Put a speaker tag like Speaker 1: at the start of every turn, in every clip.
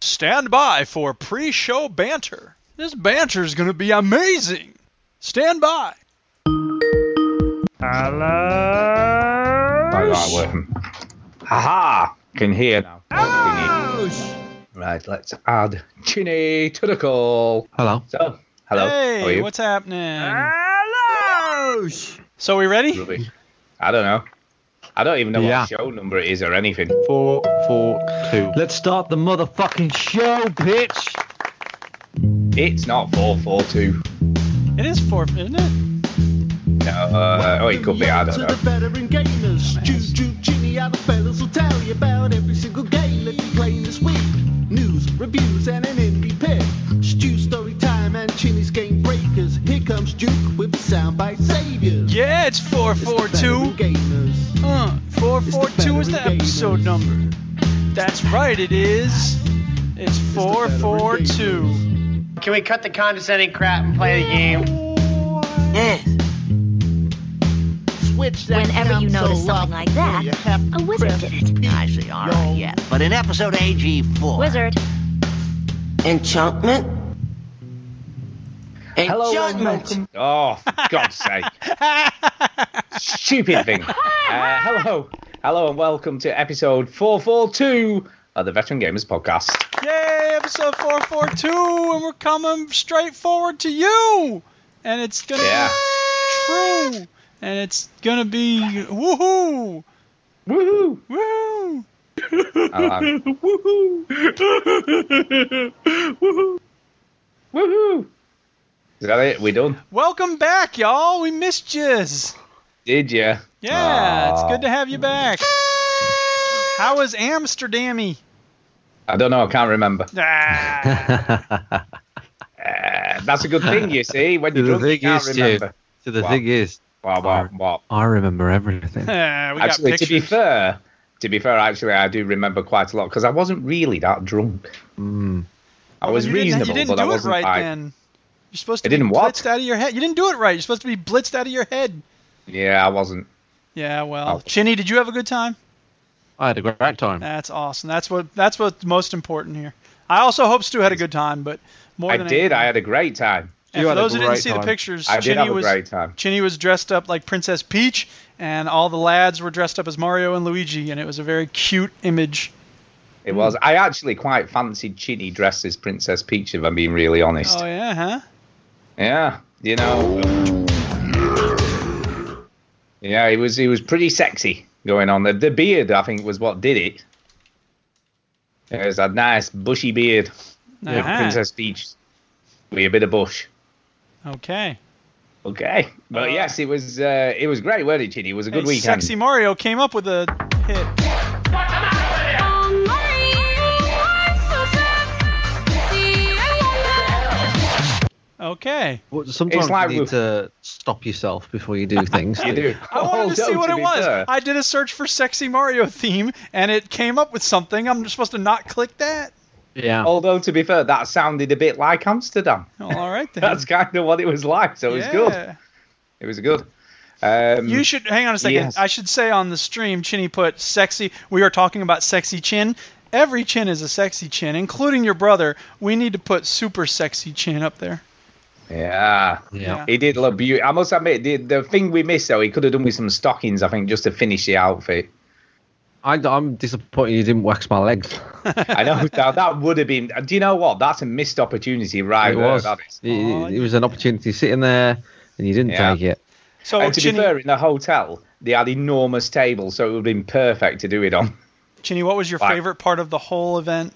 Speaker 1: Stand by for pre-show banter. This banter is going to be amazing. Stand by.
Speaker 2: Hello.
Speaker 3: Right, right, working. Aha! Can hear now. Right, let's add Chinny to the call.
Speaker 4: Hello.
Speaker 3: So, hello. how are
Speaker 1: Hey,
Speaker 3: you?
Speaker 1: what's happening?
Speaker 2: Hello.
Speaker 1: So we ready?
Speaker 3: Rubbish. I don't know. I don't even know
Speaker 4: Yeah.
Speaker 3: what show number it is or anything.
Speaker 4: Four, four, two.
Speaker 5: Let's start the motherfucking show, bitch.
Speaker 3: It's not 442.
Speaker 1: It is four, isn't it?
Speaker 3: No, uh, oh, it could be. I don't
Speaker 5: To the
Speaker 3: know.
Speaker 5: veteran gamers, Juju, Ginny, other fellas will tell you about every single game that we played this week. News, reviews, and an indie pick. Stu story time and Chinny's game breakers. Here comes Duke with the soundbite saviors.
Speaker 1: Yeah, it's four
Speaker 5: It's the
Speaker 1: four two.
Speaker 5: veteran Gamers.
Speaker 1: Uh, four
Speaker 5: It's
Speaker 1: four
Speaker 5: the
Speaker 1: two is the
Speaker 5: veteran
Speaker 1: episode
Speaker 5: gamers.
Speaker 1: number. That's right, it is. It's
Speaker 5: It's the
Speaker 1: four
Speaker 5: veteran
Speaker 1: four
Speaker 5: gamers.
Speaker 1: two.
Speaker 6: Can we cut the condescending crap and play the game?
Speaker 5: Switch that
Speaker 7: Whenever you
Speaker 5: console
Speaker 7: notice something
Speaker 5: up
Speaker 7: like
Speaker 5: before
Speaker 7: that,
Speaker 5: you have to
Speaker 7: a wizard
Speaker 5: press
Speaker 7: did it.
Speaker 5: P,
Speaker 8: I see, all right,
Speaker 5: y'all.
Speaker 8: yeah. But in episode AG4,
Speaker 7: Wizard.
Speaker 8: enchantment.
Speaker 3: Hello and
Speaker 8: Enchantment.
Speaker 3: welcome. Oh, for God's sake. Stupid thing. Uh, hello. Hello and welcome to episode 442 of the Veteran Gamers Podcast.
Speaker 1: Yay, episode 442, and we're coming straight forward to you! And it's gonna
Speaker 3: Yeah.
Speaker 1: be true! And it's gonna be woohoo!
Speaker 3: Woohoo!
Speaker 1: Woohoo!
Speaker 3: Oh, I'm- Woohoo! Is that it? We done?
Speaker 1: Welcome back, y'all! We missed yous!
Speaker 3: Did you?
Speaker 1: Yeah, it's
Speaker 3: Aw.
Speaker 1: good to have you back. How was Amsterdammy?
Speaker 3: I don't know. I can't remember.
Speaker 1: Ah,
Speaker 3: Uh, that's a good thing, you see. When you're
Speaker 4: The
Speaker 3: drunk, you
Speaker 4: thing
Speaker 3: can't
Speaker 4: is, Stu,
Speaker 3: remember.
Speaker 4: so the
Speaker 3: Wow.
Speaker 4: thing is,
Speaker 3: Wow, wow, wow.
Speaker 4: I remember everything.
Speaker 1: we got
Speaker 3: Actually, to
Speaker 1: pictures.
Speaker 3: be fair, to be fair, actually, I do remember quite a lot because I wasn't really that drunk. I was
Speaker 1: you
Speaker 3: reasonable,
Speaker 1: didn't, you didn't
Speaker 3: but
Speaker 1: do
Speaker 3: I wasn't.
Speaker 1: it right
Speaker 3: like-
Speaker 1: then. You're supposed to
Speaker 3: I
Speaker 1: be
Speaker 3: didn't what?
Speaker 1: blitzed out of your head. You didn't do it right. You're supposed to be blitzed out of your head.
Speaker 3: Yeah, I wasn't.
Speaker 1: Yeah, well,
Speaker 3: Oh.
Speaker 1: Chinny, did you have a good time?
Speaker 4: I had a great time.
Speaker 1: That's awesome. That's what that's what's most important here. I also hope Stu had a good time, but more
Speaker 3: I
Speaker 1: than
Speaker 3: did.
Speaker 1: anything-
Speaker 3: I had a great time.
Speaker 1: and
Speaker 4: you
Speaker 1: for
Speaker 4: had a
Speaker 1: those who didn't
Speaker 4: great
Speaker 1: see the
Speaker 4: time.
Speaker 1: pictures,
Speaker 3: I did
Speaker 1: Chinny
Speaker 3: have a
Speaker 1: was
Speaker 3: great time.
Speaker 1: Chinny was dressed up like Princess Peach, and all the lads were dressed up as Mario and Luigi, and it was a very cute image.
Speaker 3: It
Speaker 1: Hmm.
Speaker 3: was. I actually quite fancied Chitty dressed as Princess Peach, if I'm being really honest.
Speaker 1: Oh yeah, huh?
Speaker 3: Yeah, you know. Yeah, he was he was pretty sexy going on. The, the beard, I think, was what did it. It was a nice bushy beard,
Speaker 1: Uh-huh.
Speaker 3: Princess Peach, with a bit of bush.
Speaker 1: Okay.
Speaker 3: Okay, but yes, it was uh, it was great, wasn't it, Chitty? It was a good
Speaker 1: Hey,
Speaker 3: weekend.
Speaker 1: Sexy Mario came up with a hit. Okay.
Speaker 4: Well, Sometimes
Speaker 3: It's like
Speaker 4: you need
Speaker 3: with-
Speaker 4: to stop yourself before you do things.
Speaker 3: You
Speaker 4: too.
Speaker 3: do.
Speaker 1: I wanted to
Speaker 3: Although,
Speaker 1: see what it
Speaker 3: Oh, be
Speaker 1: was.
Speaker 3: fair-
Speaker 1: I did a search for sexy Mario theme, and it came up with something. I'm supposed to not click that.
Speaker 4: Yeah.
Speaker 3: Although to be fair, that sounded a bit like Amsterdam.
Speaker 1: Well, all right then.
Speaker 3: That's kind of what it was like. So it was good.
Speaker 1: Yeah.
Speaker 3: It was good. Um,
Speaker 1: You should hang on a second.
Speaker 3: Yes.
Speaker 1: I should say on the stream, Chinny put sexy. We are talking about sexy chin. Every chin is a sexy chin, including your brother. We need to put super sexy chin up there.
Speaker 3: Yeah.
Speaker 4: Yeah.
Speaker 3: He did look beautiful. I must admit, the, the thing we missed, though, he could have done with some stockings, I think, just to finish the outfit.
Speaker 4: I, I'm disappointed you didn't wax my legs.
Speaker 3: I know that, that would have been. Do you know what? That's a missed opportunity, right?
Speaker 4: it
Speaker 3: there,
Speaker 4: was.
Speaker 3: that
Speaker 4: It,
Speaker 3: is.
Speaker 1: Aw,
Speaker 4: it- it was an opportunity sitting there, and you didn't
Speaker 3: Yeah.
Speaker 4: take it.
Speaker 1: So
Speaker 3: and to
Speaker 1: Chinny,
Speaker 3: be fair, in the hotel, they had enormous tables, so it would have been perfect to do it on.
Speaker 1: Chinny, what was your
Speaker 3: Wow.
Speaker 1: favorite part of the whole event?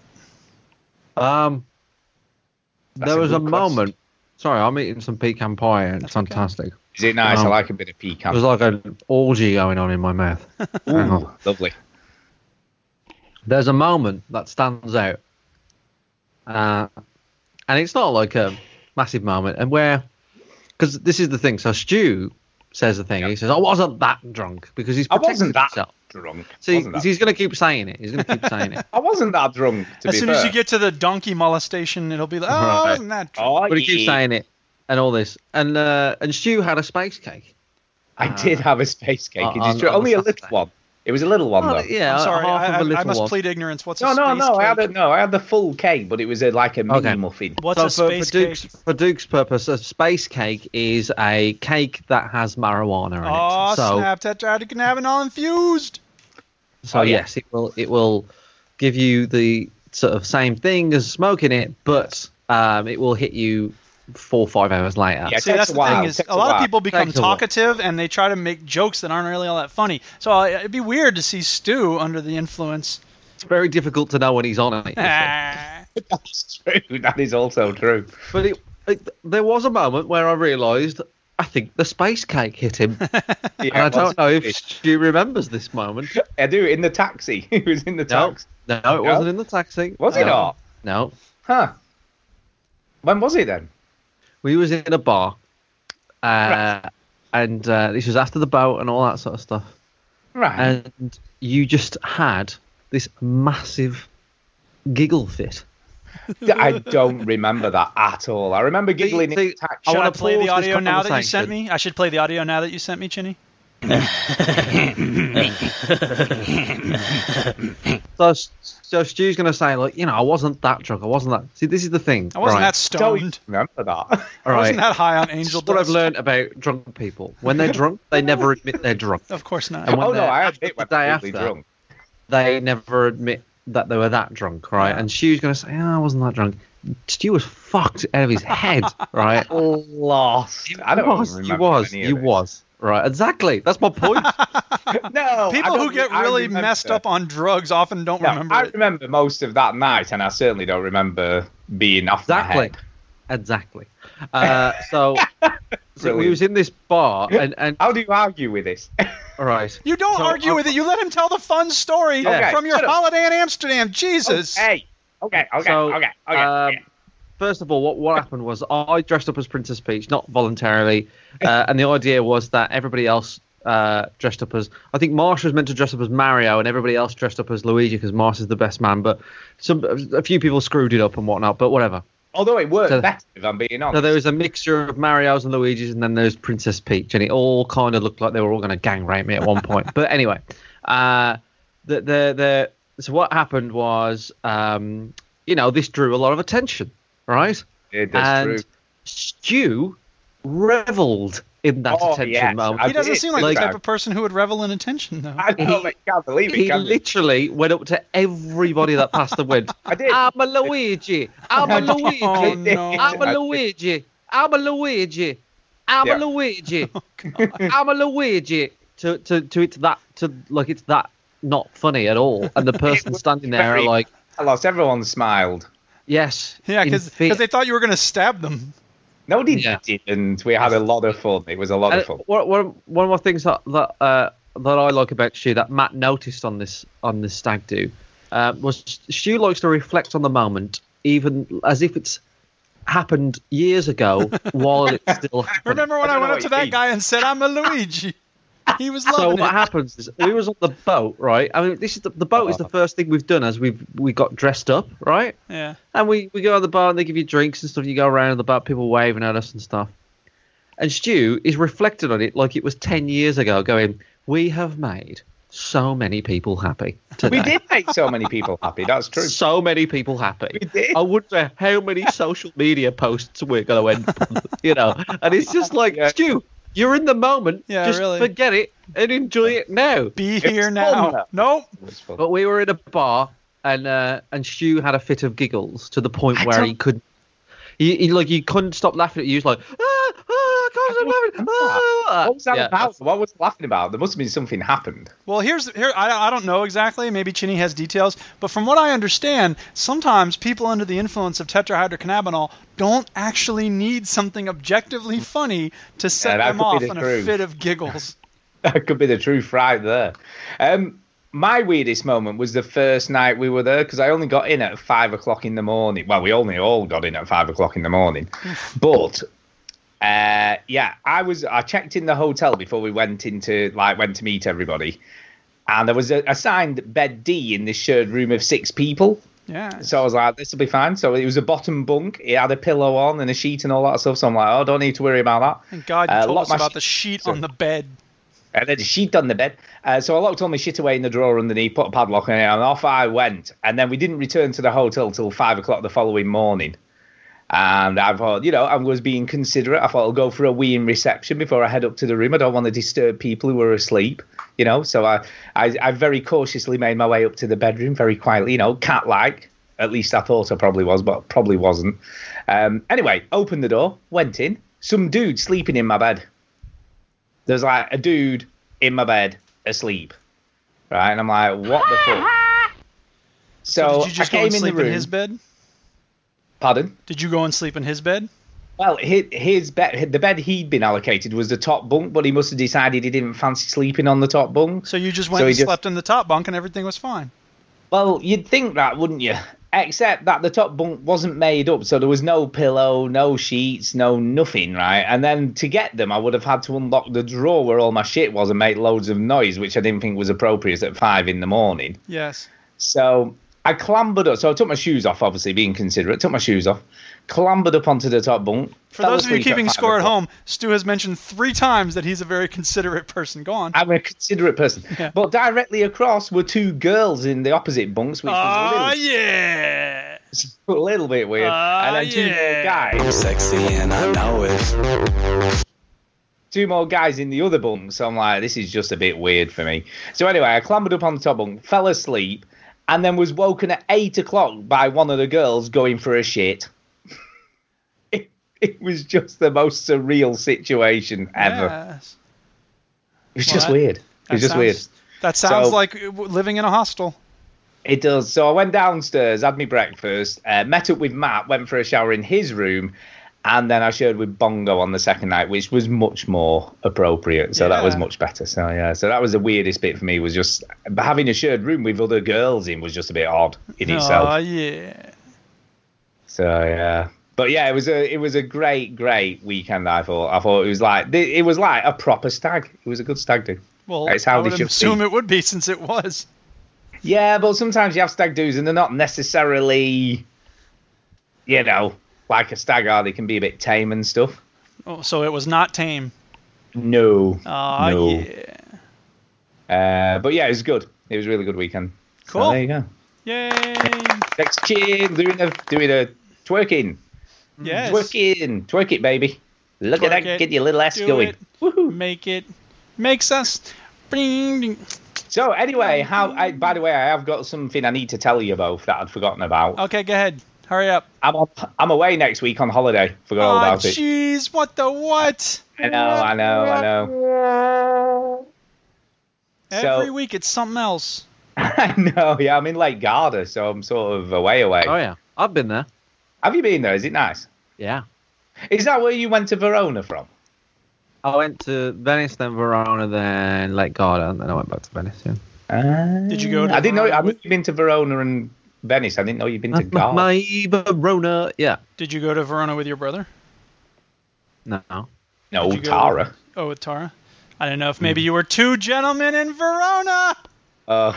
Speaker 4: Um,
Speaker 3: That's
Speaker 4: there was a,
Speaker 3: good question.
Speaker 4: moment. Sorry, I'm eating some pecan pie, and it's
Speaker 1: okay.
Speaker 4: fantastic.
Speaker 3: Is it nice? I
Speaker 4: Wow.
Speaker 3: like a bit of
Speaker 4: It
Speaker 3: pecan.
Speaker 4: was like an orgy going on in my mouth. Hang on.
Speaker 3: Ooh, Oh, lovely.
Speaker 4: there's a moment that stands out, uh, and it's not like a massive moment, and where, because this is the thing. So Stu says the thing. He says, "I wasn't that drunk," because he's
Speaker 3: I
Speaker 4: protecting
Speaker 3: wasn't that
Speaker 4: himself.
Speaker 3: drunk.
Speaker 4: So he-
Speaker 3: wasn't that-
Speaker 4: he's going to keep saying it. He's going to keep saying it.
Speaker 3: I wasn't that drunk, to
Speaker 1: as
Speaker 3: be
Speaker 1: soon as
Speaker 3: fair.
Speaker 1: you get to the donkey molestation, it'll be like, oh, I
Speaker 4: Right.
Speaker 1: wasn't that. drunk."
Speaker 3: Oh,
Speaker 4: But he keeps
Speaker 3: yeah.
Speaker 4: saying it, and all this, and uh, and Stu had a space cake.
Speaker 3: I did have a space cake.
Speaker 4: Uh,
Speaker 3: It is
Speaker 4: on-
Speaker 3: true.
Speaker 4: on
Speaker 3: Only a
Speaker 4: Saturday.
Speaker 3: little one. It was a little one
Speaker 4: Oh,
Speaker 3: though.
Speaker 4: yeah,
Speaker 1: I'm sorry,
Speaker 4: half
Speaker 1: I,
Speaker 4: of a
Speaker 1: I- I
Speaker 4: little
Speaker 1: must
Speaker 4: one.
Speaker 1: plead ignorance. What's
Speaker 3: No,
Speaker 1: a
Speaker 3: no,
Speaker 1: space
Speaker 3: no. I had, the,
Speaker 1: cake?
Speaker 3: no, I had the full cake, but it was a, like a mini
Speaker 4: Okay.
Speaker 3: muffin.
Speaker 1: What's a
Speaker 4: so for,
Speaker 1: space
Speaker 4: for Duke's
Speaker 1: cake?
Speaker 4: for Duke's purpose, a space cake is a cake that has marijuana in
Speaker 1: Oh,
Speaker 4: it. So
Speaker 1: snap! Tetrahydrocannabinol infused.
Speaker 4: so
Speaker 3: Oh, yeah.
Speaker 4: yes, it will it will give you the sort of same thing as smoking it, but um, it will hit you four or five hours later.
Speaker 3: Yeah,
Speaker 1: See,
Speaker 3: Takes
Speaker 1: that's
Speaker 3: a
Speaker 1: the
Speaker 3: while,
Speaker 1: thing is,
Speaker 3: takes
Speaker 1: a
Speaker 3: a
Speaker 1: lot of
Speaker 3: while,
Speaker 1: people become
Speaker 4: takes a while.
Speaker 1: talkative and they try to make jokes that aren't really all that funny. So uh, it'd be weird to see Stu under the influence.
Speaker 4: It's very difficult to know when he's on it. you see.
Speaker 1: Ah.
Speaker 3: That's true. That is also true.
Speaker 4: But it, it, there was a moment where I realised I think the space cake hit him,
Speaker 3: Yeah,
Speaker 4: and I
Speaker 3: well,
Speaker 4: don't know if Stu remembers this moment.
Speaker 3: I do in the taxi. It was in the
Speaker 4: No,
Speaker 3: taxi.
Speaker 4: no, it wasn't in the taxi.
Speaker 3: Was
Speaker 4: no,
Speaker 3: it not?
Speaker 4: No,
Speaker 3: Huh. When was it then?
Speaker 4: we was in a bar, uh, and uh, this was after the boat and all that sort of stuff.
Speaker 3: Right.
Speaker 4: And you just had this massive giggle fit. Uh,
Speaker 3: I don't remember that at all. I remember giggling in
Speaker 4: see,
Speaker 3: the taxi.
Speaker 4: I
Speaker 1: Should I,
Speaker 4: wanna
Speaker 1: play the
Speaker 4: pause this
Speaker 1: audio now that you sent
Speaker 4: conversation.
Speaker 1: me? I should play the audio now that you sent me, Chinny.
Speaker 4: So, so Stu's gonna say like, you know, I wasn't that drunk. I wasn't that. See, this is the thing.
Speaker 1: I wasn't
Speaker 4: right.
Speaker 1: that stoned.
Speaker 3: remember that.
Speaker 4: All
Speaker 1: I wasn't
Speaker 4: right.
Speaker 1: that high on
Speaker 4: This
Speaker 1: angel
Speaker 4: is what I've
Speaker 1: dust.
Speaker 4: learned about drunk people. When they're drunk, they never admit they're drunk.
Speaker 1: Of course not.
Speaker 4: And when
Speaker 3: oh no,
Speaker 4: they're
Speaker 3: I
Speaker 4: after
Speaker 3: admit
Speaker 4: the
Speaker 3: when
Speaker 4: day
Speaker 3: I'm really
Speaker 4: after,
Speaker 3: drunk.
Speaker 4: They never admit that they were that drunk, right? And Stu's gonna say, oh, I wasn't that drunk. Stu was fucked out of his head, right?
Speaker 3: Lost. I don't
Speaker 4: you was,
Speaker 3: even
Speaker 4: you
Speaker 3: remember
Speaker 4: was,
Speaker 3: any of
Speaker 4: you
Speaker 3: it.
Speaker 4: was. Right, exactly. That's my point.
Speaker 3: No, I
Speaker 1: People
Speaker 3: don't
Speaker 1: who get
Speaker 3: re- I
Speaker 1: really
Speaker 3: remember-
Speaker 1: messed up on drugs often don't
Speaker 3: No,
Speaker 1: remember
Speaker 3: I
Speaker 1: it.
Speaker 3: remember most of that night, and I certainly don't remember being off my
Speaker 4: exactly.
Speaker 3: head.
Speaker 4: Exactly. Uh, so, so we
Speaker 3: Brilliant.
Speaker 4: was in this bar, and, and
Speaker 3: How do you argue with this?
Speaker 4: all right.
Speaker 1: You don't
Speaker 4: So,
Speaker 1: argue
Speaker 4: uh,
Speaker 1: with it. You let him tell the fun story
Speaker 4: Yeah. Okay,
Speaker 1: from your
Speaker 3: oh, shut up. Oh,
Speaker 1: holiday in Amsterdam. Jesus.
Speaker 3: hey, okay, okay,
Speaker 4: So,
Speaker 3: okay, okay.
Speaker 4: um,
Speaker 3: okay.
Speaker 4: First of all, what, what happened was I dressed up as Princess Peach, not voluntarily, uh, and the idea was that everybody else uh, dressed up as. I think Marsh was meant to dress up as Mario, and everybody else dressed up as Luigi because Marsh is the best man. But some a few people screwed it up and whatnot. But whatever.
Speaker 3: Although it worked
Speaker 4: so-
Speaker 3: better, if I'm being honest.
Speaker 4: So there was a mixture of Mario's and Luigi's, and then there was Princess Peach, and it all kind of looked like they were all going to gang rape me at one point. but anyway, uh, the, the the so what happened was, um, you know, this drew a lot of attention, right?
Speaker 3: It- that's
Speaker 4: and
Speaker 3: true.
Speaker 4: Stu revelled in that
Speaker 3: Oh,
Speaker 4: attention
Speaker 3: yes,
Speaker 4: moment.
Speaker 1: He doesn't
Speaker 3: did.
Speaker 1: seem like,
Speaker 4: Like-
Speaker 1: the type of person who would revel in attention, though.
Speaker 3: I know,
Speaker 4: He-
Speaker 3: but you can't believe it,
Speaker 4: He
Speaker 3: can you?
Speaker 4: literally went up to everybody that passed and went,
Speaker 3: I did.
Speaker 4: I'm a Luigi. I'm a Luigi.
Speaker 1: Oh, no.
Speaker 4: I'm
Speaker 3: I
Speaker 4: a
Speaker 3: did.
Speaker 4: Luigi. I'm a Luigi. I'm
Speaker 3: Yeah. Oh,
Speaker 4: a Luigi. I'm a Luigi. To to to it's that to like it's that not funny at all. And the person
Speaker 3: was
Speaker 4: standing there
Speaker 3: very-
Speaker 4: like,
Speaker 3: I lost. Everyone smiled.
Speaker 4: yes,
Speaker 1: yeah,
Speaker 4: in
Speaker 1: because
Speaker 4: fear.
Speaker 1: they thought you were going to stab them.
Speaker 3: No, they
Speaker 4: Yeah. Uh,
Speaker 3: didn't. We had a lot of fun. It was a lot
Speaker 4: And
Speaker 3: of fun.
Speaker 4: one, one, one of my things that that, uh, that I like about Stu that Matt noticed on this on this stag do uh, was Stu likes to reflect on the moment, even as if it's happened years ago, while it's still happening.
Speaker 1: Remember when I,
Speaker 3: I don't
Speaker 1: went up
Speaker 3: know what
Speaker 1: to
Speaker 3: you
Speaker 1: that
Speaker 3: mean.
Speaker 1: guy and said, I'm a Luigi? He was
Speaker 4: so
Speaker 1: loving
Speaker 4: what
Speaker 1: it.
Speaker 4: happens is we was on the boat, right? I mean, this is the, the boat is
Speaker 3: Uh-huh.
Speaker 4: the first thing we've done as we've we got dressed up, right?
Speaker 1: Yeah.
Speaker 4: And we, we go to the bar and they give you drinks and stuff. You go around the bar, people waving at us and stuff. And Stu is reflecting on it like it was 10 years ago, going, We have made so many people happy today.
Speaker 3: We did make so many people happy. That's true.
Speaker 4: So many people happy.
Speaker 3: We did.
Speaker 4: I wonder how many social media posts we're going to end up, you know. And it's just like,
Speaker 3: Yeah.
Speaker 4: Stu, you're in the moment.
Speaker 1: Yeah,
Speaker 4: just
Speaker 1: really.
Speaker 4: forget it and enjoy it now.
Speaker 1: Be here
Speaker 3: fun,
Speaker 1: now.
Speaker 3: though.
Speaker 1: Nope.
Speaker 3: It was fun.
Speaker 4: But we were in a bar, and uh, and Stu had a fit of giggles to the point where he couldn't. He, he like he couldn't stop laughing at you. He was like, ah, ah, I can't stop laughing. Ah.
Speaker 3: What was that
Speaker 4: Yeah,
Speaker 3: about? What was laughing about? There must have been something happened.
Speaker 1: Well, here's here. I, I don't know exactly. Maybe Chinny has details, but from what I understand, sometimes people under the influence of tetrahydrocannabinol don't actually need something objectively funny to set
Speaker 3: that
Speaker 1: them
Speaker 3: could be
Speaker 1: off
Speaker 3: the
Speaker 1: in a
Speaker 3: truth.
Speaker 1: fit of giggles.
Speaker 3: That could be the truth right there. Um, my weirdest moment was the first night we were there because I only got in at five o'clock in the morning. Well, we only all got in at five o'clock in the morning, but uh, yeah, I was. I checked in the hotel before we went into like went to meet everybody, and there was a assigned bed D in this shared room of six people.
Speaker 1: Yeah.
Speaker 3: So I was like, this will be fine. So it was a bottom bunk. It had a pillow on and a sheet and all that stuff. So I'm like, oh, don't need to worry about that.
Speaker 1: Thank God you
Speaker 3: Uh,
Speaker 1: told
Speaker 3: lock
Speaker 1: us
Speaker 3: my
Speaker 1: about
Speaker 3: sh-
Speaker 1: the sheet
Speaker 3: Sorry.
Speaker 1: on the bed.
Speaker 3: And then she'd done the bed. Uh, so I locked all my shit away in the drawer underneath, put a padlock on it, and off I went. And then we didn't return to the hotel till five o'clock the following morning. And I thought, you know, I was being considerate. I thought I'll go for a wee in reception before I head up to the room. I don't want to disturb people who are asleep, you know. So I, I, I very cautiously made my way up to the bedroom, very quietly, you know, cat like. At least I thought I probably was, but probably wasn't. Um, anyway, opened the door, went in. Some dude sleeping in my bed there's like a dude in my bed asleep, right? And I'm like, what the fuck? So,
Speaker 1: did you just
Speaker 3: I
Speaker 1: go
Speaker 3: came
Speaker 1: and sleep
Speaker 3: in the
Speaker 1: in,
Speaker 3: room.
Speaker 1: his bed?
Speaker 3: Pardon?
Speaker 1: Did you go and sleep in his bed?
Speaker 3: Well, his, his bed, the bed he'd been allocated was the top bunk, but he must have decided he didn't fancy sleeping on the top bunk.
Speaker 1: So you just went
Speaker 3: So he
Speaker 1: and
Speaker 3: just-
Speaker 1: slept in the top bunk and everything was fine.
Speaker 3: Well, you'd think that, wouldn't you? Except that the top bunk wasn't made up, so there was no pillow, no sheets, no nothing, right? And then to get them, I would have had to unlock the drawer where all my shit was and make loads of noise, which I didn't think was appropriate at five in the morning.
Speaker 1: Yes.
Speaker 3: So I clambered up. So I took my shoes off, obviously, being considerate. Took my shoes off, clambered up onto the top bunk.
Speaker 1: For
Speaker 3: fell
Speaker 1: those of you
Speaker 3: asleep at
Speaker 1: keeping
Speaker 3: five
Speaker 1: score at
Speaker 3: o'clock.
Speaker 1: home, Stu has mentioned three times that he's a very considerate person. Go on.
Speaker 3: I'm a considerate person.
Speaker 1: Yeah.
Speaker 3: But directly across were two girls in the opposite bunks, which was a
Speaker 1: Oh,
Speaker 3: little
Speaker 1: yeah. Ah,
Speaker 3: a little bit weird. and then two
Speaker 1: yeah.
Speaker 3: more guys. Sexy and I know it. Two more guys in the other bunk, so I'm like, this is just a bit weird for me. So anyway, I clambered up on the top bunk, fell asleep, and then was woken at eight o'clock by one of the girls going for a shit. it, it was just the most surreal situation ever.
Speaker 1: Yes.
Speaker 3: It was
Speaker 1: Well,
Speaker 3: just
Speaker 1: that-
Speaker 3: weird. It was just
Speaker 1: sounds,
Speaker 3: weird.
Speaker 1: That sounds
Speaker 3: So-
Speaker 1: like uh, w- living in a hostel.
Speaker 3: It does. So I went downstairs, had my breakfast, uh, met up with Matt, went for a shower in his room, and then I shared with Bongo on the second night, which was much more appropriate. So that was
Speaker 1: Yeah.
Speaker 3: much better. So yeah, so that was the weirdest bit for me was just having a shared room with other girls in was just a bit odd in
Speaker 1: Oh,
Speaker 3: itself.
Speaker 1: yeah.
Speaker 3: So yeah. But yeah, it was a it was a great great weekend. I thought I thought it was like it was like a proper stag. It was a good stag do.
Speaker 1: Well,
Speaker 3: That's how
Speaker 1: I
Speaker 3: they
Speaker 1: would
Speaker 3: should
Speaker 1: assume
Speaker 3: be.
Speaker 1: it would be since it was.
Speaker 3: Yeah, but sometimes you have stag doos and they're not necessarily, you know, like a stag are. They can be a bit tame and stuff.
Speaker 1: Oh, so it was not tame.
Speaker 3: No.
Speaker 1: Oh,
Speaker 3: no.
Speaker 1: yeah.
Speaker 3: Uh, but yeah, it was good. It was a really good weekend. So
Speaker 1: Cool.
Speaker 3: there you go.
Speaker 1: Yay.
Speaker 3: Next chin, doing a, doing a twerking.
Speaker 1: Yes.
Speaker 3: Twerking. Twerk it, baby. Look
Speaker 1: Twerk
Speaker 3: at that.
Speaker 1: it.
Speaker 3: Get your little ass
Speaker 1: Do
Speaker 3: going.
Speaker 1: it. Make it. Makes us. Bing, ding.
Speaker 3: So anyway, how? I, by the way, I have got something I need to tell you both that I'd forgotten about.
Speaker 1: Okay, go ahead. Hurry up.
Speaker 3: I'm, on, I'm away next week on holiday. Forgot all
Speaker 1: Oh,
Speaker 3: about it.
Speaker 1: jeez. What the what?
Speaker 3: I know, I know, I know.
Speaker 1: Every week it's something else.
Speaker 3: I know, yeah. I'm in Lake Garda, so I'm sort of away away.
Speaker 4: Oh yeah, I've been there.
Speaker 3: Have you been there? Is it nice?
Speaker 4: Yeah,
Speaker 3: Is that where you went to Verona from?
Speaker 4: I went to Venice, then Verona, then Lake Garda, and then I went back to Venice. Yeah.
Speaker 1: Did you go to
Speaker 3: I didn't know. I
Speaker 1: Verona
Speaker 3: knew
Speaker 1: with-
Speaker 3: you'd been to Verona and Venice. I didn't know you'd been to Garda.
Speaker 4: My Verona, yeah.
Speaker 1: Did you go to Verona with your brother?
Speaker 4: No,
Speaker 3: no,
Speaker 1: Did you go-
Speaker 3: Tara.
Speaker 1: Oh, with Tara? I don't know if
Speaker 3: Hmm.
Speaker 1: maybe you were two gentlemen in Verona.
Speaker 3: Uh,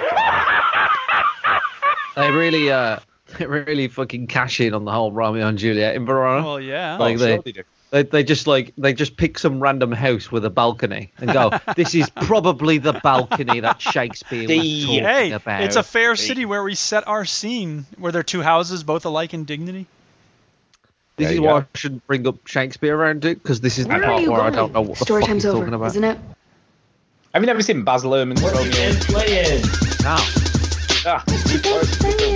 Speaker 4: they really, uh, they really fucking cash in on the whole Romeo and Juliet in Verona.
Speaker 1: Well, yeah.
Speaker 4: Like
Speaker 3: oh, sure
Speaker 4: they-
Speaker 3: they do.
Speaker 4: They, they just like they just pick some random house with a balcony and go. this is probably the balcony that Shakespeare was
Speaker 3: The-
Speaker 4: talking
Speaker 1: hey,
Speaker 4: about.
Speaker 1: it's a fair city where we set our scene. Were there two houses, both alike in dignity?
Speaker 4: this
Speaker 3: There
Speaker 4: is
Speaker 3: you
Speaker 4: why
Speaker 3: go.
Speaker 4: I should bring up Shakespeare around it because this is the
Speaker 3: Where are
Speaker 4: part
Speaker 7: you
Speaker 4: where I
Speaker 7: going?
Speaker 4: don't know what
Speaker 7: Story
Speaker 4: the fuck
Speaker 7: time's
Speaker 4: he's
Speaker 7: over,
Speaker 4: talking about.
Speaker 7: isn't it?
Speaker 3: Have you never seen Baz Luhrmann's Romeo?
Speaker 4: No.
Speaker 3: Ah,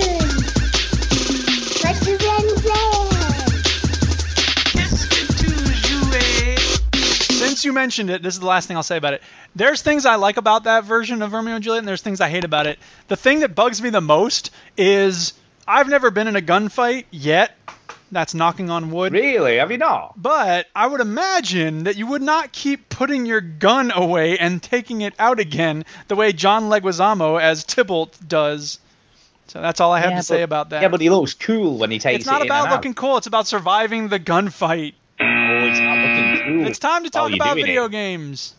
Speaker 1: Since you mentioned it, this is the last thing I'll say about it. There's things I like about that version of Romeo and Juliet, and there's things I hate about it. The thing that bugs me the most is I've never been in a gunfight yet. That's knocking on wood.
Speaker 3: really? Have you not?
Speaker 1: But I would imagine that you would not keep putting your gun away and taking it out again the way John Leguizamo as Tybalt does. So that's all I have to say about that.
Speaker 3: Yeah, but he looks cool when he takes
Speaker 1: it's not
Speaker 3: it in
Speaker 1: about
Speaker 3: and out.
Speaker 1: looking cool, it's about surviving the gunfight.
Speaker 3: cool. It's not looking cool.
Speaker 1: It's time to
Speaker 3: while
Speaker 1: talk
Speaker 3: you're
Speaker 1: about
Speaker 3: doing
Speaker 1: video
Speaker 3: it.
Speaker 1: games.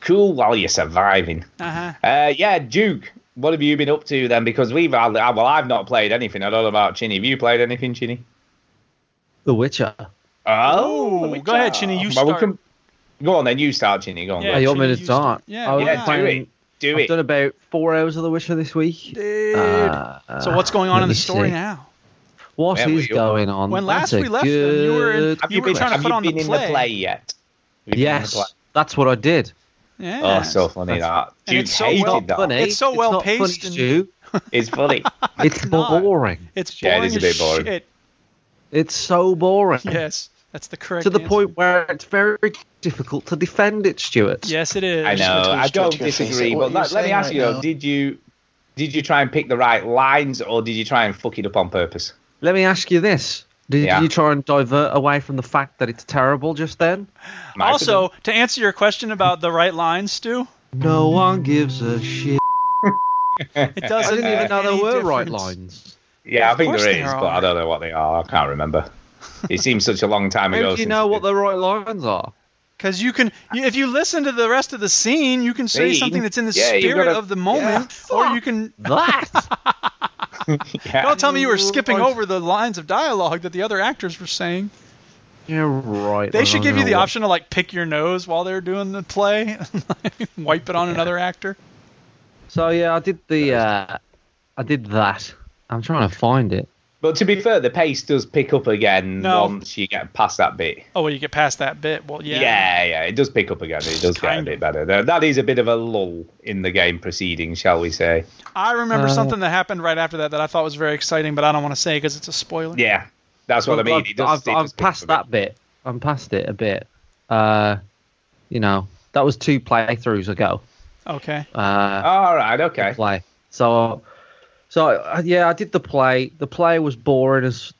Speaker 3: Cool while you're surviving.
Speaker 1: Uh-huh.
Speaker 3: Uh, yeah, Duke. What have you been up to then? Because we've had, well, I've not played anything. I don't know about Chinny. Have you played anything, Chinny?
Speaker 4: The Witcher.
Speaker 3: Oh,
Speaker 1: Ooh, Oh, go ahead, Chinny, you
Speaker 3: Well, we
Speaker 1: start.
Speaker 3: can Go on then, you start, Ginny. Go on.
Speaker 1: Yeah,
Speaker 4: Hey, you want me
Speaker 1: Trini
Speaker 4: to
Speaker 1: used
Speaker 4: start?
Speaker 1: Yeah,
Speaker 4: I was
Speaker 1: why
Speaker 3: yeah
Speaker 1: not?
Speaker 3: do
Speaker 4: playing-
Speaker 3: it. Do
Speaker 4: I've
Speaker 3: it.
Speaker 4: done about four hours of The Witcher this week.
Speaker 1: Dude.
Speaker 4: Uh,
Speaker 1: so what's going on
Speaker 4: let
Speaker 1: in the
Speaker 4: me
Speaker 1: story
Speaker 4: see.
Speaker 1: now?
Speaker 3: Oh,
Speaker 4: What is
Speaker 3: Where were you?
Speaker 4: going on?
Speaker 1: When last
Speaker 4: That's a
Speaker 1: we left them,
Speaker 4: good
Speaker 1: you were in-
Speaker 3: Have
Speaker 1: You
Speaker 3: you,
Speaker 1: were
Speaker 3: been,
Speaker 1: trying to
Speaker 3: have
Speaker 1: put
Speaker 3: you
Speaker 1: on the
Speaker 3: been in
Speaker 1: play.
Speaker 3: the play yet? Have you been in the
Speaker 4: Yes,
Speaker 3: play?
Speaker 4: that's what I did.
Speaker 1: Yeah.
Speaker 3: Oh, so funny that.
Speaker 1: and
Speaker 3: Dude
Speaker 1: it's so
Speaker 3: hated
Speaker 1: well
Speaker 3: that.
Speaker 4: Funny.
Speaker 1: It's so well
Speaker 4: not funny,
Speaker 1: paced and-
Speaker 4: Stu.
Speaker 3: It's funny.
Speaker 4: It's
Speaker 1: not.
Speaker 4: boring.
Speaker 1: It's
Speaker 3: Yeah,
Speaker 1: boring
Speaker 3: it is a
Speaker 1: as
Speaker 3: bit boring.
Speaker 1: shit.
Speaker 4: It's so boring.
Speaker 1: Yes, that's the correct.
Speaker 4: To the
Speaker 1: answer.
Speaker 4: point where it's very difficult to defend it, Stuart.
Speaker 1: Yes, it is.
Speaker 3: I know.
Speaker 7: Just
Speaker 3: I don't
Speaker 7: to your face
Speaker 3: disagree.
Speaker 7: at what
Speaker 3: But let,
Speaker 7: you're
Speaker 3: let me
Speaker 7: saying
Speaker 3: ask
Speaker 7: right
Speaker 3: you though:
Speaker 7: now.
Speaker 3: Did you did you try and pick the right lines, or did you try and fuck it up on purpose?
Speaker 4: Let me ask you this. Did
Speaker 3: Yeah.
Speaker 4: you try and divert away from the fact that it's terrible just then?
Speaker 3: Might have
Speaker 1: also, to answer your question about the right lines, Stu,
Speaker 4: No one gives a shit.
Speaker 1: it doesn't.
Speaker 4: I didn't even
Speaker 1: make
Speaker 4: know there
Speaker 1: any
Speaker 4: were right
Speaker 1: difference.
Speaker 4: lines.
Speaker 3: been. yeah, I
Speaker 1: of
Speaker 3: think
Speaker 1: course
Speaker 3: there
Speaker 1: they
Speaker 3: is,
Speaker 1: are.
Speaker 3: but I don't know what they are. I can't remember. It seems such a long time ago.
Speaker 4: How do you
Speaker 3: since
Speaker 4: know
Speaker 3: I
Speaker 4: what
Speaker 3: did-
Speaker 4: the right lines are?
Speaker 1: Because you can, you, if you listen to the rest of the scene, you can say
Speaker 3: Scene?
Speaker 1: something that's in the
Speaker 3: Yeah, you
Speaker 1: spirit
Speaker 3: gotta-
Speaker 1: of the moment, or you can.
Speaker 4: That!
Speaker 3: Yeah.
Speaker 1: Don't tell me you were skipping
Speaker 4: Lines.
Speaker 1: over the lines of dialogue that the other actors were saying.
Speaker 4: You're right.
Speaker 1: They
Speaker 4: I'm
Speaker 1: should
Speaker 4: not
Speaker 1: give you
Speaker 4: gonna
Speaker 1: the
Speaker 4: watch
Speaker 1: option to like pick your nose while they're doing the play, wipe it on another actor.
Speaker 4: So yeah, I did the uh, I did that. I'm trying to find it.
Speaker 3: But to be fair, the pace does pick up again
Speaker 1: No.
Speaker 3: once you get past that bit.
Speaker 1: Oh well, you get past that bit. Well,
Speaker 3: Yeah.
Speaker 1: yeah.
Speaker 3: yeah, it does pick up again. It does get a
Speaker 1: Kind
Speaker 3: bit
Speaker 1: of.
Speaker 3: better. There- That is a bit of a lull in the game proceeding, shall we say?
Speaker 1: I remember
Speaker 4: Uh,
Speaker 1: something that happened right after that that I thought was very exciting, but I don't want to say because it's a spoiler.
Speaker 3: Yeah, that's what I mean.
Speaker 4: I've,
Speaker 3: It does,
Speaker 4: I've-
Speaker 3: it does
Speaker 4: I've
Speaker 3: pick up a
Speaker 4: passed that bit. I'm past it a bit. Uh, you know, that was two playthroughs ago.
Speaker 1: Okay.
Speaker 4: Uh,
Speaker 3: All right, okay.
Speaker 4: play. So, so uh, yeah, I did the play. The play was boring as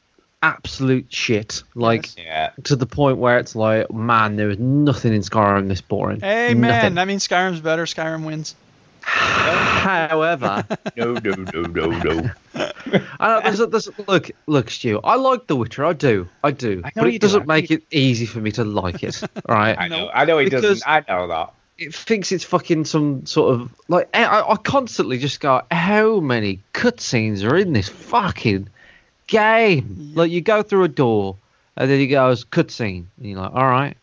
Speaker 4: absolute shit. Like
Speaker 3: Yeah.
Speaker 4: to the point where it's like, man, there was nothing in Skyrim this boring.
Speaker 1: Amen.
Speaker 4: Nothing.
Speaker 1: That means Skyrim's better. Skyrim wins.
Speaker 4: However,
Speaker 3: No, no, no, no, no.
Speaker 4: I know, there's a, there's a- look, look, Stu. I like The Witcher. I do, I do.
Speaker 3: I know
Speaker 4: but
Speaker 3: you
Speaker 4: it
Speaker 3: do,
Speaker 4: doesn't
Speaker 3: I
Speaker 4: make it easy for me to like it. all
Speaker 3: I
Speaker 4: right?
Speaker 3: know. I know it
Speaker 4: Because-
Speaker 3: doesn't. I know that.
Speaker 4: It thinks it's fucking some sort of like. I, I- I constantly just go, how many cutscenes are in this fucking game? Like you go through a door, and then you go, cutscene, and you're like, all right.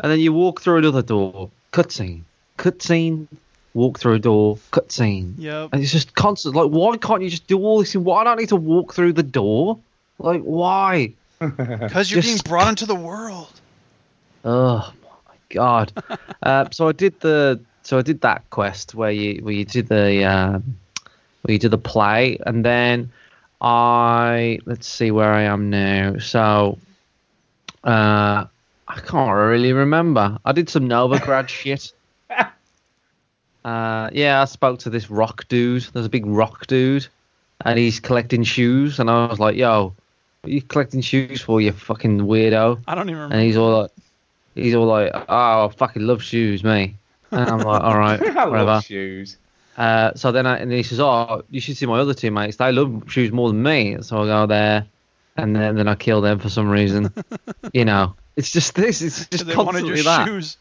Speaker 4: And then you walk through another door, cutscene, cutscene, walk through a door, cutscene,
Speaker 1: Yep.
Speaker 4: and it's just constant. Like, why can't you just do all this? in- Why don't I need to walk through the door? Like, why?
Speaker 1: Because you're
Speaker 4: Just-
Speaker 1: being brought into the world.
Speaker 4: Oh my god! uh, so I did the so I did that quest where you where you do the um, where you do the play, and then I let's see where I am now. So uh, I can't really remember. I did some Novigrad shit. Uh, yeah, I spoke to this rock dude. There's a big rock dude, and he's collecting shoes, and I was like, "Yo, what are you collecting shoes for, you fucking weirdo?"
Speaker 1: I don't even remember.
Speaker 4: And he's all like, he's all like, oh, I fucking love shoes, me. And I'm like, all right,
Speaker 3: I
Speaker 4: whatever.
Speaker 3: love shoes.
Speaker 4: Uh, so then, I, and he says, oh, you should see my other two mates. They love shoes more than me. So I go there, and then then I kill them for some reason. you know, it's just this. It's just
Speaker 1: they wanted your
Speaker 4: constantly that.
Speaker 1: shoes.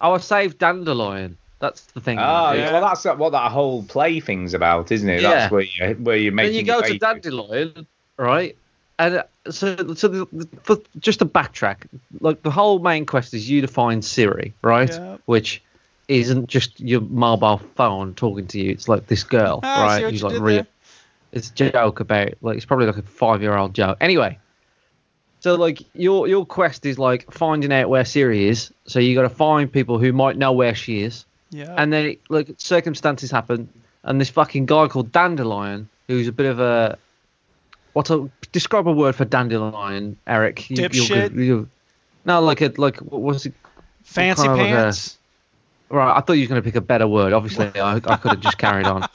Speaker 4: Oh, I saved dandelion. That's the thing.
Speaker 3: Oh,
Speaker 4: I do.
Speaker 3: yeah. well, that's what that whole play thing's about, isn't it?
Speaker 4: Yeah.
Speaker 3: That's where you where you're making.
Speaker 4: Then you go
Speaker 3: your
Speaker 4: to
Speaker 3: way
Speaker 4: Dandelion, right? And uh, so, so the, the, for, just to backtrack, like the whole main quest is you to find Siri, right?
Speaker 1: Yep.
Speaker 4: Which isn't just your mobile phone talking to you. It's like this girl,
Speaker 1: Ah, I see
Speaker 4: right?
Speaker 1: what
Speaker 4: who's,
Speaker 1: you
Speaker 4: like
Speaker 1: did
Speaker 4: real-
Speaker 1: there.
Speaker 4: It's a joke about like it's probably like a five-year-old joke. Anyway, so like your your quest is like finding out where Siri is. So you got to find people who might know where she is
Speaker 1: Yeah.
Speaker 4: and then like circumstances happen, and this fucking guy called Dandelion, who's a bit of a what a describe a word for dandelion, Eric. You, you're good-
Speaker 1: Dipshit.
Speaker 4: you- no, like a like what was it?
Speaker 1: Fancy
Speaker 4: kind of like a-
Speaker 1: pants.
Speaker 4: Right, I thought you were going to pick a better word. Obviously, I, I could have just carried on. Uh,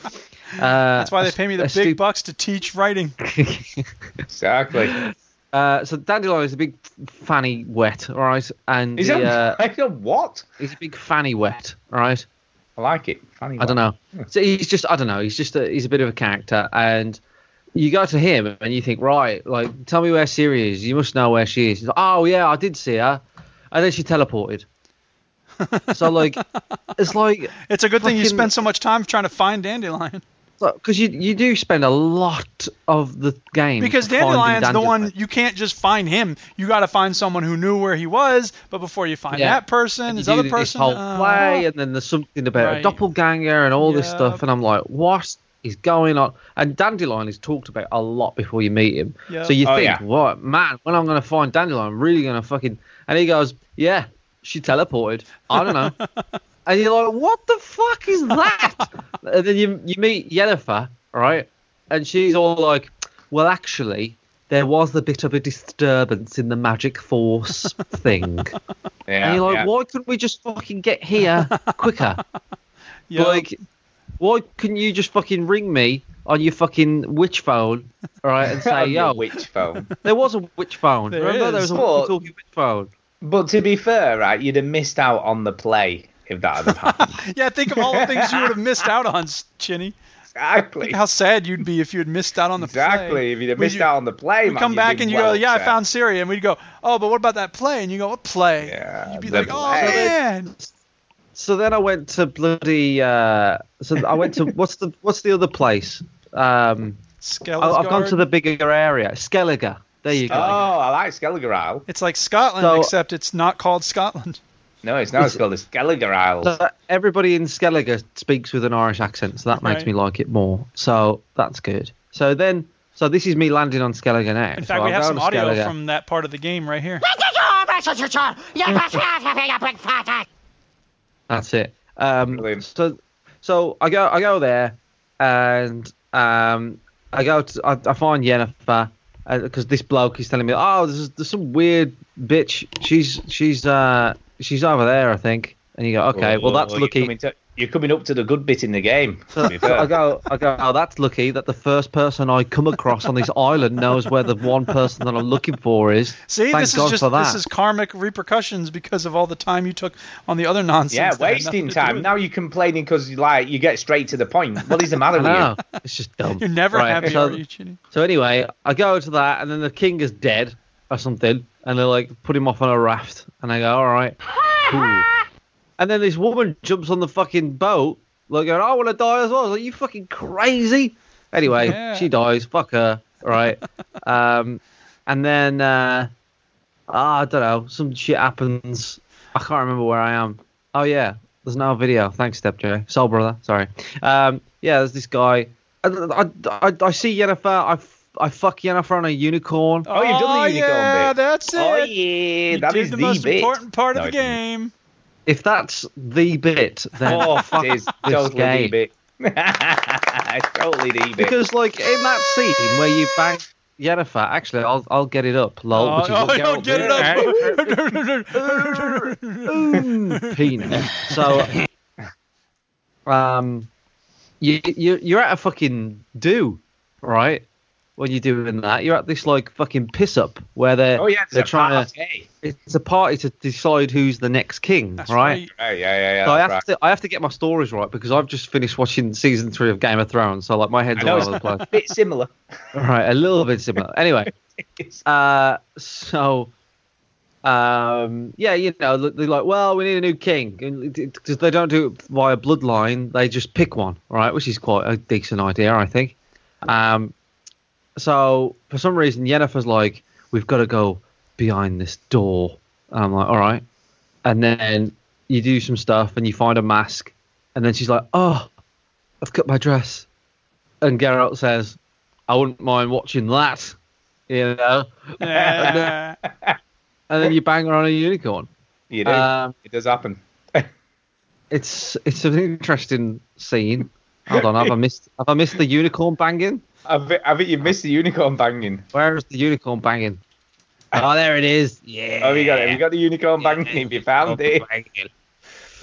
Speaker 1: That's why they pay me the big bucks to teach writing.
Speaker 3: through. Exactly.
Speaker 4: Uh, so dandelion is a big fanny wet, all right? And
Speaker 3: Is
Speaker 4: the,
Speaker 3: that
Speaker 4: uh,
Speaker 3: like a what?
Speaker 4: he's a big fanny wet, all right?
Speaker 3: I like it. Funny
Speaker 4: I
Speaker 3: one.
Speaker 4: don't know. So he's just I don't know. He's just a, he's a bit of a character, and you go to him and you think, right, like tell me where Siri is. You must know where she is. He's like, oh yeah, I did see her, and then she teleported. so like, it's like
Speaker 1: It's a good thing you
Speaker 4: Fucking-
Speaker 1: spend so much time trying to find Dandelion.
Speaker 4: because you you do spend a lot of the game
Speaker 1: Because
Speaker 4: finding
Speaker 1: Dandelion's the one
Speaker 4: dandelions.
Speaker 1: you can't just find him. You got to find someone who knew where he was. But before you find
Speaker 4: Yeah.
Speaker 1: that person,
Speaker 4: And you
Speaker 1: this
Speaker 4: do
Speaker 1: other
Speaker 4: this
Speaker 1: person,
Speaker 4: whole
Speaker 1: uh,
Speaker 4: play, and then there's something about
Speaker 1: Right.
Speaker 4: a doppelganger and all this
Speaker 1: Yep.
Speaker 4: stuff, and I'm like, what is going on? And Dandelion is talked about a lot before you meet him,
Speaker 1: Yep.
Speaker 4: so you
Speaker 3: Oh,
Speaker 4: think,
Speaker 3: yeah.
Speaker 4: what man, when I'm gonna find Dandelion, I'm really gonna fucking. And he goes, yeah, she teleported. I don't know. and you're like, what the fuck is that? and then you you meet Yennefer, right? And she's all like, well, actually. There was a bit of a disturbance in the magic force thing.
Speaker 3: Yeah,
Speaker 4: And you're like,
Speaker 3: yeah.
Speaker 4: why couldn't we just fucking get here quicker?
Speaker 1: yeah.
Speaker 4: Like, why couldn't you just fucking ring me on your fucking witch phone, all right, and say,
Speaker 3: On your
Speaker 4: yo,
Speaker 3: witch phone.
Speaker 4: there was a witch phone.
Speaker 1: There
Speaker 4: Remember,
Speaker 1: is.
Speaker 4: there was a
Speaker 3: Well-
Speaker 4: walkie-talkie witch phone.
Speaker 3: But to be fair, right, you'd have missed out on the play if that had happened.
Speaker 1: yeah, think of all the things you would have missed out on, Chinny.
Speaker 3: exactly.
Speaker 1: Think how sad you'd be if you had missed out on the play.
Speaker 3: Exactly. If you'd have
Speaker 1: We-
Speaker 3: missed out on the play,
Speaker 1: We
Speaker 3: man,
Speaker 1: come
Speaker 3: you'd
Speaker 1: back
Speaker 3: be
Speaker 1: and you
Speaker 3: well
Speaker 1: go, yeah, I
Speaker 3: upset.
Speaker 1: found Syria, and we'd go, oh, but what about that play? And you go, what play?
Speaker 3: Yeah,
Speaker 1: You'd be
Speaker 3: the
Speaker 1: like, oh
Speaker 3: play.
Speaker 1: man,
Speaker 4: So then I went to bloody. Uh, so I went to what's the what's the other place? Um, I,
Speaker 1: Skellige
Speaker 4: I've gone to the bigger area, Skellige. There you go.
Speaker 3: Oh, I like Skellige Isle.
Speaker 1: It's like Scotland,
Speaker 4: So-
Speaker 1: except it's not called Scotland.
Speaker 3: No, it's not. It's called the Skellige Isles.
Speaker 4: So everybody in Skellige speaks with an Irish accent, so that makes
Speaker 1: Right.
Speaker 4: me like it more. So that's good. So then, so this is me landing on Skellige now.
Speaker 1: In fact, we have some audio from that part of the game right here.
Speaker 4: That's it. Um,
Speaker 3: Brilliant.
Speaker 4: So, so I go, I go there, and um, I go to, I, I find Yennefer because this bloke is telling me, oh, there's, there's some weird bitch. She's, she's, uh, she's over there, I think. And you go, okay, well that's
Speaker 3: you're
Speaker 4: lucky.
Speaker 3: Coming to, you're coming up to the good bit in the game.
Speaker 4: So,
Speaker 3: To be
Speaker 4: so
Speaker 3: fair.
Speaker 4: I go, I go. Oh, that's lucky that the first person I come across on this island knows where the one person that I'm looking for is.
Speaker 1: See,
Speaker 4: Thank
Speaker 1: this
Speaker 4: God
Speaker 1: is just
Speaker 4: for that.
Speaker 1: this is karmic repercussions because of all the time you took on the other nonsense.
Speaker 3: yeah,
Speaker 1: that had
Speaker 3: wasting
Speaker 1: nothing to do
Speaker 3: time.
Speaker 1: with
Speaker 3: Now you're complaining because like you get straight to the point. What is the matter
Speaker 4: I
Speaker 3: with you?
Speaker 4: know. It's just dumb.
Speaker 1: it. You're never
Speaker 4: Right,
Speaker 1: happy,
Speaker 4: so-
Speaker 1: are you, Chinny?
Speaker 4: So anyway, I go to that, and then the king is dead or something, and they like put him off on a raft, and I go, all right. cool." And then this woman jumps on the fucking boat, like, going, I want to die as well. I was like, you fucking crazy. Anyway,
Speaker 1: Yeah.
Speaker 4: she dies. Fuck her. All right. um, and then uh, ah, I don't know, some shit happens. I can't remember where I am. Oh yeah, there's no video. Thanks, Stepjoe. Soul brother. Sorry. Um, yeah, there's this guy. I, I, I, I see Yennefer. I, f- I fuck Yennefer on a unicorn.
Speaker 3: Oh, you've done the unicorn
Speaker 1: yeah,
Speaker 3: bit.
Speaker 1: that's it.
Speaker 3: Oh yeah,
Speaker 1: You
Speaker 3: that
Speaker 1: did
Speaker 3: is
Speaker 1: the most
Speaker 3: bit.
Speaker 1: important part of
Speaker 3: No,
Speaker 1: the
Speaker 3: it isn't.
Speaker 1: game.
Speaker 4: If that's the bit, then
Speaker 3: Oh,
Speaker 4: fuck
Speaker 3: it is
Speaker 4: this
Speaker 3: totally
Speaker 4: game.
Speaker 3: the bit. it's totally the bit.
Speaker 4: Because like in that scene where you bang Yennefer, actually, I'll I'll get it up. Lol,
Speaker 1: oh,
Speaker 4: which is
Speaker 1: oh,
Speaker 4: what
Speaker 1: no,
Speaker 4: Geralt
Speaker 1: get
Speaker 4: did.
Speaker 1: it up.
Speaker 4: penis. So, um, you you you're at a fucking do, right? When you're doing that, you're at this like fucking piss up where they're
Speaker 3: oh yeah, it's
Speaker 4: they're
Speaker 3: a
Speaker 4: trying to
Speaker 3: party.
Speaker 4: it's a party to decide who's the next king,
Speaker 1: That's
Speaker 4: right?
Speaker 1: right.
Speaker 3: Right, Oh, yeah, yeah, yeah.
Speaker 4: So I have
Speaker 3: that's
Speaker 4: to I have to get my stories right because I've just finished watching season three of Game of Thrones, so like my head's
Speaker 3: I know
Speaker 4: all
Speaker 3: it's-
Speaker 4: over the place.
Speaker 3: right. bit similar.
Speaker 4: All right, a little bit similar. Anyway, uh, so um, yeah, you know, they're like, well, we need a new king because they don't do it via bloodline; they just pick one, right? Which is quite a decent idea, I think. Um, so for some reason, Yennefer's like, we've got to go behind this door. And I'm like, all right. And then you do some stuff and you find a mask, and then she's like, oh, I've cut my dress. And Geralt says, I wouldn't mind watching that, you know.
Speaker 1: Yeah.
Speaker 4: And then you bang her on a unicorn.
Speaker 3: You do.
Speaker 4: Um,
Speaker 3: it does happen.
Speaker 4: it's it's an interesting scene. Hold on, have I missed have I missed the unicorn banging?
Speaker 3: I thi- I think you've missed the unicorn banging.
Speaker 4: Where is the unicorn banging? Oh, there it is. Yeah.
Speaker 3: Oh, you got it. Have you got the unicorn banging? Have you found it?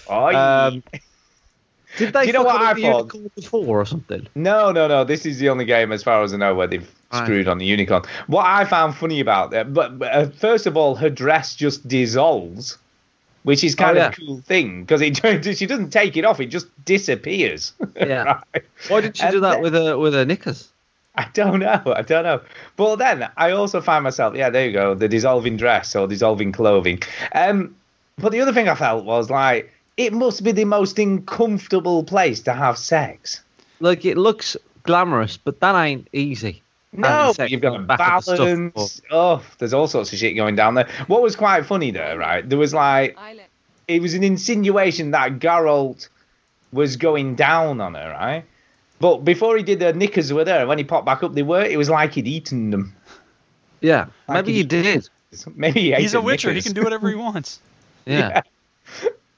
Speaker 3: Oh, yeah.
Speaker 4: Um, did they
Speaker 3: Do you know
Speaker 4: fuck
Speaker 3: what
Speaker 4: up
Speaker 3: I
Speaker 4: the
Speaker 3: thought?
Speaker 4: unicorn before or something?
Speaker 3: No, no, no. This is the only game, as far as I know, where they've
Speaker 4: Right.
Speaker 3: screwed on the unicorn. What I found funny about that, but, but uh, first of all, her dress just dissolves, which is kind
Speaker 4: Oh,
Speaker 3: of a
Speaker 4: yeah.
Speaker 3: cool thing because it she doesn't take it off; it just disappears.
Speaker 4: Yeah.
Speaker 3: Right?
Speaker 4: Why did she
Speaker 3: And
Speaker 4: do that
Speaker 3: then-
Speaker 4: with her with her knickers?
Speaker 3: I don't know. I don't know. But then I also find myself, yeah, there you go, the dissolving dress or dissolving clothing. Um, but the other thing I felt was like it must be the most uncomfortable place to have sex.
Speaker 4: like it looks glamorous, but that ain't easy.
Speaker 3: No,
Speaker 4: And it's
Speaker 3: you've got
Speaker 4: actually back at the stuff board.
Speaker 3: balance. Oh, there's all sorts of shit going down there. What was quite funny there, right? There was like it was an insinuation that Geralt was going down on her, right? But before he did, her knickers were there. When he popped back up, they were. It was like he'd eaten them.
Speaker 4: Yeah,
Speaker 3: Like
Speaker 4: maybe you
Speaker 3: he-
Speaker 4: did.
Speaker 3: Maybe he ate
Speaker 1: He's a
Speaker 3: her
Speaker 1: witcher.
Speaker 3: knickers.
Speaker 1: He can do whatever he wants.
Speaker 4: Yeah.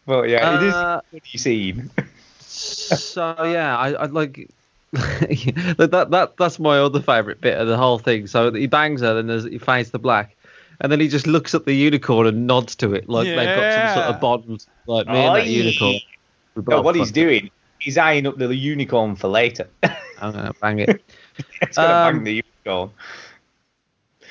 Speaker 3: Well, yeah, it is
Speaker 4: Uh,
Speaker 3: a funny scene.
Speaker 4: so yeah, I, I like. that, that that that's my other favourite bit of the whole thing. So he bangs her, and there's, he finds the black, and then he just looks at the unicorn and nods to it like they've got some
Speaker 1: Yeah.
Speaker 4: sort of bond, like me and
Speaker 3: Aye.
Speaker 4: that unicorn.
Speaker 3: No,
Speaker 4: we both
Speaker 3: what he's
Speaker 4: fucked it.
Speaker 3: doing, he's eyeing up the unicorn for later.
Speaker 4: I'm gonna bang it.
Speaker 3: it's gonna bang
Speaker 4: Um,
Speaker 3: the unicorn.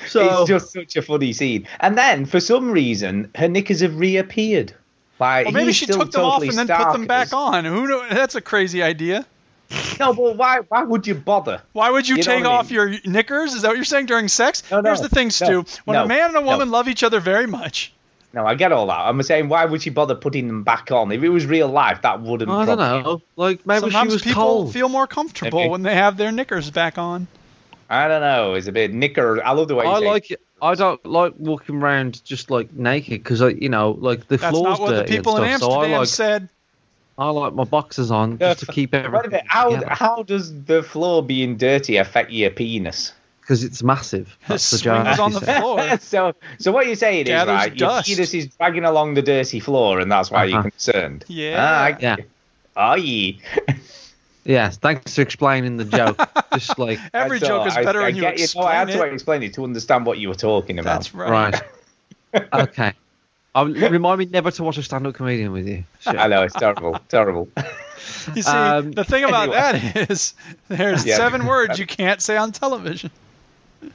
Speaker 4: So
Speaker 3: it's just such a funny scene. And then for some reason, her knickers have reappeared. Like
Speaker 1: Or maybe
Speaker 3: he's
Speaker 1: she
Speaker 3: still
Speaker 1: took them off
Speaker 3: totally
Speaker 1: and then put them
Speaker 3: starkers.
Speaker 1: back on. Who know? That's a crazy idea.
Speaker 3: No, but why? Why would you bother?
Speaker 1: Why would you,
Speaker 3: You know
Speaker 1: take
Speaker 3: what I
Speaker 1: off
Speaker 3: mean?
Speaker 1: your knickers? Is that what you're saying during sex?
Speaker 3: No, no,
Speaker 1: Here's the thing,
Speaker 3: no,
Speaker 1: Stu. when a
Speaker 3: no,
Speaker 1: man and a
Speaker 3: no.
Speaker 1: woman love each other very much,
Speaker 3: No, I get all that. I'm saying, why would she bother putting them back on? If it was real life, that wouldn't.
Speaker 4: I don't
Speaker 3: probably-
Speaker 4: know. Like maybe
Speaker 1: sometimes
Speaker 4: she was
Speaker 1: people
Speaker 4: cold.
Speaker 1: feel more comfortable
Speaker 3: Maybe.
Speaker 1: when they have their knickers back on.
Speaker 3: I don't know. It's a bit knicker. I love the way. you
Speaker 4: I
Speaker 3: say
Speaker 4: like it. I don't like walking around just like naked because I, you know, like the
Speaker 1: That's not
Speaker 4: floor's
Speaker 1: what the
Speaker 4: dirty
Speaker 1: people in
Speaker 4: and stuff. So I
Speaker 1: Amsterdam
Speaker 4: like,
Speaker 1: said.
Speaker 4: I like my boxes on just to keep
Speaker 3: Wait a
Speaker 4: everything.
Speaker 3: minute. How
Speaker 4: Because
Speaker 3: how does the floor being dirty affect your penis?
Speaker 4: it's massive. That's the
Speaker 1: swing
Speaker 4: joke.
Speaker 1: was on
Speaker 4: you
Speaker 1: the
Speaker 4: said.
Speaker 1: floor.
Speaker 3: so so what you're saying is
Speaker 1: Oh, Gathers
Speaker 3: right, your
Speaker 1: dust.
Speaker 3: penis is dragging along the dirty floor, and that's why you're
Speaker 4: Uh-huh.
Speaker 3: concerned.
Speaker 1: Yeah.
Speaker 3: Ah, I get
Speaker 4: Yeah.
Speaker 3: you. Are you?
Speaker 4: Yes. Thanks for explaining the joke. just like
Speaker 1: Every
Speaker 3: That's all.
Speaker 1: joke is
Speaker 3: I-
Speaker 1: better
Speaker 3: I,
Speaker 1: when you
Speaker 3: get No, I
Speaker 1: explain
Speaker 3: had to
Speaker 1: it.
Speaker 3: explain it to understand what you were talking about.
Speaker 1: That's right.
Speaker 4: right. okay. I, remind me never to watch a stand-up comedian with you. Shit.
Speaker 3: I know it's terrible, terrible.
Speaker 1: You see,
Speaker 4: Um,
Speaker 1: the thing about
Speaker 3: anyway.
Speaker 1: that is there's
Speaker 3: Yeah.
Speaker 1: seven words you can't say on television.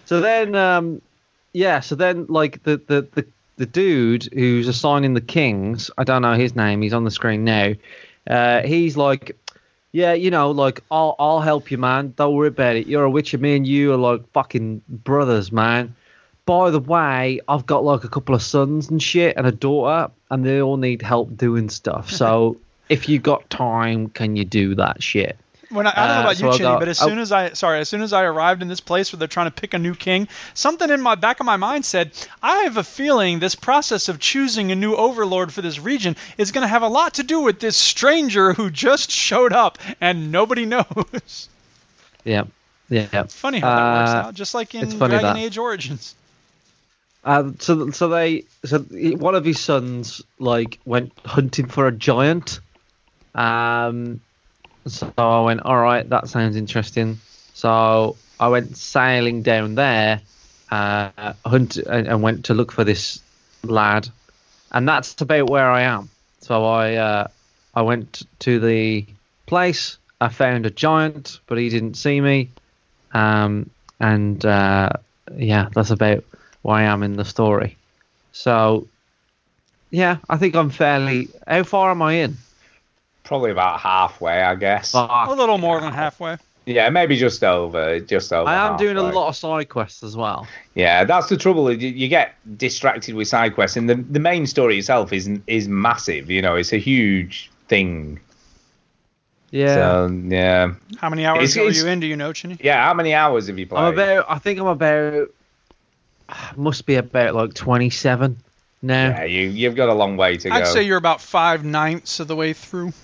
Speaker 4: So then, um, yeah. So then, like the the the, the dude who's assigning the kings, I don't know his name. He's on the screen now. Uh, he's like, yeah, you know, like I'll I'll help you, man. Don't worry about it. You're a witcher. Me and you are like fucking brothers, man. By the way, I've got like a couple of sons and shit and a daughter, and they all need help doing stuff. So if you got time, can you do that shit?
Speaker 1: When I, I don't know
Speaker 4: Uh,
Speaker 1: about
Speaker 4: so
Speaker 1: you,
Speaker 4: I
Speaker 1: Chinny,
Speaker 4: got-
Speaker 1: but as
Speaker 4: I-
Speaker 1: soon as I sorry, as soon as I arrived in this place where they're trying to pick a new king, something in my back of my mind said, I have a feeling this process of choosing a new overlord for this region is going to have a lot to do with this stranger who just showed up and nobody knows.
Speaker 4: Yeah, yeah. yeah.
Speaker 1: Funny how that
Speaker 4: Uh,
Speaker 1: works out, just like in
Speaker 4: it's funny
Speaker 1: Dragon
Speaker 4: that.
Speaker 1: Age Origins.
Speaker 4: Um, so, so they, so he- one of his sons like went hunting for a giant. Um, so I went, all right, that sounds interesting. So I went sailing down there, uh, hunt and, and went to look for this lad, and that's about where I am. So I, uh, I went to the place. I found a giant, but he didn't see me. Um, and uh, yeah, that's about where I am in the story. So, yeah, I think I'm fairly. How far am I in?
Speaker 3: Probably about halfway, I guess.
Speaker 4: Fuck.
Speaker 1: A little more than halfway.
Speaker 3: Yeah, maybe just over, just over.
Speaker 4: I am doing a
Speaker 3: halfway.
Speaker 4: lot of side quests as well.
Speaker 3: Yeah, that's the trouble. You, you get distracted with side quests, and the the main story itself is is massive. You know, it's a huge thing.
Speaker 4: Yeah,
Speaker 3: So yeah,
Speaker 1: How many hours
Speaker 3: It's-
Speaker 1: are
Speaker 3: it's-
Speaker 1: you in? Do you know, Chinny?
Speaker 3: yeah. How many hours have you played?
Speaker 4: I'm about. I think I'm about. Must be about like 27 now.
Speaker 3: Yeah, you you've got a long way to go.
Speaker 1: I'd say you're about five ninths of the way through.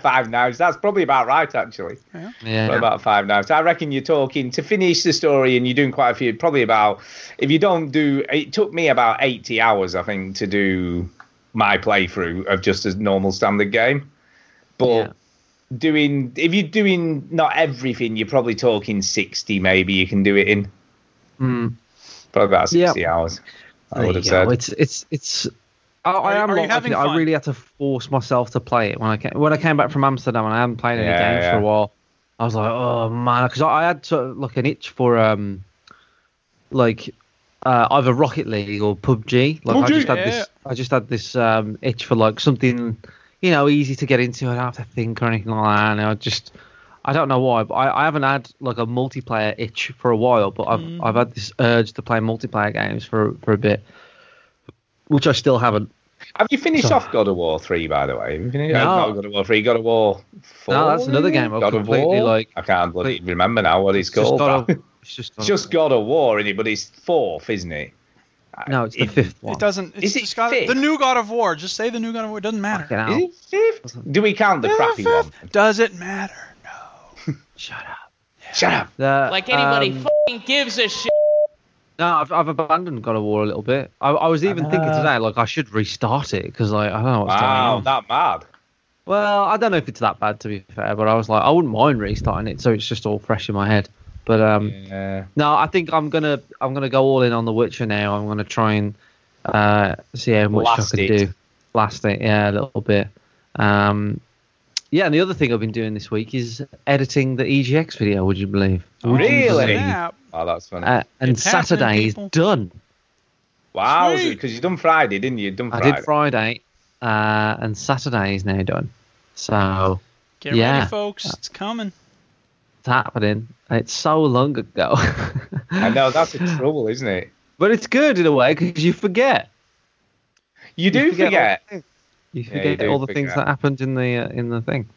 Speaker 3: five knives. That's probably about right, actually.
Speaker 4: Yeah.
Speaker 3: About five knives. I reckon you're talking to finish the story, and you're doing quite a few. Probably about if you don't do. It took me about eighty hours, I think, to do my playthrough of just a normal standard game. But
Speaker 4: Yeah.
Speaker 3: doing if you're doing not everything, you're probably talking sixty. Maybe you can do it in
Speaker 4: Mm,
Speaker 3: probably about
Speaker 4: Yeah.
Speaker 3: sixty hours. I
Speaker 4: there
Speaker 3: would
Speaker 4: you
Speaker 3: have said.
Speaker 4: go. It's it's it's. I, I
Speaker 1: Are-
Speaker 4: am
Speaker 1: are you
Speaker 4: liking
Speaker 1: having
Speaker 4: it. I
Speaker 1: fun?
Speaker 4: really had to force myself to play it when I came, when I came back from Amsterdam and I hadn't played any
Speaker 3: Yeah,
Speaker 4: games
Speaker 3: yeah.
Speaker 4: for a while. I was like, oh man, because I, I had sort of like an itch for um, like uh, either Rocket League or PUBG. Like I
Speaker 3: PUBG,
Speaker 4: just had this, I just had this um itch for like something, you know, easy to get into. I don't have to think or anything like that. And I just, I don't know why, but I, I haven't had like a multiplayer itch for a while. But I've I've had this urge to play multiplayer games for for a bit, which I still haven't.
Speaker 3: Have you finished
Speaker 4: So-
Speaker 3: off God of War three, by the way? Have you finished,
Speaker 4: No.
Speaker 3: Not God of War three, God of War four.
Speaker 4: No, that's another game I've
Speaker 3: God of
Speaker 4: completely,
Speaker 3: War?
Speaker 4: like,
Speaker 3: I can't bloody
Speaker 4: complete-
Speaker 3: remember now what it's,
Speaker 4: It's just
Speaker 3: called.
Speaker 4: God
Speaker 3: but-
Speaker 4: of, it's just God
Speaker 3: it's
Speaker 4: of-
Speaker 3: just God of War in it, but it's fourth, isn't it?
Speaker 4: no, it's the fifth one.
Speaker 1: It doesn't. It's
Speaker 3: Is it
Speaker 1: just got
Speaker 3: fifth?
Speaker 1: the new God of War. Just say the new God of War. It doesn't matter.
Speaker 4: Fucking hell.
Speaker 3: Is it fifth? Do we count the
Speaker 1: Yeah,
Speaker 3: crappy
Speaker 1: fifth.
Speaker 3: one?
Speaker 1: Does it matter? No.
Speaker 4: Shut up.
Speaker 3: Shut up.
Speaker 4: The,
Speaker 7: Like anybody
Speaker 4: um,
Speaker 7: fucking gives a shit.
Speaker 4: No, I've, I've abandoned God of War a little bit. I, I was even thinking today, like I should restart it because like I don't know what's
Speaker 3: Ah. Wow,
Speaker 4: going on.
Speaker 3: that mad.
Speaker 4: Well, I don't know if it's that bad to be fair, but I was like I wouldn't mind restarting it, so it's just all fresh in my head. But um,
Speaker 3: Yeah.
Speaker 4: no, I think I'm gonna I'm gonna go all in on The Witcher now. I'm gonna try and uh, see how much
Speaker 3: Blast
Speaker 4: I can
Speaker 3: it.
Speaker 4: do. Blast it, yeah, a little bit. Um, yeah, and the other thing I've been doing this week is editing the EGX video. Would you believe? Would you
Speaker 3: Really?
Speaker 4: believe?
Speaker 1: Snap.
Speaker 3: Oh, that's funny.
Speaker 4: Uh, and
Speaker 1: It's happening,
Speaker 4: Saturday is
Speaker 1: people.
Speaker 4: done.
Speaker 3: wow,
Speaker 1: sweet.
Speaker 3: because you done Friday, didn't you? You done Friday.
Speaker 4: I did Friday, uh, and Saturday is now done. So
Speaker 1: Get
Speaker 4: Yeah.
Speaker 1: ready, folks. It's coming.
Speaker 4: it's happening. It's so long ago,
Speaker 3: I know that's the trouble, isn't it?
Speaker 4: but it's good in a way because you forget.
Speaker 3: You do
Speaker 4: forget all-
Speaker 3: forget. Yeah,
Speaker 4: You
Speaker 3: you
Speaker 4: forget
Speaker 3: do
Speaker 4: all the things
Speaker 3: forget.
Speaker 4: that happened in the uh, in the thing.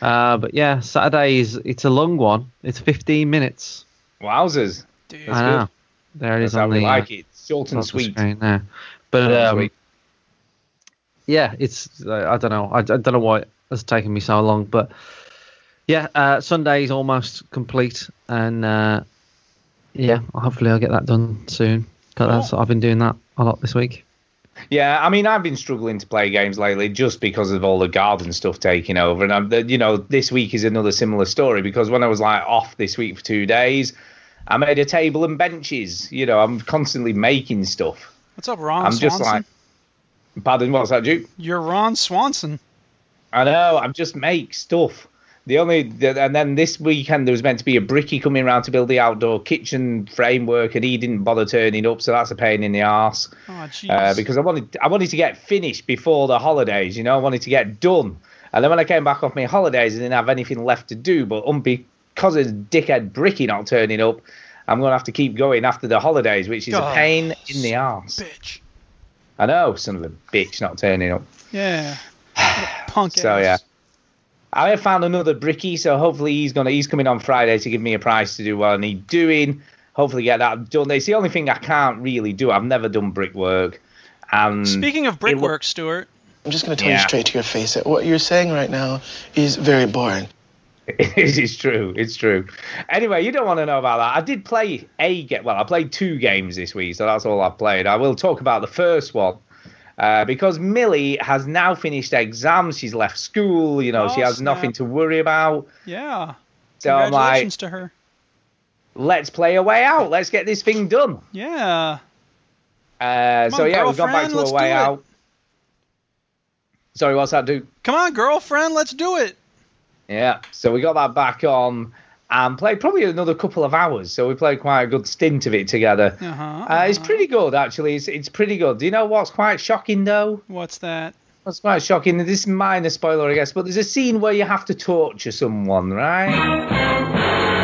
Speaker 4: Uh, but yeah, Saturday is it's a long one. It's 15 minutes.
Speaker 3: Wowzers.
Speaker 1: Dude.
Speaker 4: I know. There it
Speaker 3: That's
Speaker 4: is
Speaker 3: how
Speaker 4: on
Speaker 3: we
Speaker 4: the uh,
Speaker 3: like it. Short
Speaker 4: on
Speaker 3: and
Speaker 4: the
Speaker 3: sweet.
Speaker 4: screen there. But
Speaker 3: Short and
Speaker 4: um,
Speaker 3: sweet.
Speaker 4: yeah, it's I I don't know. I, I don't know why it's taken me so long, but yeah, uh, Sunday's almost complete, and uh, yeah, hopefully I'll get that done soon. Got that. So I've been doing that a lot this week.
Speaker 3: Yeah, I mean, I've been struggling to play games lately just because of all the garden stuff taking over. And, I'm, the- you know, this week is another similar story because when I was like off this week for two days, I made a table and benches. You know, I'm constantly making stuff.
Speaker 1: What's up, Ron
Speaker 3: I'm
Speaker 1: Swanson?
Speaker 3: just like, pardon, what's that, Duke?
Speaker 1: You're Ron Swanson.
Speaker 3: I know. I'm just make stuff. The only and then this weekend there was meant to be a bricky coming round to build the outdoor kitchen framework, and he didn't bother turning up, so that's a pain in the arse.
Speaker 1: Oh, jeez.
Speaker 3: Uh, because I wanted I wanted to get finished before the holidays. You know, I wanted to get done. And then when I came back off my holidays, I didn't have anything left to do. But um, because of dickhead bricky not turning up, I'm going to have to keep going after the holidays, which is
Speaker 1: Oh,
Speaker 3: a pain in the arse.
Speaker 1: bitch.
Speaker 3: I know, son of a bitch, not turning up.
Speaker 1: Yeah. Punk
Speaker 3: So
Speaker 1: ass.
Speaker 3: yeah. I have found another bricky, so hopefully he's gonna he's coming on Friday to give me a price to do what I need doing. Hopefully get that done. It's the only thing I can't really do. I've never done brickwork. And
Speaker 1: Speaking of
Speaker 3: it
Speaker 1: brickwork, Stuart.
Speaker 9: I'm just going to tell
Speaker 3: Yeah.
Speaker 9: you straight to your face that what you're saying right now is very boring.
Speaker 3: it is true. It's true. Anyway, you don't want to know about that. I did play a game. Well, I played two games this week, so that's all I played. I will talk about the first one uh, because Millie has now finished exams. She's left school. You know,
Speaker 1: Oh,
Speaker 3: she has
Speaker 1: snap.
Speaker 3: nothing to worry about.
Speaker 1: Yeah.
Speaker 3: So I'm like,
Speaker 1: Congratulations to her.
Speaker 3: let's play a way out. Let's get this thing done.
Speaker 1: Yeah.
Speaker 3: Uh,
Speaker 1: Come
Speaker 3: so
Speaker 1: on,
Speaker 3: yeah, we've gone back
Speaker 1: girlfriend,
Speaker 3: to a
Speaker 1: let's do
Speaker 3: way
Speaker 1: it.
Speaker 3: out. Sorry, what's that, dude?
Speaker 1: Come on, girlfriend. Let's do it.
Speaker 3: Yeah. So we got that back on and played probably another couple of hours. So we played quite a good stint of it together.
Speaker 1: Uh-huh,
Speaker 3: Uh, it's pretty good actually. It's it's pretty good. Do you know what's quite shocking though?
Speaker 1: What's that?
Speaker 3: What's quite shocking? This is a minor spoiler, I guess, but there's a scene where you have to torture someone, right?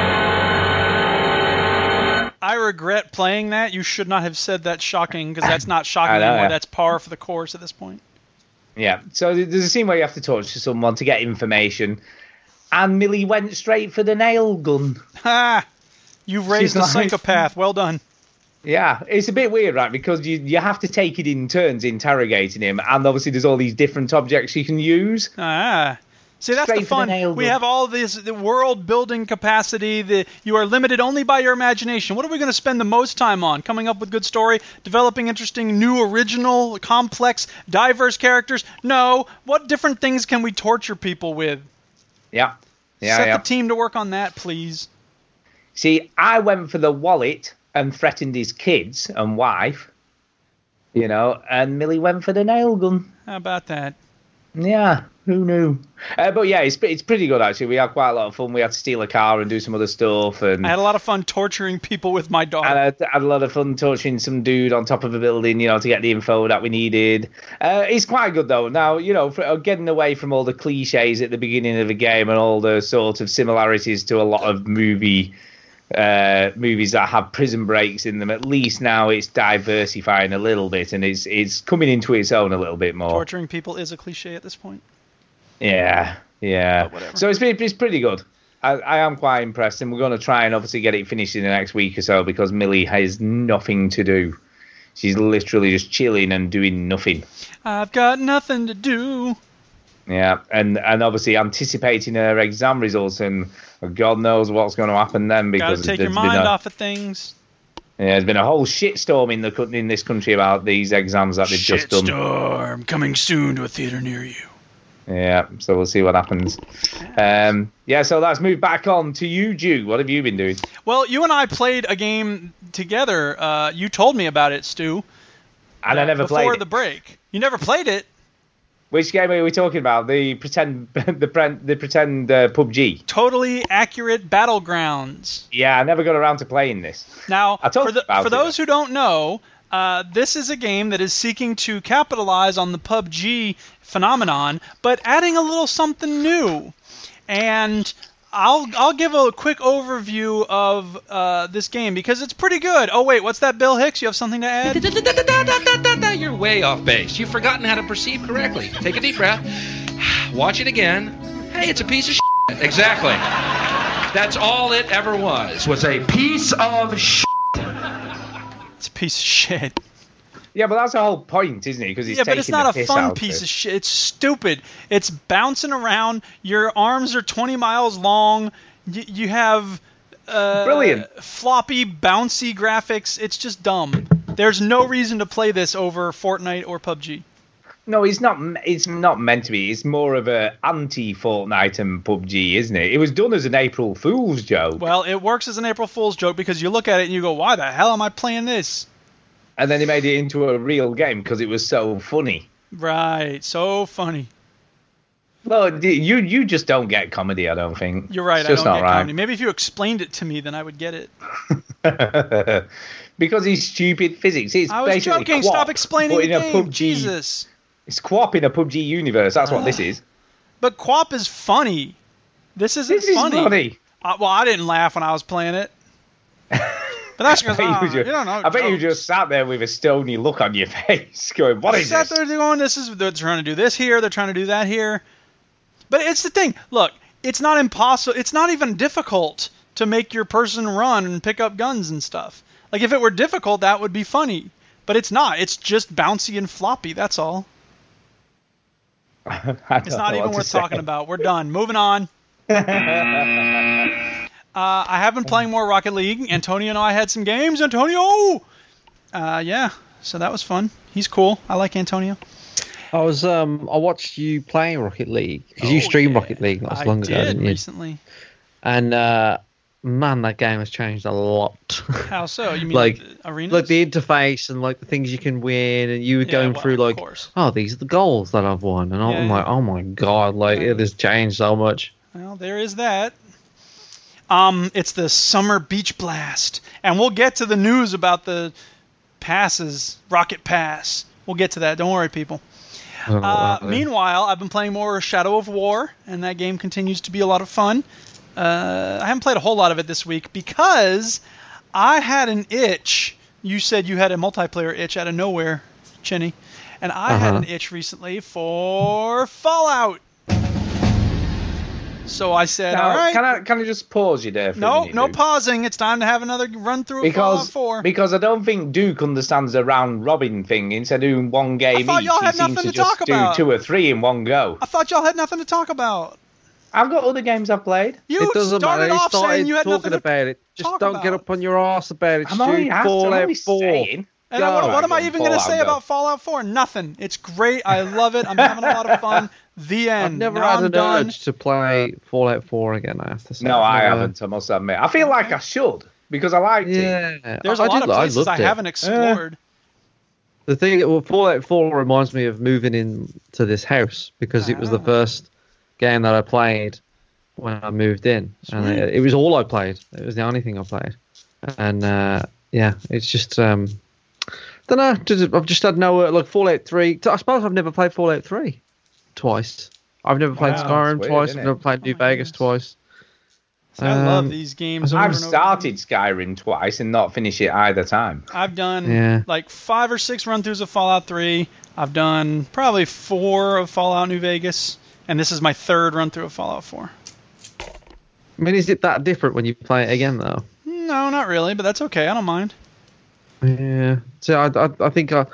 Speaker 1: I regret playing that. You should not have said that shocking because that's not shocking
Speaker 3: I know,
Speaker 1: anymore.
Speaker 3: yeah.
Speaker 1: That's par for the course at this point.
Speaker 3: Yeah. So th- there's a scene where you have to torture someone to get information. And Millie went straight for the nail gun.
Speaker 1: Ha! You've
Speaker 3: She's
Speaker 1: raised a
Speaker 3: like-
Speaker 1: psychopath. Well done.
Speaker 3: Yeah, it's a bit weird, right? Because you you have to take it in turns interrogating him, and obviously there's all these different objects you can use.
Speaker 1: Ah. See, that's
Speaker 3: Straight
Speaker 1: the
Speaker 3: for the
Speaker 1: fun.
Speaker 3: nail
Speaker 1: we
Speaker 3: gun.
Speaker 1: have all this the world building capacity. The, you are limited only by your imagination. What are we going to spend the most time on? Coming up with good story, developing interesting, new, original, complex, diverse characters? No. What different things can we torture people with?
Speaker 3: Yeah, yeah,
Speaker 1: Set
Speaker 3: yeah.
Speaker 1: the team to work on that, please.
Speaker 3: See, I went for the wallet and threatened his kids and wife, you know, and Millie went for the nail gun.
Speaker 1: How about that?
Speaker 3: Yeah, who knew? Uh, but yeah, it's it's pretty good actually. We had quite a lot of fun. We had to steal a car and do some other stuff, and
Speaker 1: I had a lot of fun torturing people with my dog.
Speaker 3: and Mm. I had- had a lot of fun torturing some dude on top of a building, you know, to get the info that we needed. Uh, it's quite good though. Now, you know, for, uh, getting away from all the cliches at the beginning of the game and all the sort of similarities to a lot of movie uh, movies that have prison breaks in them. At least now it's diversifying a little bit and it's it's coming into its own a little bit more.
Speaker 1: Torturing people is a cliche at this point.
Speaker 3: Yeah, yeah.
Speaker 1: But whatever.
Speaker 3: So it's been, it's pretty good. I, I am quite impressed, and we're going to try and obviously get it finished in the next week or so because Millie has nothing to do. She's literally just chilling and doing nothing.
Speaker 1: I've got nothing to do.
Speaker 3: Yeah, and and obviously anticipating her exam results, and God knows what's going to happen then
Speaker 1: Got
Speaker 3: because
Speaker 1: to take your
Speaker 3: there's been
Speaker 1: mind
Speaker 3: a,
Speaker 1: off of things.
Speaker 3: Yeah, there's been a whole shitstorm in the co- in this country about these exams that they've just done.
Speaker 1: Shitstorm coming soon to a theater near you.
Speaker 3: Yeah, so we'll see what happens. Um, yeah, so let's move back on to you, Jew. What have you been doing?
Speaker 1: Well, you and I played a game together. Uh, you told me about it, Stu,
Speaker 3: And I never
Speaker 1: before
Speaker 3: played. it.
Speaker 1: the break. You never played it?
Speaker 3: Which game are we talking about? The pretend, the pre- the pretend uh, PUBG.
Speaker 1: Totally accurate battlegrounds.
Speaker 3: Yeah, I never got around to playing this.
Speaker 1: Now,
Speaker 3: I told
Speaker 1: for,
Speaker 3: you
Speaker 1: the,
Speaker 3: about
Speaker 1: for
Speaker 3: it.
Speaker 1: those who don't know, uh, this is a game that is seeking to capitalize on the PUBG phenomenon, but adding a little something new. And I'll I'll give a quick overview of uh, this game because it's pretty good. Oh wait, what's that, Bill Hicks? You have something to add?
Speaker 7: You're way off base. You've forgotten how to perceive correctly. Take a deep breath. Watch it again. Hey, it's a piece of shit. Exactly. That's all it ever was. Was a piece of shit.
Speaker 1: It's a piece of shit.
Speaker 3: Yeah, but that's the whole point, isn't it? Because
Speaker 1: Yeah, but it's not a fun piece of
Speaker 3: shit.
Speaker 1: shit. It's stupid. It's bouncing around. Your arms are 20 miles long. Y- you have uh,
Speaker 3: Brilliant.
Speaker 1: floppy, bouncy graphics. It's just dumb. There's no reason to play this over Fortnite or PUBG.
Speaker 3: No, it's not. m- It's not meant to be. It's more of a anti Fortnite and PUBG, isn't it? It was done as an April Fool's joke,
Speaker 1: Well, it works as an April Fool's joke because you look at it and you go, "Why the hell am I playing this?"
Speaker 3: and then they made it into a real game because it was so funny.
Speaker 1: Right. So funny.
Speaker 3: Well, d- you you just don't get comedy. I don't think
Speaker 1: You're right.
Speaker 3: It's just
Speaker 1: I don't
Speaker 3: not
Speaker 1: get
Speaker 3: right.
Speaker 1: comedy. Maybe if you explained it to me, then I would get it.
Speaker 3: because it's stupid physics. It's
Speaker 1: I was
Speaker 3: basically
Speaker 1: joking.
Speaker 3: Quap,
Speaker 1: Stop explaining
Speaker 3: but
Speaker 1: the
Speaker 3: in a
Speaker 1: game.
Speaker 3: PUBG
Speaker 1: Jesus. Ah,
Speaker 3: It's Quap in a PUBG universe. That's what this is.
Speaker 1: But Quap is funny. This isn't
Speaker 3: This is funny.
Speaker 1: Uh, well, I didn't laugh when I was playing it. But that's
Speaker 3: I
Speaker 1: because
Speaker 3: bet,
Speaker 1: I,
Speaker 3: you,
Speaker 1: you
Speaker 3: just,
Speaker 1: don't know.
Speaker 3: I bet you
Speaker 1: jokes.
Speaker 3: just sat there with a stony look on your face, going, "What
Speaker 1: I
Speaker 3: is
Speaker 1: sat
Speaker 3: this?"
Speaker 1: there going, "This is they're trying to do this here, they're trying to do that here." But it's the thing. Look, it's not impossible. It's not even difficult to make your person run and pick up guns and stuff. Like if it were difficult, that would be funny. But it's not. It's just bouncy and floppy. That's all.
Speaker 3: Uh, oh, I
Speaker 1: It's
Speaker 3: don't
Speaker 1: not
Speaker 3: know
Speaker 1: even
Speaker 3: what to
Speaker 1: worth
Speaker 3: say.
Speaker 1: talking about. We're done. Moving on. uh, I have been playing more Rocket League. Antonio and I had some games. Antonio! Uh, yeah, so that was fun. He's cool. I like Antonio.
Speaker 4: I was um I watched you playing Rocket League because
Speaker 1: Oh,
Speaker 4: you streamed
Speaker 1: yeah.
Speaker 4: Rocket League not
Speaker 1: I
Speaker 4: as long
Speaker 1: did
Speaker 4: ago, didn't you?
Speaker 1: recently.
Speaker 4: And uh, man, that game has changed a lot.
Speaker 1: How so? You mean
Speaker 4: like
Speaker 1: the arenas?
Speaker 4: like the interface and like the things you can win and you were
Speaker 1: Yeah,
Speaker 4: going
Speaker 1: well,
Speaker 4: through
Speaker 1: of
Speaker 4: like
Speaker 1: course.
Speaker 4: oh these are the goals that I've won and I'm
Speaker 1: Yeah,
Speaker 4: like oh my god like
Speaker 1: Yeah.
Speaker 4: it has changed so much.
Speaker 1: Well, there is that. Um, it's the summer beach blast, and we'll get to the news about the passes, Rocket Pass. We'll get to that. Don't worry, people.
Speaker 4: I don't know
Speaker 1: Uh,
Speaker 4: what that is.
Speaker 1: meanwhile, I've been playing more Shadow of War, and that game continues to be a lot of fun. Uh, I haven't played a whole lot of it this week because I had an itch. You said you had a multiplayer itch out of nowhere, Chinny, and I had
Speaker 4: Uh-huh.
Speaker 1: an itch recently for Fallout. So I said,
Speaker 3: Now,
Speaker 1: "All right,
Speaker 3: Can I can I just pause you there? For a
Speaker 1: no,
Speaker 3: minute,
Speaker 1: no
Speaker 3: Duke?
Speaker 1: pausing. It's time to have another run through of Fallout
Speaker 3: Because
Speaker 1: 4."
Speaker 3: because I don't think Duke understands the round robin thing. Instead of doing one game
Speaker 1: thought
Speaker 3: each,
Speaker 1: y'all
Speaker 3: he
Speaker 1: had
Speaker 3: seems
Speaker 1: nothing
Speaker 3: to
Speaker 1: to talk
Speaker 3: just do
Speaker 1: about.
Speaker 3: two or three in one go.
Speaker 1: I thought y'all had nothing to talk about.
Speaker 3: I've got other games I've played.
Speaker 1: You
Speaker 4: it doesn't
Speaker 1: started
Speaker 4: matter.
Speaker 1: off
Speaker 4: He started
Speaker 1: saying you had
Speaker 4: talking
Speaker 1: nothing to
Speaker 4: about it. Just
Speaker 1: talk
Speaker 4: don't get
Speaker 1: about.
Speaker 4: up on your ass about it.
Speaker 3: I'm only,
Speaker 4: Stu.
Speaker 3: after,
Speaker 4: Fall
Speaker 3: I'm
Speaker 4: out
Speaker 3: only
Speaker 4: four.
Speaker 3: saying.
Speaker 1: And I- what,
Speaker 4: Go.
Speaker 1: what am I even going to
Speaker 3: Fallout,
Speaker 1: say
Speaker 3: go.
Speaker 1: about Fallout 4? Nothing. It's great. I love it. I'm having a lot of fun. The end.
Speaker 4: I've never
Speaker 1: Now
Speaker 4: had
Speaker 1: I'm
Speaker 4: an
Speaker 1: done.
Speaker 4: urge to play Fallout 4 again. I have to say.
Speaker 3: No, I
Speaker 4: Never.
Speaker 3: haven't. I must admit, I feel like I should because I liked it.
Speaker 4: Yeah,
Speaker 1: There's
Speaker 4: a
Speaker 1: a lot of places I,
Speaker 4: loved it.
Speaker 1: haven't explored.
Speaker 4: The thing, well, Fallout 4 reminds me of moving into this house because it was the
Speaker 1: Ah.
Speaker 4: first game that I played when I moved in, and uh, it, it was all I played. It was the only thing I played, and uh, yeah, it's just um, don't know. Just, I've just had no uh, like Fallout 3. I suppose I've never played Fallout 3 twice. I've never played
Speaker 3: Wow,
Speaker 4: Skyrim
Speaker 3: it's weird,
Speaker 4: twice.
Speaker 3: isn't
Speaker 4: I've
Speaker 3: it?
Speaker 4: never played New
Speaker 1: my
Speaker 4: Vegas
Speaker 1: goodness.
Speaker 4: twice.
Speaker 1: See, I love
Speaker 4: Um,
Speaker 1: these games. Over
Speaker 3: I've
Speaker 1: and over
Speaker 3: started Skyrim twice and not finished it either time.
Speaker 1: I've done
Speaker 4: Yeah.
Speaker 1: like five or six run throughs of Fallout 3. I've done probably four of Fallout New Vegas, and this is my third run through of Fallout 4.
Speaker 4: I mean, is it that different when you play it again though?
Speaker 1: No, not really, but that's okay. I don't mind.
Speaker 4: Yeah. So I, I, I think I,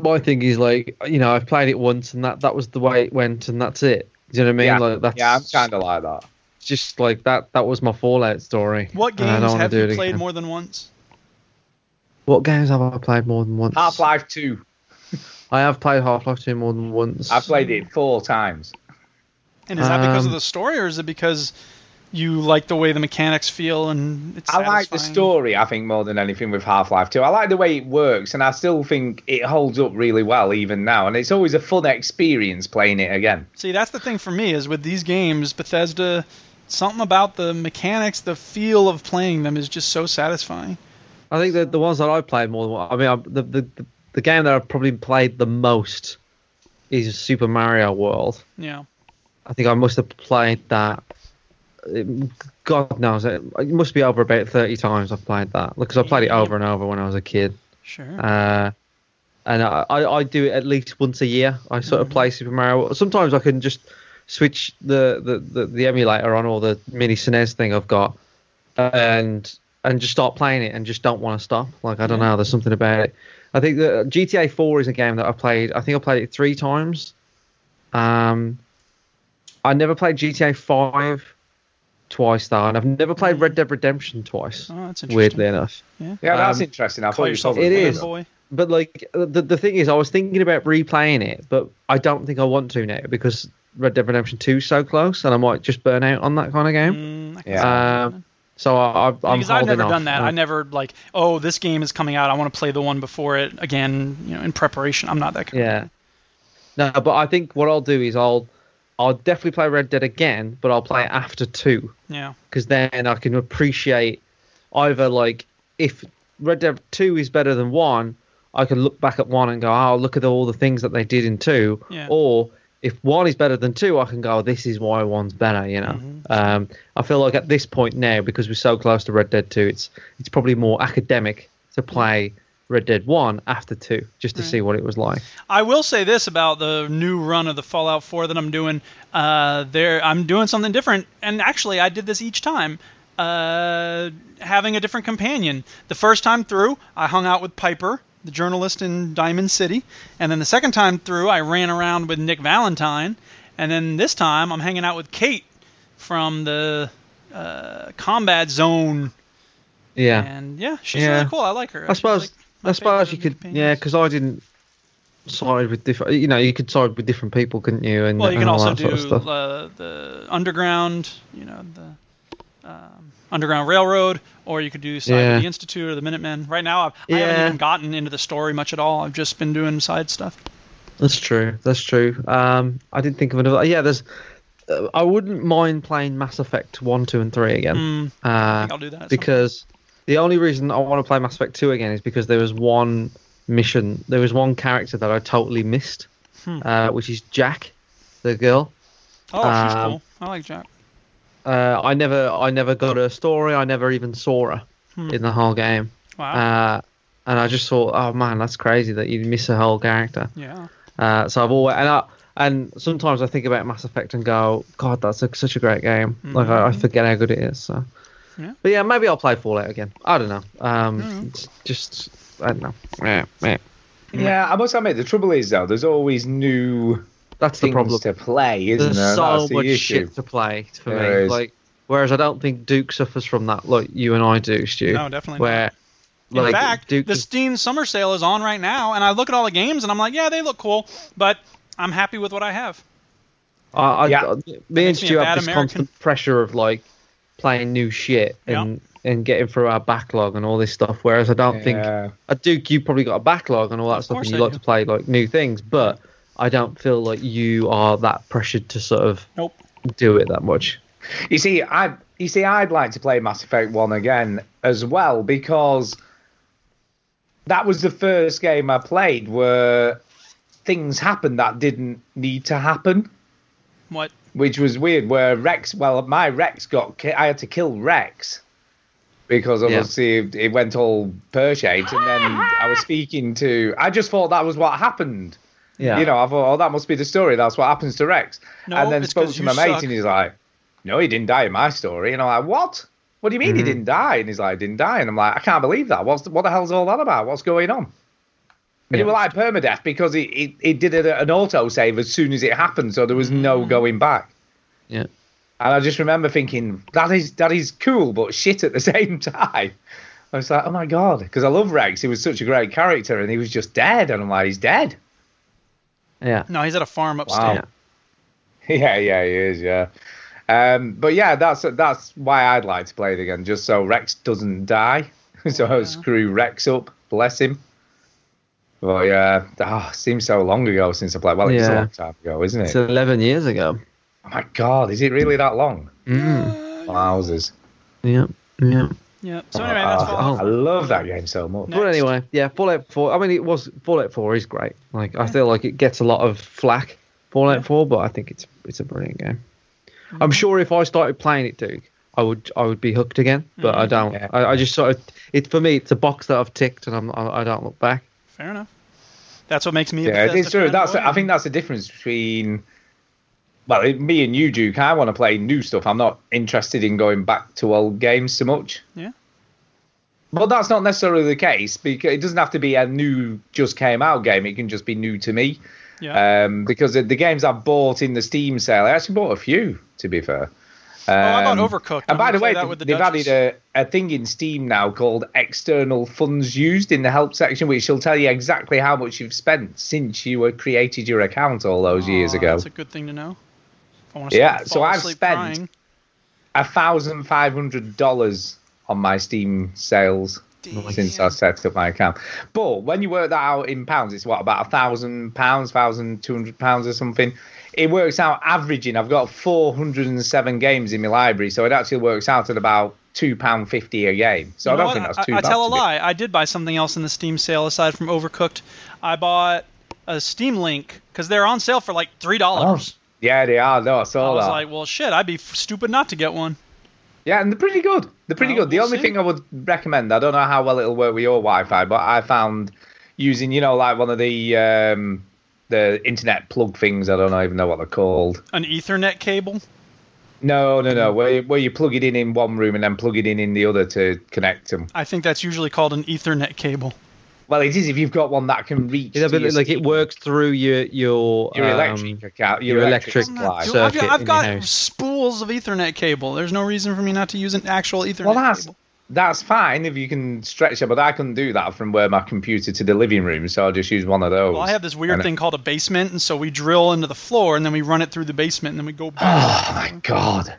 Speaker 4: my thing is like, you know, I've played it once and that, that was the way it went and that's it. Do you know what I mean?
Speaker 3: yeah,
Speaker 4: Like that's
Speaker 3: yeah, I'm kind of like that.
Speaker 4: just like that. That was my Fallout story.
Speaker 1: What
Speaker 4: and I don't
Speaker 1: games
Speaker 4: wanna
Speaker 1: have
Speaker 4: do
Speaker 1: you
Speaker 4: it
Speaker 1: played
Speaker 4: again.
Speaker 1: more than once?
Speaker 4: What games have I played more than once?
Speaker 3: Half Life 2.
Speaker 4: I have played Half Life Two more than once.
Speaker 3: I've played it four times.
Speaker 1: And is that because of
Speaker 4: Um,
Speaker 1: the story, or is it because you like the way the mechanics feel and it's
Speaker 3: I like the
Speaker 1: satisfying?
Speaker 3: story, I think, more than anything with Half Life 2. I like the way it works, and I still think it holds up really well even now. And it's always a fun experience playing it again.
Speaker 1: See, that's the thing for me is with these games, Bethesda, something about the mechanics, the feel of playing them is just so satisfying.
Speaker 4: I think that the ones that I played more than one. I mean, I, the, the the- the game that I've probably played the most is Super Mario World.
Speaker 1: Yeah.
Speaker 4: I think I must have played that. um, God knows, it it must be over about thirty times I've played that because I played it over and over when I was a kid.
Speaker 1: Sure.
Speaker 4: Uh, and I, I, I do it at least once a year. I sort
Speaker 1: Mm.
Speaker 4: of play Super Mario. Sometimes I can just switch the, the, the, the emulator on or the mini SNES thing I've got and and just start playing it and just don't want to stop. Like, I don't know, there's something about it. I think that GTA 4 is a game that I played, I think I played it three times. Um, I never played GTA 5 twice, though, and I've never played Red Dead Redemption twice,
Speaker 1: Mm. Oh, that's interesting.
Speaker 4: weirdly enough.
Speaker 3: Yeah, that's
Speaker 4: Um,
Speaker 3: interesting. I
Speaker 1: Call
Speaker 3: thought you
Speaker 1: yourself
Speaker 3: said
Speaker 1: a
Speaker 4: it
Speaker 1: fan
Speaker 4: is.
Speaker 1: boy.
Speaker 4: but like uh, the, the thing is i was thinking about replaying it but i don't think i want to now because red dead redemption 2 is so close and i might just burn out on that kind of game
Speaker 1: Mm, I can
Speaker 3: Yeah.
Speaker 4: Um, so I, I, i'm
Speaker 1: because I've
Speaker 4: holding
Speaker 1: never
Speaker 4: off.
Speaker 1: done that.
Speaker 4: Uh,
Speaker 1: I never like, oh, this game is coming out. I want to play the one before it again. You know, in preparation. I'm not that kind.
Speaker 4: yeah no but i think what i'll do is i'll i'll definitely play red dead again but i'll play it after 2
Speaker 1: Of, yeah.
Speaker 4: because then I can appreciate either like if Red Dead Two is better than one, I can look back at one and go, oh, look at all the things that they did in two,
Speaker 1: Yeah.
Speaker 4: or if one is better than two, I can go, "Oh, this is why one's better. You know, um, I feel like at this point now because we're so close to Red Dead Two, it's it's probably more academic to play. Red Dead One after two, just to see what it was like.
Speaker 1: I will say this about the new run of the Fallout 4 that I'm doing. Uh, there, I'm doing something different, and actually, I did this each time. Uh, having a different companion. The first time through, I hung out with Piper, the journalist in Diamond City, and then the second time through, I ran around with Nick Valentine, and then this time, I'm hanging out with Kate from the uh, Combat Zone,
Speaker 4: Yeah,
Speaker 1: and yeah, she's
Speaker 4: Yeah.
Speaker 1: really cool. I like her.
Speaker 4: I suppose
Speaker 1: She's, like, my
Speaker 4: I suppose you
Speaker 1: favorite
Speaker 4: could,
Speaker 1: companion.
Speaker 4: yeah, because I didn't side with different. You know, you could side with different people, couldn't you? And
Speaker 1: Well, you
Speaker 4: and
Speaker 1: can
Speaker 4: all
Speaker 1: also
Speaker 4: that sort of
Speaker 1: do
Speaker 4: stuff.
Speaker 1: uh, the underground, you know, the um, underground railroad, or you could do side
Speaker 4: Yeah.
Speaker 1: with the Institute or the Minutemen. Right now, I've, I haven't
Speaker 4: Yeah.
Speaker 1: even gotten into the story much at all. I've just been doing side stuff.
Speaker 4: That's true. That's true. Um, I didn't think of another. Yeah, there's. Uh, I wouldn't mind playing Mass Effect one, two, and three again.
Speaker 1: Hmm.
Speaker 4: uh,
Speaker 1: I think I'll do that. at some
Speaker 4: because the only reason I want to play Mass Effect 2 again is because there was one mission, there was one character that I totally missed,
Speaker 1: Hmm.
Speaker 4: uh, which is Jack, the girl.
Speaker 1: point. oh, she's
Speaker 4: um,
Speaker 1: cool. I like Jack.
Speaker 4: Uh, I never, I never got her story. I never even saw her in the whole game.
Speaker 1: Wow.
Speaker 4: Uh, and I just thought, oh man, that's crazy that you miss a whole character.
Speaker 1: yeah.
Speaker 4: Uh, so I've always and I, and sometimes I think about Mass Effect and go, God, that's a, such a great game. Like I, I forget how good it is. So,
Speaker 1: Yeah.
Speaker 4: but yeah, maybe I'll play Fallout again. I don't know. Um, it's just I don't know. Yeah, yeah.
Speaker 3: Yeah, I must admit, the trouble is, though, there's always new
Speaker 4: That's the
Speaker 3: things
Speaker 4: problem.
Speaker 3: to play, isn't
Speaker 4: There's
Speaker 3: there?
Speaker 4: so
Speaker 3: that's the
Speaker 4: much
Speaker 3: issue.
Speaker 4: shit to play for
Speaker 3: There
Speaker 4: me.
Speaker 3: is.
Speaker 4: Like, whereas I don't think Duke suffers from that, like you and I do, Stu.
Speaker 1: No, definitely not.
Speaker 4: Where,
Speaker 1: In
Speaker 4: like,
Speaker 1: fact,
Speaker 4: Duke
Speaker 1: the
Speaker 4: is-
Speaker 1: Steam Summer Sale is on right now, and I look at all the games and I'm like, yeah, they look cool, but I'm happy with what I have.
Speaker 4: I, I,
Speaker 3: Yeah.
Speaker 4: I- me and
Speaker 1: makes me a
Speaker 4: Stu
Speaker 1: bad
Speaker 4: have this
Speaker 1: American.
Speaker 4: constant pressure of like playing new shit and and getting through our backlog and all this stuff. Whereas I don't
Speaker 3: Yeah.
Speaker 4: think I Duke, you probably got a backlog and all that stuff,
Speaker 1: course
Speaker 4: and you
Speaker 1: I
Speaker 4: like
Speaker 1: do.
Speaker 4: to play like new things, but I don't feel like you are that pressured to sort of
Speaker 1: Nope.
Speaker 4: do it that much.
Speaker 3: You see, I you see, I'd like to play Mass Effect One again as well because that was the first game I played where things happened that didn't need to happen.
Speaker 1: What?
Speaker 3: which was weird. Where Rex, well, my Rex got, ki- I had to kill Rex because obviously it, it went all pear shaped, and then I was speaking to. I just thought that was what happened.
Speaker 4: Yeah.
Speaker 3: You know, I thought, oh, that must be the story. That's what happens to Rex.
Speaker 1: No,
Speaker 3: and then
Speaker 1: it's
Speaker 3: spoke
Speaker 1: 'cause
Speaker 3: to
Speaker 1: you
Speaker 3: my mate,
Speaker 1: suck.
Speaker 3: and he's like, no, he didn't die in my story. And I'm like, what? What do you mean
Speaker 4: Mm-hmm.
Speaker 3: he didn't die? And he's like, I didn't die. And I'm like, I can't believe that. What's what the hell's all that about? What's going on? And it
Speaker 4: Yeah.
Speaker 3: was like permadeath because it, it, it did it, an autosave as soon as it happened, so there was
Speaker 1: Mm-hmm.
Speaker 3: no going back.
Speaker 4: Yeah.
Speaker 3: And I just remember thinking that is that is cool, but shit at the same time. I was like, oh my god, because I love Rex. He was such a great character, and he was just dead. And I'm like, he's dead.
Speaker 4: Yeah.
Speaker 1: No, he's at a farm
Speaker 3: Wow.
Speaker 1: upstate.
Speaker 3: Yeah, yeah, he is. Yeah. Um, but yeah, that's that's why I'd like to play it again, just so Rex doesn't die. so I'll screw Rex up, bless him. But yeah, oh, it seems so long ago since I played. Well, it's a
Speaker 4: Yeah.
Speaker 3: long time ago, isn't it?
Speaker 4: It's 11 years ago.
Speaker 3: oh my god, is it really that long?
Speaker 4: Mm.
Speaker 3: Wowzers!
Speaker 4: Yeah. Yeah.
Speaker 1: Yeah. So anyway, that's
Speaker 4: Uh,
Speaker 3: Oh,
Speaker 1: Fallout.
Speaker 3: I
Speaker 1: four.
Speaker 3: love that game so much.
Speaker 1: No.
Speaker 4: But
Speaker 1: Next.
Speaker 4: anyway, yeah, Fallout 4. I mean, it was Fallout 4 is great. Like, I feel like it gets a lot of flack, Fallout 4, but I think it's it's a brilliant game. I'm sure if I started playing it, Duke, I would I would be hooked again. But I don't.
Speaker 3: Yeah.
Speaker 4: I, I just sort of it for me. It's a box that I've ticked, and I'm I, I don't look back.
Speaker 1: Fair enough. That's what makes me. a
Speaker 3: Yeah,
Speaker 1: Bethesda
Speaker 3: it's true.
Speaker 1: fanboy.
Speaker 3: That's I think that's the difference between. Well, it- me and you, Duke. I want to play new stuff. I'm not interested in going back to old games so much.
Speaker 1: Yeah.
Speaker 3: But that's not necessarily the case because it doesn't have to be a new just came out game. It can just be new to me.
Speaker 1: Yeah.
Speaker 3: Um, because the the games I bought in the Steam sale, I actually bought a few. To be fair.
Speaker 1: oh, I
Speaker 3: Um,
Speaker 1: bought Overcooked.
Speaker 3: And
Speaker 1: I'm
Speaker 3: by
Speaker 1: gonna
Speaker 3: the
Speaker 1: play
Speaker 3: way,
Speaker 1: that
Speaker 3: they-
Speaker 1: with the
Speaker 3: they've
Speaker 1: Duchess.
Speaker 3: added a, a thing in Steam now called external funds used in the help section, which will tell you exactly how much you've spent since you were created your account all those years
Speaker 1: Aw,
Speaker 3: ago.
Speaker 1: Oh, That's a good thing to know. If I want to
Speaker 3: Yeah,
Speaker 1: fall
Speaker 3: so I've
Speaker 1: asleep
Speaker 3: spent-
Speaker 1: crying.
Speaker 3: A thousand five hundred dollars on my Steam sales since I set up my account. But when you work that out in pounds, it's what about a thousand pounds, thousand two hundred pounds or something. It works out averaging. I've got four hundred and seven games in my library, so it actually works out at about two pound fifty a game. So
Speaker 1: You
Speaker 3: I don't
Speaker 1: know
Speaker 3: think
Speaker 1: what?
Speaker 3: that's too
Speaker 1: I, I
Speaker 3: bad.
Speaker 1: tell a
Speaker 3: to be-
Speaker 1: lie. I did buy something else in the Steam sale aside from Overcooked. I bought a Steam Link because they're on sale for like three
Speaker 3: Oh,
Speaker 1: dollars.
Speaker 3: Yeah, they are. No, I
Speaker 1: I
Speaker 3: saw
Speaker 1: was
Speaker 3: that.
Speaker 1: like, well, shit, I'd be f- stupid not to get one.
Speaker 3: yeah, and they're pretty good. They're pretty
Speaker 1: Well,
Speaker 3: good. The
Speaker 1: we'll
Speaker 3: only
Speaker 1: see.
Speaker 3: thing I would recommend, I don't know how well it'll work with your Wi-Fi, but I found using, you know, like one of the um, the internet plug things. I don't even know what they're called.
Speaker 1: An Ethernet cable.
Speaker 3: No, no,
Speaker 1: Mm.
Speaker 3: no. Where you, where you plug it in in one room and then plug it in in the other to connect them.
Speaker 1: I think that's usually called an Ethernet cable.
Speaker 3: Well, it is if you've got one that can reach.
Speaker 4: You know,
Speaker 3: to
Speaker 4: but
Speaker 3: your
Speaker 4: like it
Speaker 3: Steam-
Speaker 4: works through your your
Speaker 3: Your
Speaker 4: um,
Speaker 3: electric account, your,
Speaker 4: your
Speaker 3: electric,
Speaker 4: electric-
Speaker 1: I'm
Speaker 3: supply.
Speaker 1: not doing- I've,
Speaker 4: Circuit
Speaker 1: I've
Speaker 4: in
Speaker 1: got
Speaker 4: your house.
Speaker 1: spools of Ethernet cable. There's no reason for me not to use an actual Ethernet
Speaker 3: Well, that's
Speaker 1: cable.
Speaker 3: that's fine if you can stretch it, but I couldn't do that from where my computer to the living room, so I'll just use one of those.
Speaker 1: Well, I have this weird
Speaker 3: And-
Speaker 1: thing called a basement, and so we drill into the floor, and then we run it through the basement, and then we go back.
Speaker 3: Oh my god!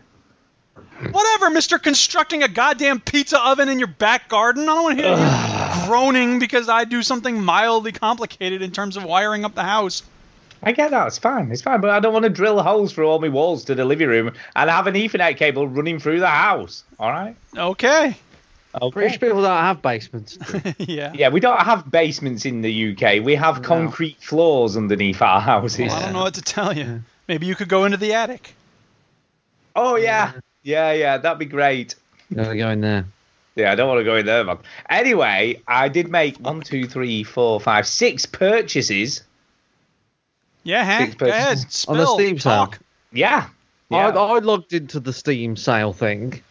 Speaker 1: Whatever, Mister, constructing a goddamn pizza oven in your back garden. I don't want to hear you groaning because I do something mildly complicated in terms of wiring up the house.
Speaker 3: I get that. It's fine. It's fine, but I don't want to drill holes through all my walls to the living room and have an Ethernet cable running through the house. All right.
Speaker 1: Okay.
Speaker 4: British people don't have basements.
Speaker 1: yeah.
Speaker 3: Yeah, we don't have basements in the UK. We have concrete floors underneath our houses.
Speaker 1: Well, I don't know what to tell you. Maybe you could go into the attic.
Speaker 3: Oh yeah, yeah, yeah. That'd be great.
Speaker 4: you know, go in there.
Speaker 3: Yeah, I don't want to go in there, man. Anyway, I did make one, two, three, four, five, six purchases.
Speaker 1: Yeah, Hank.
Speaker 3: Six
Speaker 1: Go ahead.
Speaker 3: persons.
Speaker 4: On the
Speaker 1: Spill,
Speaker 4: Steam sale.
Speaker 1: talk.
Speaker 3: Yeah.
Speaker 1: Oh,
Speaker 4: I,
Speaker 3: yeah.
Speaker 4: I logged into the Steam sale thing,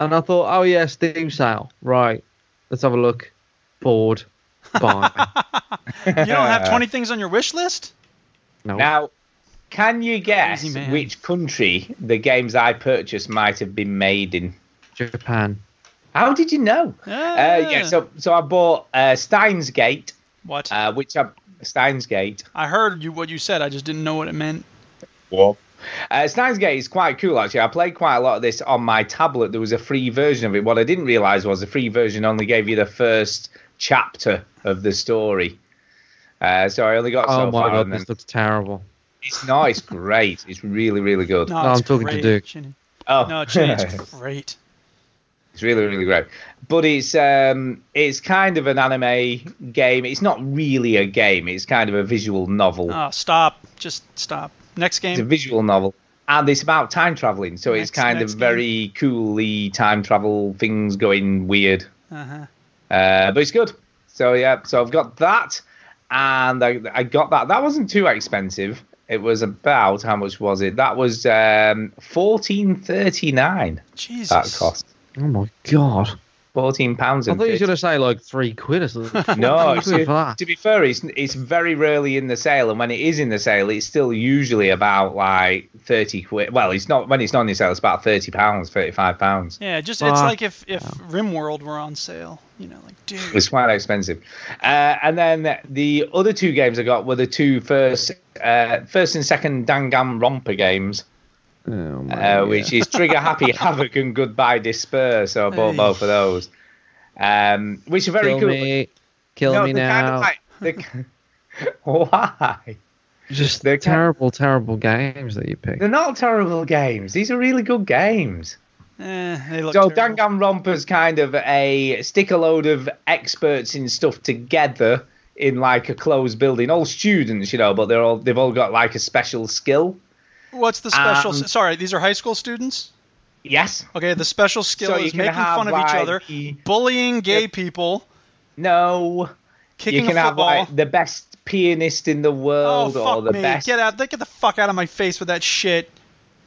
Speaker 4: and I thought, oh yeah, Steam sale, right? Let's have a look. Bored. Buy.
Speaker 1: You don't have 20 things on your wish list?
Speaker 4: No.
Speaker 3: Now, can you guess
Speaker 1: Crazy man.
Speaker 3: which country the games I purchased might have been made in?
Speaker 4: Japan.
Speaker 3: How did you know? Uh,
Speaker 4: Ah.
Speaker 3: yeah, so so I bought uh, Steins Gate,
Speaker 1: What?
Speaker 3: uh, which I Steins Gate.
Speaker 1: I heard you what you said. I just didn't know what it meant.
Speaker 3: Uh, Steins Gate is quite cool actually. I played quite a lot of this on my tablet. There was a free version of it. What I didn't realise was the free version only gave you the first chapter of the story. Uh, so I only got
Speaker 4: Oh
Speaker 3: so
Speaker 4: my
Speaker 3: far.
Speaker 4: god,
Speaker 3: and then-
Speaker 4: this looks terrible.
Speaker 3: it's no, it's great. It's really, really good.
Speaker 1: No,
Speaker 4: No,
Speaker 1: it's
Speaker 4: I'm talking to
Speaker 1: great,
Speaker 4: Duke.
Speaker 1: Chinny.
Speaker 3: oh,
Speaker 1: No, Chinny, it's great.
Speaker 3: It's really, really great. But it's um, it's kind of an anime game. It's not really a game. It's kind of a visual novel.
Speaker 1: Oh, stop. Just stop. Next
Speaker 3: It's a
Speaker 1: game.
Speaker 3: visual novel. and it's about time traveling, so
Speaker 1: Next-
Speaker 3: it's kind
Speaker 1: next
Speaker 3: of very coolly time travel things going weird.
Speaker 1: Uh-huh.
Speaker 3: Uh, but it's good. So yeah, so I've got that, and I, I got that. That wasn't too expensive. It was about how much was it? That was um, fourteen thirty nine.
Speaker 1: Jesus.
Speaker 3: That cost
Speaker 4: Oh my god!
Speaker 3: fourteen pounds.
Speaker 4: I thought you were gonna say like three quid or something.
Speaker 3: No,
Speaker 4: Three quid
Speaker 3: to,
Speaker 4: for that.
Speaker 3: to be fair, it's it's very rarely in the sale, and when it is in the sale, it's still usually about like thirty quid. Well, it's not when it's not in the sale, it's about thirty pounds, thirty five pounds.
Speaker 1: Yeah, just it's
Speaker 4: Fuck.
Speaker 1: like if if RimWorld were on sale, you know, like dude.
Speaker 3: It's quite expensive. Uh, and then the other two games I got were the two first, uh, first and second Danganronpa games,
Speaker 4: Oh my
Speaker 3: uh, which is Trigger Happy Havoc and Goodbye Despair. So I bought
Speaker 1: Hey.
Speaker 3: both of those, um, which are very
Speaker 4: kill
Speaker 3: cool.
Speaker 4: me, kill
Speaker 3: No,
Speaker 4: me
Speaker 3: they're kind of
Speaker 4: now.
Speaker 3: like- they're- why?
Speaker 4: Just
Speaker 3: they're
Speaker 4: the
Speaker 3: kind of-
Speaker 4: terrible, terrible games that you pick.
Speaker 3: They're not terrible games. These are really good games.
Speaker 1: Eh, they look
Speaker 3: So
Speaker 1: terrible.
Speaker 3: Danganronpa's kind of a stick a load of experts in stuff together in like a closed building. All students, you know, but they're all they've all got like a special skill.
Speaker 1: What's the special?
Speaker 3: Um,
Speaker 1: sorry, these are high school students.
Speaker 3: Yes.
Speaker 1: Okay, the special skill
Speaker 3: So you
Speaker 1: is
Speaker 3: can
Speaker 1: making
Speaker 3: have,
Speaker 1: fun of each
Speaker 3: like,
Speaker 1: other,
Speaker 3: the-
Speaker 1: bullying gay
Speaker 3: Yeah.
Speaker 1: people,
Speaker 3: No.
Speaker 1: kicking
Speaker 3: you can
Speaker 1: a
Speaker 3: have
Speaker 1: football.
Speaker 3: like the best pianist in the
Speaker 1: oh
Speaker 3: world
Speaker 1: fuck
Speaker 3: or the
Speaker 1: me!
Speaker 3: best.
Speaker 1: Get out! Get the fuck out of my face with that shit.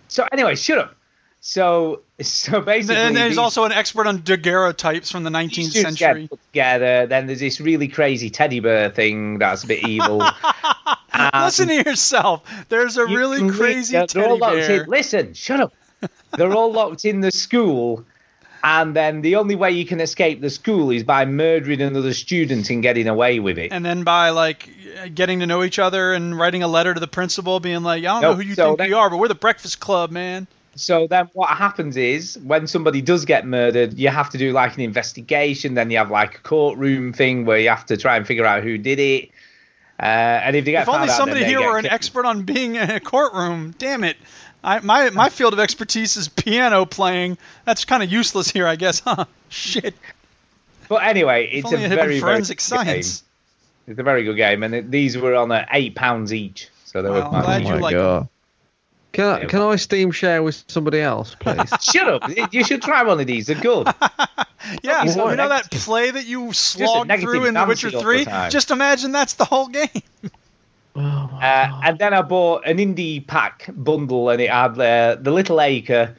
Speaker 3: So anyway, shut up. So so basically
Speaker 1: And there's
Speaker 3: these-
Speaker 1: also an expert on daguerreotypes from the
Speaker 3: these
Speaker 1: 19th
Speaker 3: students
Speaker 1: century.
Speaker 3: get put together. Then there's this really crazy teddy bear thing that's a bit evil. And-
Speaker 1: Listen to yourself. There's a
Speaker 3: You
Speaker 1: really
Speaker 3: can read
Speaker 1: crazy
Speaker 3: that they're all
Speaker 1: teddy
Speaker 3: locked
Speaker 1: bear.
Speaker 3: In. Listen, shut up. They're all locked in the school, and then the only way you can escape the school is by murdering another student and getting away with it.
Speaker 1: And then by like getting to know each other and writing a letter to the principal, being like, "I don't know
Speaker 3: Nope,
Speaker 1: who you
Speaker 3: so
Speaker 1: think
Speaker 3: that-
Speaker 1: we are, but we're the Breakfast Club, man."
Speaker 3: So then what happens is when somebody does get murdered, you have to do like an investigation. Then you have like a courtroom thing where you have to try and figure out who did it. Uh, and if they get
Speaker 1: If only
Speaker 3: found out,
Speaker 1: somebody
Speaker 3: then they
Speaker 1: here
Speaker 3: get
Speaker 1: were an
Speaker 3: killed.
Speaker 1: expert on being in a courtroom. Damn it. I, my, my field of expertise is piano playing. That's kind of useless here, I guess, huh? Shit.
Speaker 3: But anyway,
Speaker 1: If
Speaker 3: it's a
Speaker 1: only it had
Speaker 3: very
Speaker 1: been
Speaker 3: very
Speaker 1: forensic
Speaker 3: good
Speaker 1: science.
Speaker 3: Game. It's a very good game, and it, these were on at eight pounds each. So they
Speaker 1: Well,
Speaker 3: were
Speaker 1: I'm
Speaker 3: quite
Speaker 1: glad
Speaker 3: cheap.
Speaker 1: you like
Speaker 4: Oh, Can I, can I Steam share with somebody else, please?
Speaker 3: Shut up! You should try one of these. They're good.
Speaker 1: Yeah,
Speaker 3: Well,
Speaker 1: so you
Speaker 3: what?
Speaker 1: know that play that you
Speaker 3: a
Speaker 1: slogged
Speaker 3: negative
Speaker 1: through in The
Speaker 3: fantasy
Speaker 1: Witcher
Speaker 3: all the
Speaker 1: 3?
Speaker 3: time.
Speaker 1: Just imagine that's the whole game.
Speaker 4: oh my
Speaker 3: Uh,
Speaker 4: god.
Speaker 3: and then I bought an indie pack bundle, and it had uh, the Little Acre,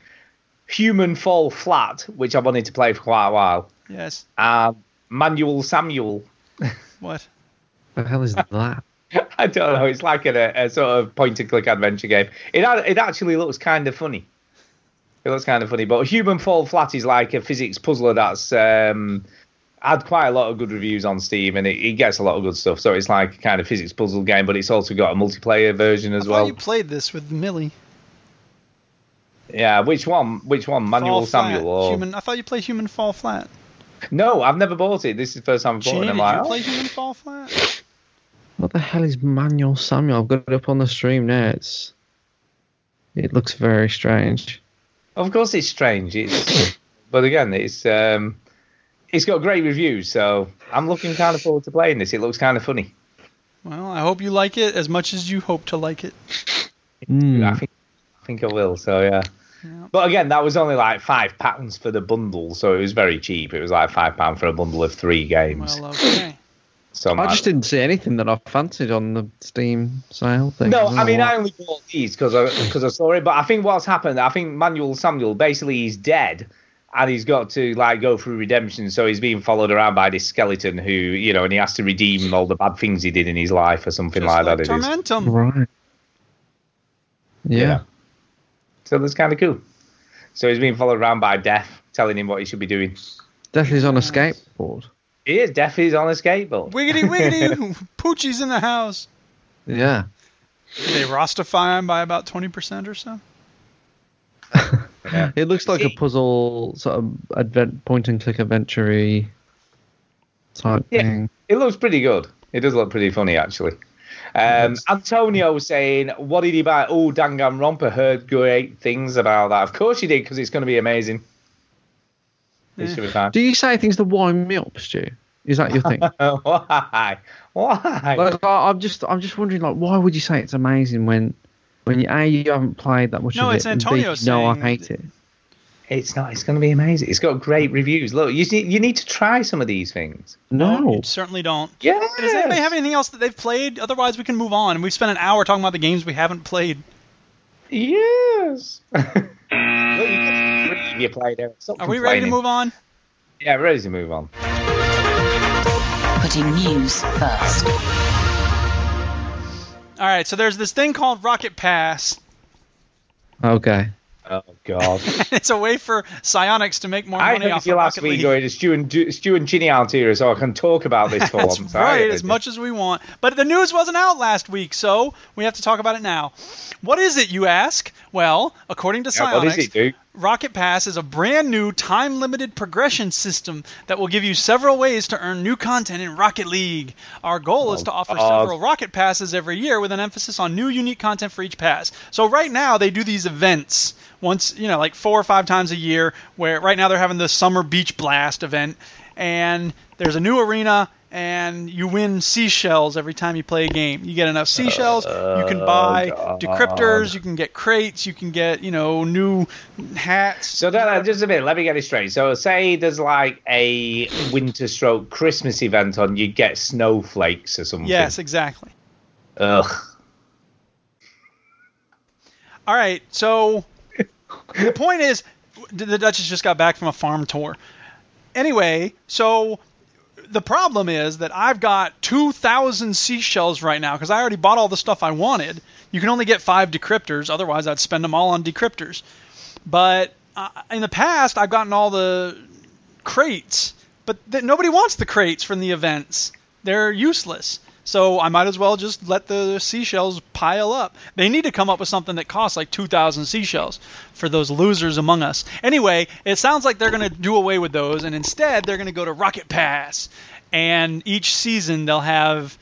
Speaker 3: Human Fall Flat, which I wanted to play for quite a while,
Speaker 1: Yes.
Speaker 3: and Manual Samuel.
Speaker 1: What?
Speaker 4: What the hell is that?
Speaker 3: I don't know. It's like a, a sort of point and click adventure game. It a- it actually looks kind of funny. It looks kind of funny, but Human Fall Flat is like a physics puzzler that's um, had quite a lot of good reviews on Steam, and it, it gets a lot of good stuff. So it's like a kind of physics puzzle game, but it's also got a multiplayer version
Speaker 1: I
Speaker 3: as
Speaker 1: thought
Speaker 3: well.
Speaker 1: you played this with Millie.
Speaker 3: Yeah, which one? Which one? Manual
Speaker 1: Fall
Speaker 3: Samuel?
Speaker 1: Flat.
Speaker 3: Or...
Speaker 1: Human, I thought you played Human Fall Flat.
Speaker 3: No, I've never bought it. This is the first time I've bought
Speaker 1: Gee,
Speaker 3: it.
Speaker 1: did
Speaker 3: I'm
Speaker 1: you
Speaker 3: like,
Speaker 1: play
Speaker 3: oh,
Speaker 1: Human Fall Flat?
Speaker 4: What the hell is Manual Samuel? I've got it up on the stream now. It's it looks very strange.
Speaker 3: of course it's strange. It's, but again, it's um, it's got great reviews, so I'm looking kind of forward to playing this. It looks kind of funny.
Speaker 1: Well, I hope you like it as much as you hope to like it.
Speaker 4: Hmm.
Speaker 3: I think I think I will. So yeah. But again, that was only like five pounds for the bundle, so it was very cheap. It was like five pound for a bundle of three games.
Speaker 1: Well, uh, okay.
Speaker 3: so
Speaker 4: I
Speaker 3: I'm
Speaker 4: just
Speaker 3: like-
Speaker 4: didn't see anything that I fancied on the Steam sale thing.
Speaker 3: No,
Speaker 4: don't
Speaker 3: I mean
Speaker 4: know
Speaker 3: I
Speaker 4: what.
Speaker 3: only bought these because I because I saw it. But I think what's happened, I think Manuel Samuel basically he's dead, and he's got to like go through redemption. So he's being followed around by this skeleton who you know, and he has to redeem all the bad things he did in his life or something
Speaker 1: Just
Speaker 3: like,
Speaker 1: like
Speaker 3: that. It is.
Speaker 1: Tormentum.
Speaker 4: right. Yeah.
Speaker 3: So that's kind of cool. So he's being followed around by Death, telling him what he should be doing.
Speaker 4: Death is on a skateboard.
Speaker 3: He is Death is on a skateboard.
Speaker 1: Wiggity wiggity, Poochie's in the house.
Speaker 4: Yeah.
Speaker 1: Did they Rostify him by about 20% or so?
Speaker 3: Yeah.
Speaker 4: It looks like a
Speaker 3: See-
Speaker 4: puzzle sort of advent point and click adventure type
Speaker 3: Yeah.
Speaker 4: thing.
Speaker 3: It looks pretty good. It does look pretty funny, actually. Um, Antonio was saying, "What did he buy?" Oh, Danganronpa heard great things about that. Of course you did, because it's going to be amazing.
Speaker 1: Eh.
Speaker 3: It should be fine.
Speaker 4: Do you say things to wind me up, Stu? Is that your thing?
Speaker 3: Why? Why?
Speaker 4: like, I- I'm just I'm just wondering like why would you say it's amazing when
Speaker 10: when you, A, you haven't played that much
Speaker 1: No,
Speaker 10: of it.
Speaker 1: it's
Speaker 10: and B,
Speaker 1: Antonio
Speaker 10: you know I
Speaker 1: saying-
Speaker 10: hate it.
Speaker 3: It's not. It's going to be amazing. It's got great reviews. Look, you see, you need to try some of these things. Oh.
Speaker 10: No.
Speaker 1: Certainly don't.
Speaker 3: Yeah.
Speaker 1: Does anybody have anything else that they've played? Otherwise, we can move on. We've spent an hour talking about the games we haven't played.
Speaker 3: Yes. Look, you got three you played there. Stop
Speaker 1: Are we ready to
Speaker 3: complaining.
Speaker 1: move on?
Speaker 3: Yeah, we're ready to move on.
Speaker 11: Putting news first.
Speaker 1: All right. So there's this thing called Rocket Pass.
Speaker 10: Okay.
Speaker 3: Oh God.
Speaker 1: it's a way for Psionics to make more
Speaker 3: I
Speaker 1: money
Speaker 3: know
Speaker 1: off
Speaker 3: you
Speaker 1: of
Speaker 3: last
Speaker 1: Rocket
Speaker 3: week
Speaker 1: League.
Speaker 3: going to Stu and Du- Stu and Ginny aren't here, so I can talk about this for
Speaker 1: That's
Speaker 3: them.
Speaker 1: right, as much as we want. But the news wasn't out last week, so we have to talk about it now. What is it, you ask? Well, according to
Speaker 3: Yeah,
Speaker 1: Psionics,
Speaker 3: what is it, dude?
Speaker 1: Rocket Pass is a brand new time limited progression system that will give you several ways to earn new content in Rocket League. Our goal is to offer
Speaker 3: God.
Speaker 1: several Rocket Passes every year with an emphasis on new unique content for each pass. So right now they do these events once, you know, like four or five times a year where right now they're having the Summer Beach Blast event and there's a new arena and you win seashells every time you play a game. You get enough seashells, you can buy decryptors, you can get crates, you can get, you know, new hats.
Speaker 3: So no, no, just a minute. Let me get it straight. So say there's like a winter stroke Christmas event on, you get snowflakes or something.
Speaker 1: Yes, exactly.
Speaker 3: Ugh.
Speaker 1: All right, so the point is, the Duchess just got back from a farm tour. Anyway, so the problem is that I've got 2,000 seashells right now because I already bought all the stuff I wanted. You can only get five decryptors, otherwise, I'd spend them all on decryptors. But uh, in the past, I've gotten all the crates, but th- nobody wants the crates from the events. They're useless. So I might as well just let the seashells pile up. They need to come up with something that costs like 2,000 seashells for those losers among us. Anyway, it sounds like they're going to do away with those, and instead they're going to go to Rocket Pass. And each season they'll have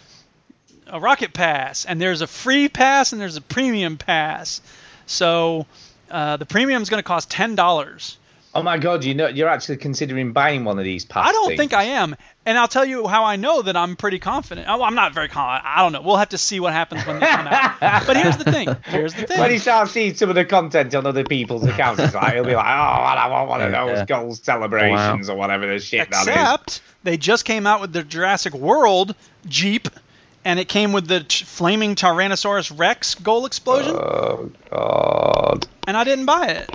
Speaker 1: a Rocket Pass, and there's a free pass and there's a premium pass. So uh, the premium is going to cost ten dollars.
Speaker 3: Oh my God! You know you're actually considering buying one of these. Past
Speaker 1: I don't think I am, and I'll tell you how I know that I'm pretty confident. Oh, I'm not very confident. I don't know. We'll have to see what happens when they come out. but here's the thing. Here's the thing.
Speaker 3: When he starts seeing some of the content on other people's accounts, it's like, he'll be like, "Oh, I don't want one of
Speaker 10: Yeah.
Speaker 3: those goal celebrations or whatever the shit that
Speaker 1: Except they just came out with the Jurassic World Jeep, and it came with the t- flaming Tyrannosaurus Rex goal explosion,
Speaker 3: Uh, is." God.
Speaker 1: and I didn't buy it.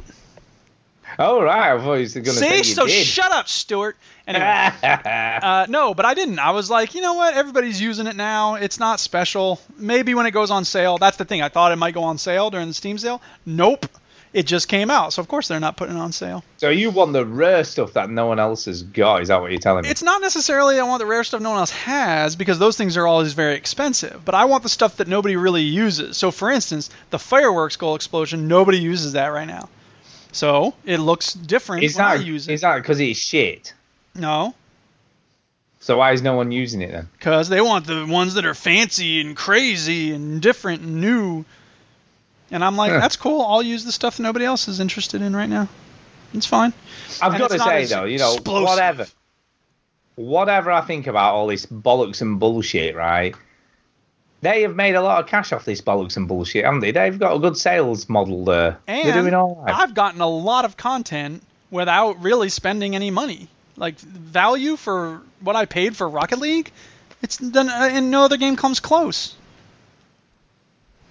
Speaker 3: Oh right, I thought he was going to say
Speaker 1: See,
Speaker 3: you
Speaker 1: so
Speaker 3: did.
Speaker 1: shut up, Stuart. Anyway. Uh, no, but I didn't. I was like, you know what? Everybody's using it now. It's not special. Maybe when it goes on sale. That's the thing. I thought it might go on sale during the Steam sale. Nope. It just came out. So, of course, they're not putting it on sale.
Speaker 3: So you want the rare stuff that no one else has got? Is that what you're telling me?
Speaker 1: It's not necessarily I want the rare stuff no one else has because those things are always very expensive. But I want the stuff that nobody really uses. So, for instance, the fireworks goal explosion, nobody uses that right now. So, it looks different
Speaker 3: Is
Speaker 1: when I
Speaker 3: that
Speaker 1: use it.
Speaker 3: is that because it's shit?
Speaker 1: No,
Speaker 3: So why is no one using it then?
Speaker 1: because they want the ones that are fancy and crazy and different and new. And I'm like,
Speaker 3: Huh.
Speaker 1: that's cool. I'll use the stuff that nobody else is interested in right now. It's fine.
Speaker 3: I've
Speaker 1: And
Speaker 3: got
Speaker 1: it's
Speaker 3: to
Speaker 1: not
Speaker 3: say
Speaker 1: as
Speaker 3: though, you know,
Speaker 1: explosive.
Speaker 3: whatever, whatever I think about all this bollocks and bullshit, right? They have made a lot of cash off this bollocks and bullshit, haven't they? They've got a good sales model there.
Speaker 1: And
Speaker 3: They're doing all right.
Speaker 1: I've gotten a lot of content without really spending any money. Like value for what I paid for Rocket League, it's done, uh, and no other game comes close.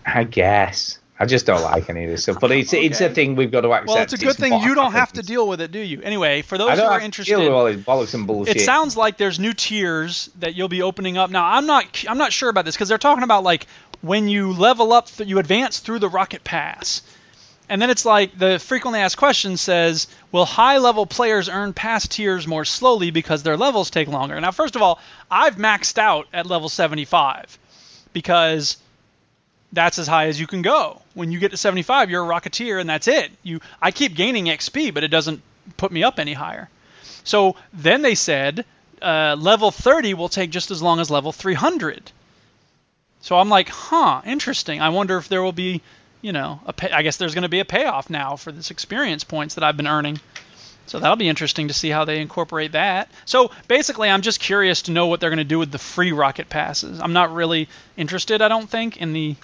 Speaker 3: I guess. I just don't like any of this stuff, but it's it's a
Speaker 1: Okay.
Speaker 3: thing we've got to accept.
Speaker 1: Well, it's a good thing
Speaker 3: what
Speaker 1: you don't have to
Speaker 3: happens.
Speaker 1: deal with it, do you? Anyway, for
Speaker 3: I
Speaker 1: those who
Speaker 3: don't
Speaker 1: are
Speaker 3: have to
Speaker 1: interested,
Speaker 3: deal with all this bollocks and bullshit.
Speaker 1: It sounds like there's new tiers that you'll be opening up. Now, I'm not I'm not sure about this because they're talking about like when you level up, th- you advance through the rocket pass. And then it's like the frequently asked question says, "Will high-level players earn pass tiers more slowly because their levels take longer?" Now, first of all, I've maxed out at level 75 because that's as high as you can go. When you get to 75, you're a rocketeer and that's it. You I keep gaining XP, but it doesn't put me up any higher. So then they said uh, level 30 will take just as long as level 300. So I'm like, huh, interesting. I wonder if there will be, you know, a pay- I guess there's going to be a payoff now for this experience points that I've been earning. So that'll be interesting to see how they incorporate that. So basically, I'm just curious to know what they're going to do with the free rocket passes. I'm not really interested, I don't think, in the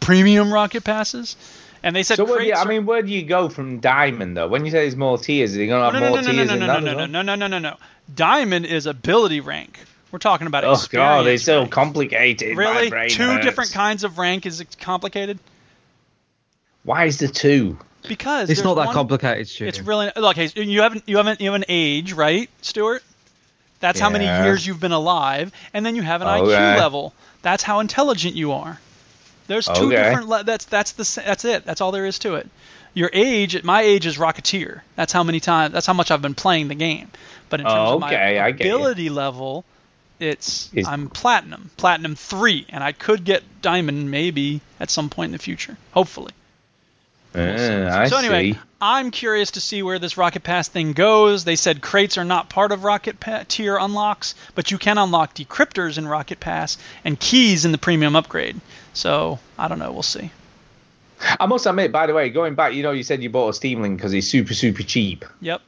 Speaker 1: premium rocket passes. And they said,
Speaker 3: So where do you,
Speaker 1: crates
Speaker 3: I
Speaker 1: are-
Speaker 3: mean, where do you go from diamond though? When you say there's more tiers, are you gonna
Speaker 1: Oh,
Speaker 3: have
Speaker 1: no, no,
Speaker 3: more
Speaker 1: no, no, no,
Speaker 3: tiers
Speaker 1: no,
Speaker 3: in
Speaker 1: no,
Speaker 3: that?
Speaker 1: no,
Speaker 3: as
Speaker 1: no,
Speaker 3: well?
Speaker 1: no, no, no, no, no. Diamond is ability rank. We're talking about
Speaker 3: Oh god,
Speaker 1: experience
Speaker 3: it's so
Speaker 1: rank.
Speaker 3: complicated. My
Speaker 1: Really,
Speaker 3: brain
Speaker 1: two
Speaker 3: hurts.
Speaker 1: different kinds of rank is complicated
Speaker 3: Why is the two?
Speaker 1: because
Speaker 4: It's
Speaker 1: there's
Speaker 4: not that
Speaker 1: one-
Speaker 4: complicated, Stu.
Speaker 1: It's really look. hey, You haven't you haven't you have an age, right, Stuart? That's how many
Speaker 3: Yeah.
Speaker 1: years you've been alive, and then you have an IQ
Speaker 3: Okay.
Speaker 1: level. That's how intelligent you are. There's two
Speaker 3: Okay.
Speaker 1: different. Le- that's that's the sa- that's it. That's all there is to it. Your age, at my age, is Rocketeer. That's how many times. That's how much I've been playing the game. But in terms of
Speaker 3: Okay,
Speaker 1: my
Speaker 3: I get you.
Speaker 1: ability level, it's
Speaker 3: Is-
Speaker 1: I'm platinum, platinum three, and I could get diamond maybe at some point in the future, hopefully.
Speaker 3: Ah, I
Speaker 1: so anyway,
Speaker 3: see.
Speaker 1: I'm curious to see where this Rocket Pass thing goes. They said crates are not part of Rocket pa- tier unlocks, but you can unlock decryptors in Rocket Pass and keys in the premium upgrade. So I don't know. We'll see.
Speaker 3: I must admit, by the way, going back, you know, you said you bought a Steam Link because it's super, super cheap.
Speaker 1: Yep.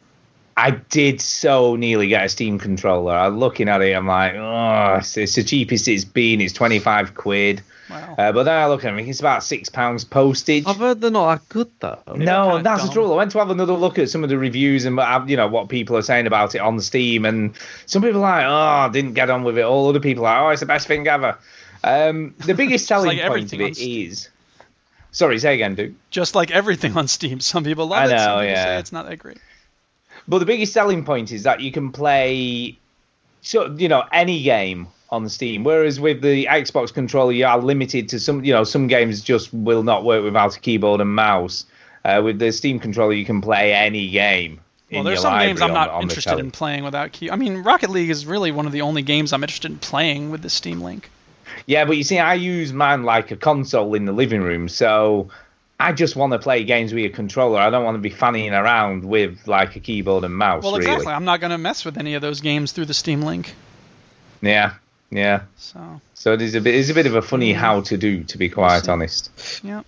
Speaker 3: I did so nearly get a Steam controller. I'm looking at it, I'm like, oh, it's, it's the cheapest it's been. It's 25 quid.
Speaker 1: Wow.
Speaker 3: Uh, but then I look at it, it's about six pounds postage.
Speaker 4: I've heard they're not that good though.
Speaker 3: No,
Speaker 4: Uh,
Speaker 1: kinda
Speaker 3: and that's the
Speaker 1: dumb.
Speaker 3: trouble. I went to have another look at some of the reviews and uh, you know what people are saying about it on Steam, and some people are like, "Oh, I didn't get on with it." All other people are, "Oh, it's the best thing ever." Um, the biggest selling
Speaker 1: like
Speaker 3: point
Speaker 1: everything
Speaker 3: of
Speaker 1: on
Speaker 3: it
Speaker 1: Steam.
Speaker 3: is. Sorry, say again, Duke.
Speaker 1: Just like everything on Steam, some people love
Speaker 3: I
Speaker 1: it.
Speaker 3: know,
Speaker 1: Some people say
Speaker 3: yeah.
Speaker 1: it's not that great.
Speaker 3: But the biggest selling point is that you can play, so you know, any game on Steam. Whereas with the Xbox controller, you are limited to some, you know, some games just will not work without a keyboard and mouse. Uh, with the Steam controller, you can play any game.
Speaker 1: Well,
Speaker 3: in
Speaker 1: there's
Speaker 3: your
Speaker 1: some games I'm
Speaker 3: library on-
Speaker 1: not
Speaker 3: on the
Speaker 1: interested
Speaker 3: telly.
Speaker 1: in playing without key. I mean, Rocket League is really one of the only games I'm interested in playing with the Steam Link.
Speaker 3: Yeah, but you see, I use mine like a console in the living room, so I just want to play games with a controller. I don't want to be fanning around with like a keyboard and mouse.
Speaker 1: Well,
Speaker 3: really.
Speaker 1: exactly. I'm not going to mess with any of those games through the Steam Link.
Speaker 3: Yeah, yeah.
Speaker 1: So,
Speaker 3: So it is a bit, it's a bit of a
Speaker 1: Mm.
Speaker 3: funny how to do, to be quite honest.
Speaker 1: yeah.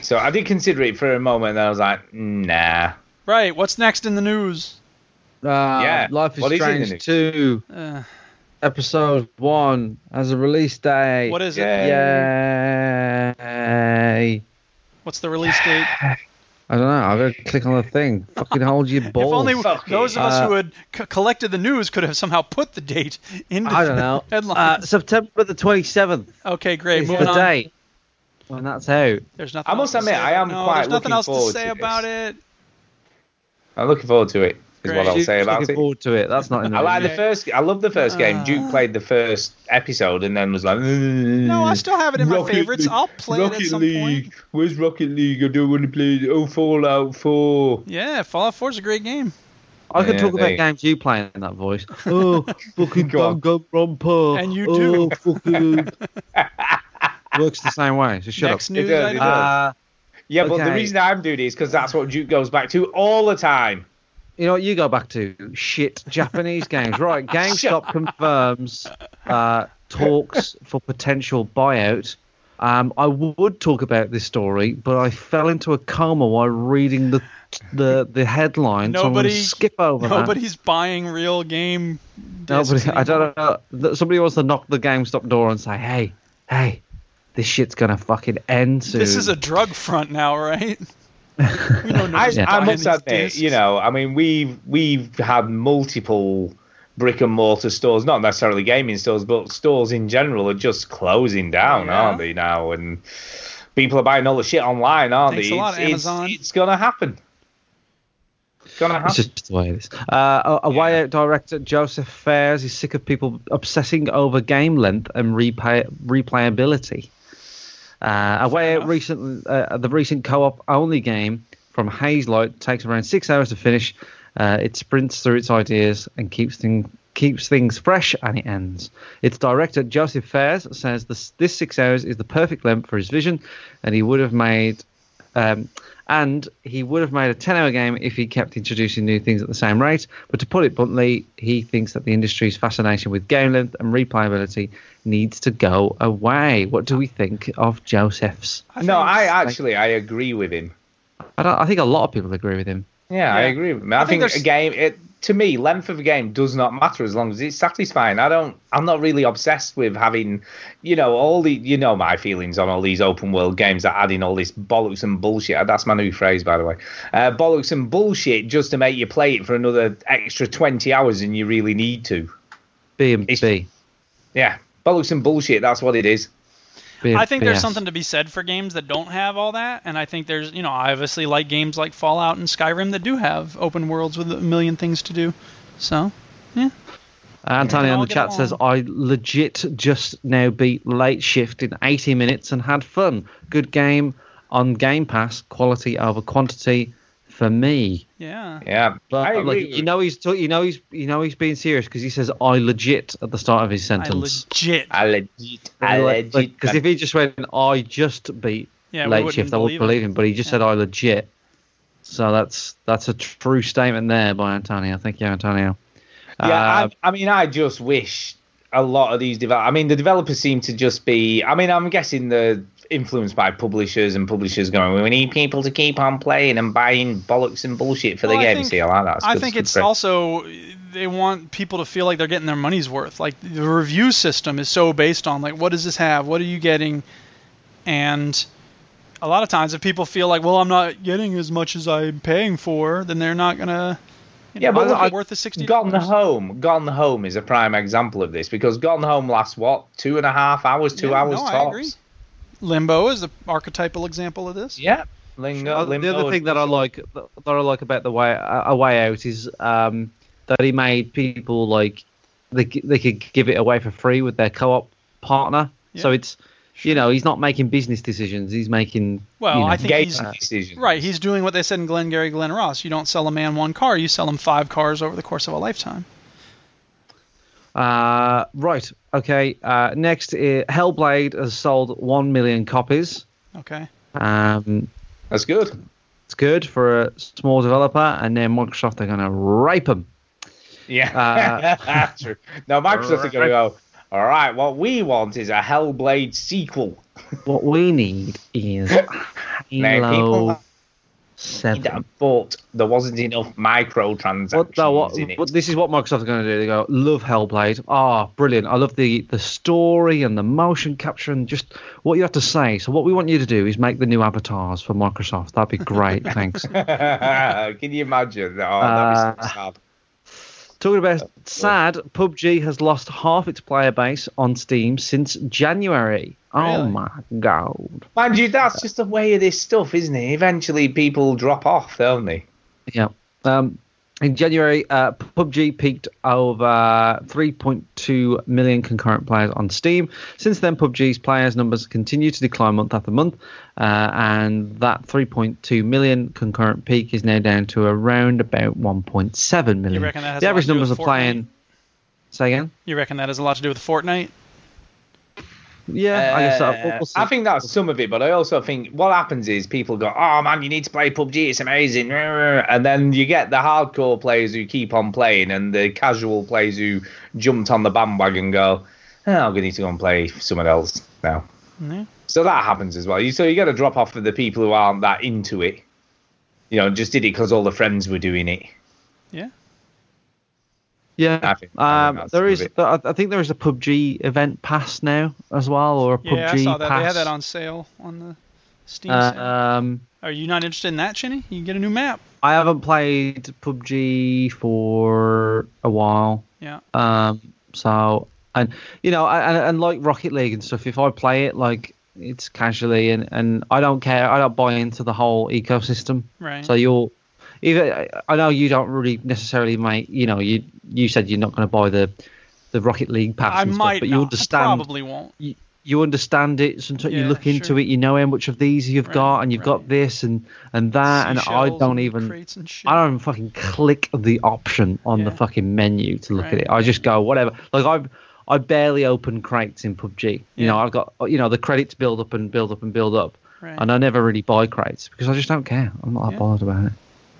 Speaker 3: So I did consider it for a moment, and I was like, nah.
Speaker 1: Right. What's next in the news?
Speaker 4: Uh,
Speaker 3: Yeah.
Speaker 4: Life is
Speaker 3: What is in the
Speaker 4: Strange
Speaker 3: news?
Speaker 4: Two,
Speaker 1: Uh,
Speaker 4: episode one, has a release date.
Speaker 1: what is it?
Speaker 3: Yeah.
Speaker 4: Yay!
Speaker 1: What's the release date?
Speaker 4: I don't know. I've got to click on the thing. Fucking hold your
Speaker 1: if
Speaker 4: balls.
Speaker 1: only
Speaker 3: fuck
Speaker 1: those
Speaker 3: it.
Speaker 1: of us
Speaker 4: Uh,
Speaker 1: who had c- collected the news could have somehow put the date into
Speaker 4: I don't know.
Speaker 1: the
Speaker 4: Uh,
Speaker 1: headlines.
Speaker 4: September the 27th
Speaker 1: okay, great.
Speaker 4: is
Speaker 1: Moving
Speaker 4: the
Speaker 1: on.
Speaker 4: date when that's out.
Speaker 1: There's nothing.
Speaker 3: I must
Speaker 1: else to
Speaker 3: admit,
Speaker 1: say
Speaker 3: I
Speaker 1: about-
Speaker 3: am
Speaker 1: no,
Speaker 3: quite
Speaker 1: There's nothing
Speaker 3: looking
Speaker 1: else to
Speaker 3: forward
Speaker 1: say
Speaker 3: to
Speaker 1: about it.
Speaker 3: I'm looking forward to it. Is
Speaker 1: Great.
Speaker 3: what I'll say
Speaker 4: Duke's
Speaker 3: about
Speaker 4: looking
Speaker 3: it.
Speaker 4: forward to it. That's not in the
Speaker 3: I like the
Speaker 4: news.
Speaker 3: first. I love the first game. Duke played the first episode and then was like,
Speaker 1: Uh. No, I still have it in my
Speaker 3: Rocket
Speaker 1: favorites.
Speaker 3: League-
Speaker 1: I'll play
Speaker 3: Rocket
Speaker 1: it at some
Speaker 3: League.
Speaker 1: point.
Speaker 3: Where's Rocket League? I don't want to play it. Oh, Fallout 4.
Speaker 1: Yeah, Fallout 4 is a great game.
Speaker 4: I could
Speaker 3: Yeah,
Speaker 4: talk
Speaker 3: there
Speaker 4: about
Speaker 3: you-
Speaker 4: games you play in that voice. Oh, fucking
Speaker 3: Go on.
Speaker 4: Danganronpa.
Speaker 1: And you
Speaker 4: oh,
Speaker 1: do.
Speaker 4: Fucking... Works the same way. So shut
Speaker 1: next
Speaker 4: up.
Speaker 1: news
Speaker 3: It does, it
Speaker 1: item.
Speaker 3: does.
Speaker 4: Uh,
Speaker 3: Yeah, but the
Speaker 4: Okay.
Speaker 3: reason I'm doing it is because that's what Duke goes back to all the time.
Speaker 4: you know what? You go back to shit Japanese games, right? GameStop confirms uh, talks for potential buyout. Um, I would talk about this story, but I fell into a coma while reading the the, the headline. so I'm going
Speaker 1: Nobody-
Speaker 4: to skip over that.
Speaker 1: Nobody's buying real game. discs
Speaker 4: Nobody, I
Speaker 1: anymore.
Speaker 4: don't know. Th- Somebody wants to knock the GameStop door and say, "Hey, hey, this shit's gonna fucking end soon."
Speaker 1: This is a drug front now, right? we don't know.
Speaker 3: I,
Speaker 1: who's
Speaker 3: I
Speaker 1: buying
Speaker 3: must
Speaker 1: these
Speaker 3: admit,
Speaker 1: discs.
Speaker 3: you know, I mean, we've we've had multiple brick and mortar stores, not necessarily gaming stores, but stores in general are just closing down,
Speaker 1: Yeah.
Speaker 3: aren't they now? And people are buying all the shit online, aren't
Speaker 1: Thanks
Speaker 3: they?
Speaker 1: a lot,
Speaker 3: It's- it's-
Speaker 1: Amazon.
Speaker 3: it's gonna happen. It's gonna happen.
Speaker 4: It's just the way it is. Uh, a a way out director Joseph Fares is sick of people obsessing over game length and replay, replayability. Uh, a way out recent, uh, the recent co-op only game from Hazelight takes around six hours to finish. Uh, it sprints through its ideas and keeps things keeps things fresh and it ends. Its director Joseph Fares says this, this six hours is the perfect length for his vision, and he would have made um, and he would have made a 10 hour game if he kept introducing new things at the same rate. But to put it bluntly, he thinks that the industry's fascination with game length and replayability needs to go away. What do we think of Joseph's?
Speaker 1: I
Speaker 3: no,
Speaker 1: think-
Speaker 3: I actually I agree with him.
Speaker 4: I, don't, I think a lot of people agree with him.
Speaker 3: Yeah, I agree. with him. I,
Speaker 1: I think
Speaker 3: think,
Speaker 1: there's-
Speaker 3: a game. It, to me, length of a game does not matter as long as it's satisfying. I don't. I'm not really obsessed with having, you know, all the. You know my feelings on all these open world games that add in all this bollocks and bullshit. That's my new phrase, by the way. Uh, bollocks and bullshit just to make you play it for another extra twenty hours than you really need to.
Speaker 4: B and B.
Speaker 3: Yeah, bollocks and bullshit. That's what it is.
Speaker 1: I think there's something to be said for games that don't have all that, and I think there's, you know, I obviously like games like Fallout and Skyrim that do have open worlds with a million things to do. So,
Speaker 4: Antonio
Speaker 1: I'll
Speaker 4: on the
Speaker 1: get
Speaker 4: chat says, I legit just now beat Late Shift in 80 minutes and had fun. Good game on Game Pass, quality over quantity for me.
Speaker 1: yeah.
Speaker 3: Yeah,
Speaker 4: But uh,
Speaker 3: I agree
Speaker 4: like,
Speaker 3: with
Speaker 4: you know he's ta- you know he's you know he's being serious because he says I legit at the start of his
Speaker 1: I
Speaker 4: sentence.
Speaker 1: legit.
Speaker 3: I legit, I legit.
Speaker 4: Because if he just went I just beat
Speaker 1: Yeah, we
Speaker 4: late
Speaker 1: wouldn't
Speaker 4: shift, I would
Speaker 1: believe him.
Speaker 4: believe him. But he just said I legit. So that's that's a true statement there by Antonio. Thank you, Antonio.
Speaker 3: Yeah,
Speaker 4: Uh,
Speaker 3: I, I mean, I just wish a lot of these develop. I mean, the developers seem to just be. I mean, I'm guessing they're influenced by publishers and publishers going, we need people to keep on playing and buying bollocks and bullshit for
Speaker 1: Well,
Speaker 3: the
Speaker 1: I
Speaker 3: game.
Speaker 1: think-
Speaker 3: See, I like that.
Speaker 1: I
Speaker 3: good-
Speaker 1: think
Speaker 3: good
Speaker 1: it's
Speaker 3: phrase.
Speaker 1: also they want people to feel like they're getting their money's worth. Like the review system is so based on like what does this have? What are you getting? And a lot of times if people feel like, well, I'm not getting as much as I'm paying for, then they're not gonna you know,
Speaker 3: Yeah, but
Speaker 1: is
Speaker 3: look
Speaker 1: it
Speaker 3: at
Speaker 1: worth the sixty
Speaker 3: Gone
Speaker 1: dollars?
Speaker 3: Home. Gone Home is a prime example of this because Gone Home lasts what two and a half hours, two
Speaker 1: Yeah,
Speaker 3: hours
Speaker 1: no, I
Speaker 3: tops.
Speaker 1: agree. Limbo is the archetypal example of this.
Speaker 3: Yeah, Lingo,
Speaker 4: Uh,
Speaker 3: Limbo
Speaker 4: the other thing that I like that I like about the way uh, a way out is um, that he made people like they c- they could give it away for free with their co-op partner. So
Speaker 1: Yeah.
Speaker 4: it's you know he's not making business decisions. He's making
Speaker 1: Well,
Speaker 4: you know,
Speaker 1: I think
Speaker 3: game
Speaker 1: he's
Speaker 3: decision.
Speaker 1: right. He's doing what they said in Glengarry Glen Ross. You don't sell a man one car. You sell him five cars over the course of a lifetime.
Speaker 4: Uh, right. Okay. Uh, next, uh, Hellblade has sold one million copies.
Speaker 1: Okay.
Speaker 4: Um,
Speaker 3: That's good.
Speaker 4: it's good for a small developer, and then Microsoft are going to rape them.
Speaker 3: Yeah.
Speaker 4: Uh,
Speaker 3: True. No, Microsoft are going to
Speaker 4: Right.
Speaker 3: go, all right, what we want is a Hellblade sequel.
Speaker 4: What we need is
Speaker 3: Now,
Speaker 4: Halo
Speaker 3: people
Speaker 4: Seven.
Speaker 3: thought there wasn't enough microtransactions
Speaker 4: What, no, what,
Speaker 3: in it.
Speaker 4: what, this is what Microsoft are going to do. They go, love Hellblade. Ah, brilliant. I love the, the story and the motion capture and just what you have to say. So, what we want you to do is make the new avatars for Microsoft. That'd be great. Thanks.
Speaker 3: Can you imagine? Oh, that'd be so
Speaker 4: Uh,
Speaker 3: sad.
Speaker 4: Talking about sad, PUBG has lost half its player base on Steam since January. Oh
Speaker 1: Really?
Speaker 4: my god!
Speaker 3: Mind you, that's just the way of this stuff, isn't it? Eventually, people drop off, don't they?
Speaker 4: Yeah. Um, in January, uh, PUBG peaked over 3.2 million concurrent players on Steam. Since then, PUBG's players' numbers continue to decline month after month, uh, and that 3.2 million concurrent peak is now down to around about 1.7 million.
Speaker 1: reckon that has
Speaker 4: the
Speaker 1: a lot
Speaker 4: average
Speaker 1: to do
Speaker 4: numbers of
Speaker 1: with
Speaker 4: playing. Say again?
Speaker 1: You reckon that has a lot to do with Fortnite?
Speaker 4: Yeah, I guess so.
Speaker 3: Uh,
Speaker 4: We'll- we'll see.
Speaker 3: I think that's some of it, but I also think what happens is people go, "Oh man, you need to play PUBG. It's amazing," and then you get the hardcore players who keep on playing, and the casual players who jumped on the bandwagon go, "Oh, I'm gonna need to go and play someone else now."
Speaker 1: Yeah.
Speaker 3: So that happens as well. You so you get a drop off of the people who aren't that into it. You know, just did it because all the friends were doing it.
Speaker 1: Yeah.
Speaker 3: I
Speaker 4: Yeah,
Speaker 3: think- I think
Speaker 4: um,
Speaker 3: that's
Speaker 4: there
Speaker 3: some
Speaker 4: is.
Speaker 3: of it.
Speaker 4: I I think there is a PUBG event pass now as well, or a PUBG
Speaker 1: Yeah, I saw that.
Speaker 4: pass.
Speaker 1: They had that on sale on the Steam sale.
Speaker 4: Uh, um,
Speaker 1: Are you not interested in that, Chinny? You can get a new map.
Speaker 4: I haven't played PUBG for a while,
Speaker 1: Yeah.
Speaker 4: um, so and you know, I- and, and like Rocket League and stuff. If I play it, like it's casually, and and I don't care. I don't buy into the whole ecosystem.
Speaker 1: Right.
Speaker 4: So you're, even I- I know you don't really necessarily make. You know, you you said you're not going to buy the the Rocket League pass.
Speaker 1: I
Speaker 4: and stuff,
Speaker 1: might
Speaker 4: Ah, but um,
Speaker 1: not.
Speaker 4: you
Speaker 1: I
Speaker 4: understand
Speaker 1: probably won't.
Speaker 4: you, you understand it. Sometimes
Speaker 1: Yeah,
Speaker 4: you look into
Speaker 1: sure.
Speaker 4: it. You know how much of these you've
Speaker 1: Right,
Speaker 4: got, and you've
Speaker 1: right.
Speaker 4: got this and and that. ah, And I
Speaker 1: Seashells
Speaker 4: don't
Speaker 1: and
Speaker 4: even
Speaker 1: crates and shit.
Speaker 4: I don't even fucking click the option on the
Speaker 1: Yeah.
Speaker 4: fucking menu to look at
Speaker 1: Right.
Speaker 4: it. I just go whatever. Like I've. I barely open crates in PUBG. You know,
Speaker 1: Yeah.
Speaker 4: I've got you know the credits build up and build up and build up,
Speaker 1: Right.
Speaker 4: and I never really buy crates because I just don't care. I'm not that
Speaker 1: Yeah.
Speaker 4: bothered about it.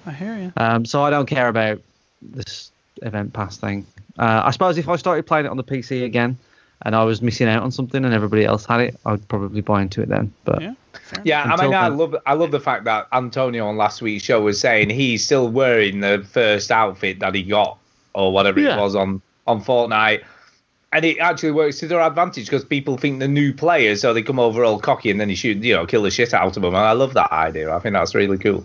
Speaker 1: I hear you.
Speaker 4: Um, so I don't care about this event pass thing. Uh, I suppose if I started playing it on the PC again and I was missing out on something and everybody else had it, I'd probably buy into it then. But
Speaker 1: Yeah.
Speaker 12: fair
Speaker 3: Yeah, I
Speaker 12: enough.
Speaker 3: mean, I love I love the fact that Antonio on last week's show was saying he's still wearing the first outfit that he got or whatever
Speaker 12: Yeah.
Speaker 3: it was on on Fortnite, and it actually works to their advantage because people think they're new players, so they come over all cocky and then you shoot, you know, kill the shit out of them. And I love that idea. I think that's really cool.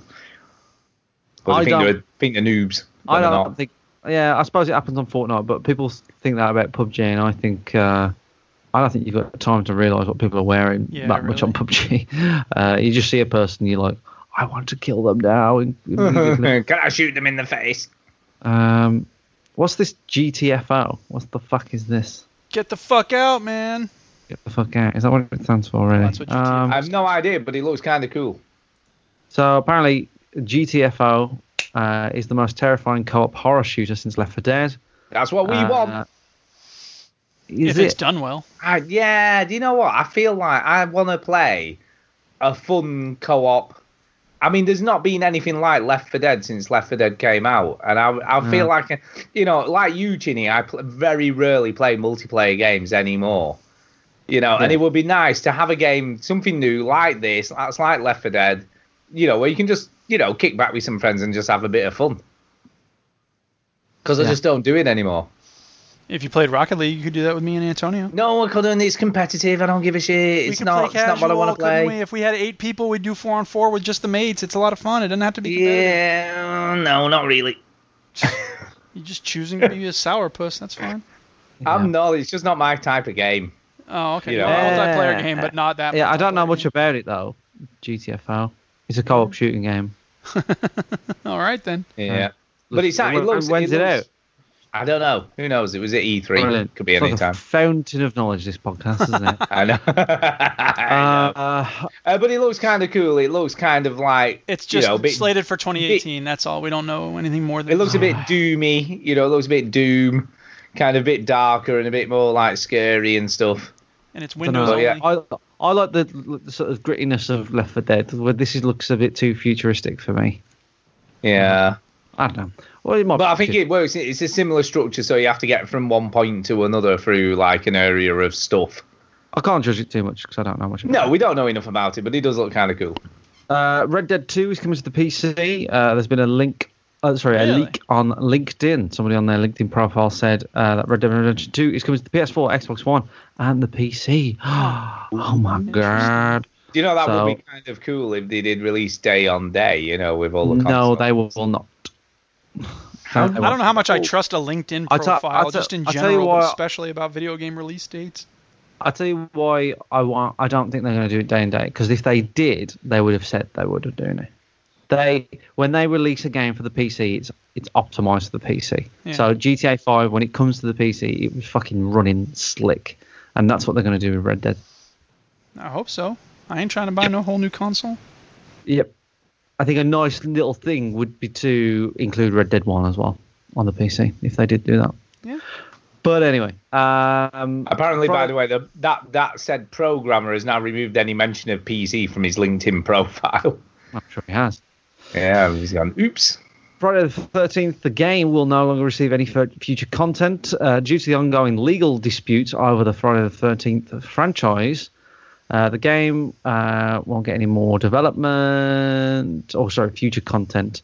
Speaker 3: But
Speaker 4: I
Speaker 3: they think,
Speaker 4: don't-
Speaker 3: they're, think they're noobs. but
Speaker 4: I
Speaker 3: they're
Speaker 4: don't
Speaker 3: not.
Speaker 4: think. Yeah, I suppose it happens on Fortnite, but people s- think that about PUBG, and I think uh, I don't think you've got time to realise what people are wearing
Speaker 1: Yeah,
Speaker 4: that much on PUBG. Uh, you just see a person, you're like, I want to kill them now. and-
Speaker 3: Can I shoot them in the face?
Speaker 4: um, what's this GTFO? What the fuck is this?
Speaker 1: Get the fuck out, man.
Speaker 4: Get the fuck out! Is that what it stands for? Really?
Speaker 1: That's what GTFO
Speaker 4: Um,
Speaker 3: I have no idea, but it looks kind of cool.
Speaker 4: So apparently, GTFO uh, is the most terrifying co-op horror shooter since Left 4 Dead.
Speaker 3: That's what we
Speaker 4: Uh,
Speaker 3: want.
Speaker 1: if
Speaker 4: Is
Speaker 1: it's
Speaker 4: it?
Speaker 1: done well.
Speaker 3: I, yeah, do you know what? I feel like I want to play a fun co-op. I mean, there's not been anything like Left 4 Dead since Left 4 Dead came out, and I, I feel
Speaker 4: Mm.
Speaker 3: like, you know, like you, Ginny, I pl- very rarely play multiplayer games anymore. You know, and
Speaker 4: Yeah.
Speaker 3: it would be nice to have a game, something new like this, that's like Left 4 Dead, you know, where you can just, you know, kick back with some friends and just have a bit of fun. Because I
Speaker 4: Yeah.
Speaker 3: just don't do it anymore.
Speaker 1: If you played Rocket League, you could do that with me and Antonio.
Speaker 3: No, I couldn't. It's competitive. I don't give a shit.
Speaker 1: we
Speaker 3: It's
Speaker 1: could
Speaker 3: not.
Speaker 1: play
Speaker 3: It's not what I
Speaker 1: casual,
Speaker 3: want to
Speaker 1: couldn't
Speaker 3: play.
Speaker 1: we? If we had eight people, we'd do four on four with just the mates. It's a lot of fun. It doesn't have to be competitive.
Speaker 3: Yeah, no, not really.
Speaker 1: You're just choosing to be a sourpuss. That's fine.
Speaker 3: I'm not. It's just not my type of game.
Speaker 1: Oh, okay.
Speaker 3: Yeah.
Speaker 1: Well, a multiplayer
Speaker 4: Yeah.
Speaker 1: game, but not that.
Speaker 4: Yeah, I don't know much about it though. GTFO. It's a co-op shooting game.
Speaker 1: All right then.
Speaker 3: Yeah, but it's it
Speaker 4: When-
Speaker 3: looks.
Speaker 4: when's it,
Speaker 3: looks-
Speaker 4: out?
Speaker 3: I don't know. Who knows? It was at E3.
Speaker 4: Brilliant.
Speaker 3: Could be
Speaker 4: It's like
Speaker 3: any
Speaker 4: a
Speaker 3: time.
Speaker 4: Fountain of knowledge, this podcast, isn't it?
Speaker 3: I know. I know.
Speaker 4: uh,
Speaker 3: Uh, but it looks kind of cool. It looks kind of like
Speaker 1: It's just
Speaker 3: you know, a bit-
Speaker 1: slated for 2018. that's all. We don't know anything more than.
Speaker 3: It looks a bit doomy. You know, it looks a bit doom, kind of a bit darker and a bit more like scary and stuff.
Speaker 1: And it's
Speaker 4: I, don't
Speaker 1: Windows
Speaker 4: know.
Speaker 1: only.
Speaker 3: yeah.
Speaker 4: I, I like the, the sort of grittiness of Left 4 Dead. Where this is, looks a bit too futuristic for me.
Speaker 3: Yeah.
Speaker 4: I don't know. Well, it might
Speaker 3: But
Speaker 4: be
Speaker 3: I think
Speaker 4: good.
Speaker 3: it works. It's a similar structure, so you have to get from one point to another through like an area of stuff.
Speaker 4: I can't judge it too much because I don't know much. About
Speaker 3: No, we don't know enough about it, but it does look kind of cool.
Speaker 4: Uh, Red Dead 2 is coming to the PC. Uh, there's been a link, uh, sorry, a
Speaker 1: Really?
Speaker 4: leak on LinkedIn. Somebody on their LinkedIn profile said uh, that Red Dead Redemption 2 is coming to the PS4, Xbox One, and the PC. oh my god!
Speaker 3: Do you know that would
Speaker 4: So-
Speaker 3: be kind of cool if they did release day on day? You know, with all the
Speaker 4: No,
Speaker 3: consoles.
Speaker 4: they will not.
Speaker 1: I don't know how much I trust a LinkedIn
Speaker 4: I tell- I
Speaker 1: profile,
Speaker 4: tell-
Speaker 1: just in
Speaker 4: I tell you
Speaker 1: general, but
Speaker 4: what-
Speaker 1: especially about video game release dates.
Speaker 4: I'll tell you why I want. I don't think they're going to do it day and day because if they did, they would have said they would have done it. They when they release a game for the PC, it's it's optimized for the PC.
Speaker 1: Yeah.
Speaker 4: So GTA 5, when it comes to the PC, it was fucking running slick, and that's what they're going to do with Red Dead.
Speaker 1: I hope so. I ain't trying to buy no whole new console.
Speaker 4: Yep. I think a nice little thing would be to include Red Dead One as well on the PC if they did do that.
Speaker 1: Yeah.
Speaker 4: But anyway, um,
Speaker 3: Apparently, by
Speaker 4: Right.
Speaker 3: the way, the, that that said programmer has now removed any mention of PC from his LinkedIn profile.
Speaker 4: I'm sure he has.
Speaker 3: yeah, he's gone. Oops.
Speaker 4: Friday the 13th, the game will no longer receive any fur- future content uh, due to the ongoing legal disputes over the Friday the 13th franchise. Uh, the game uh, won't get any more development or, sorry, future content.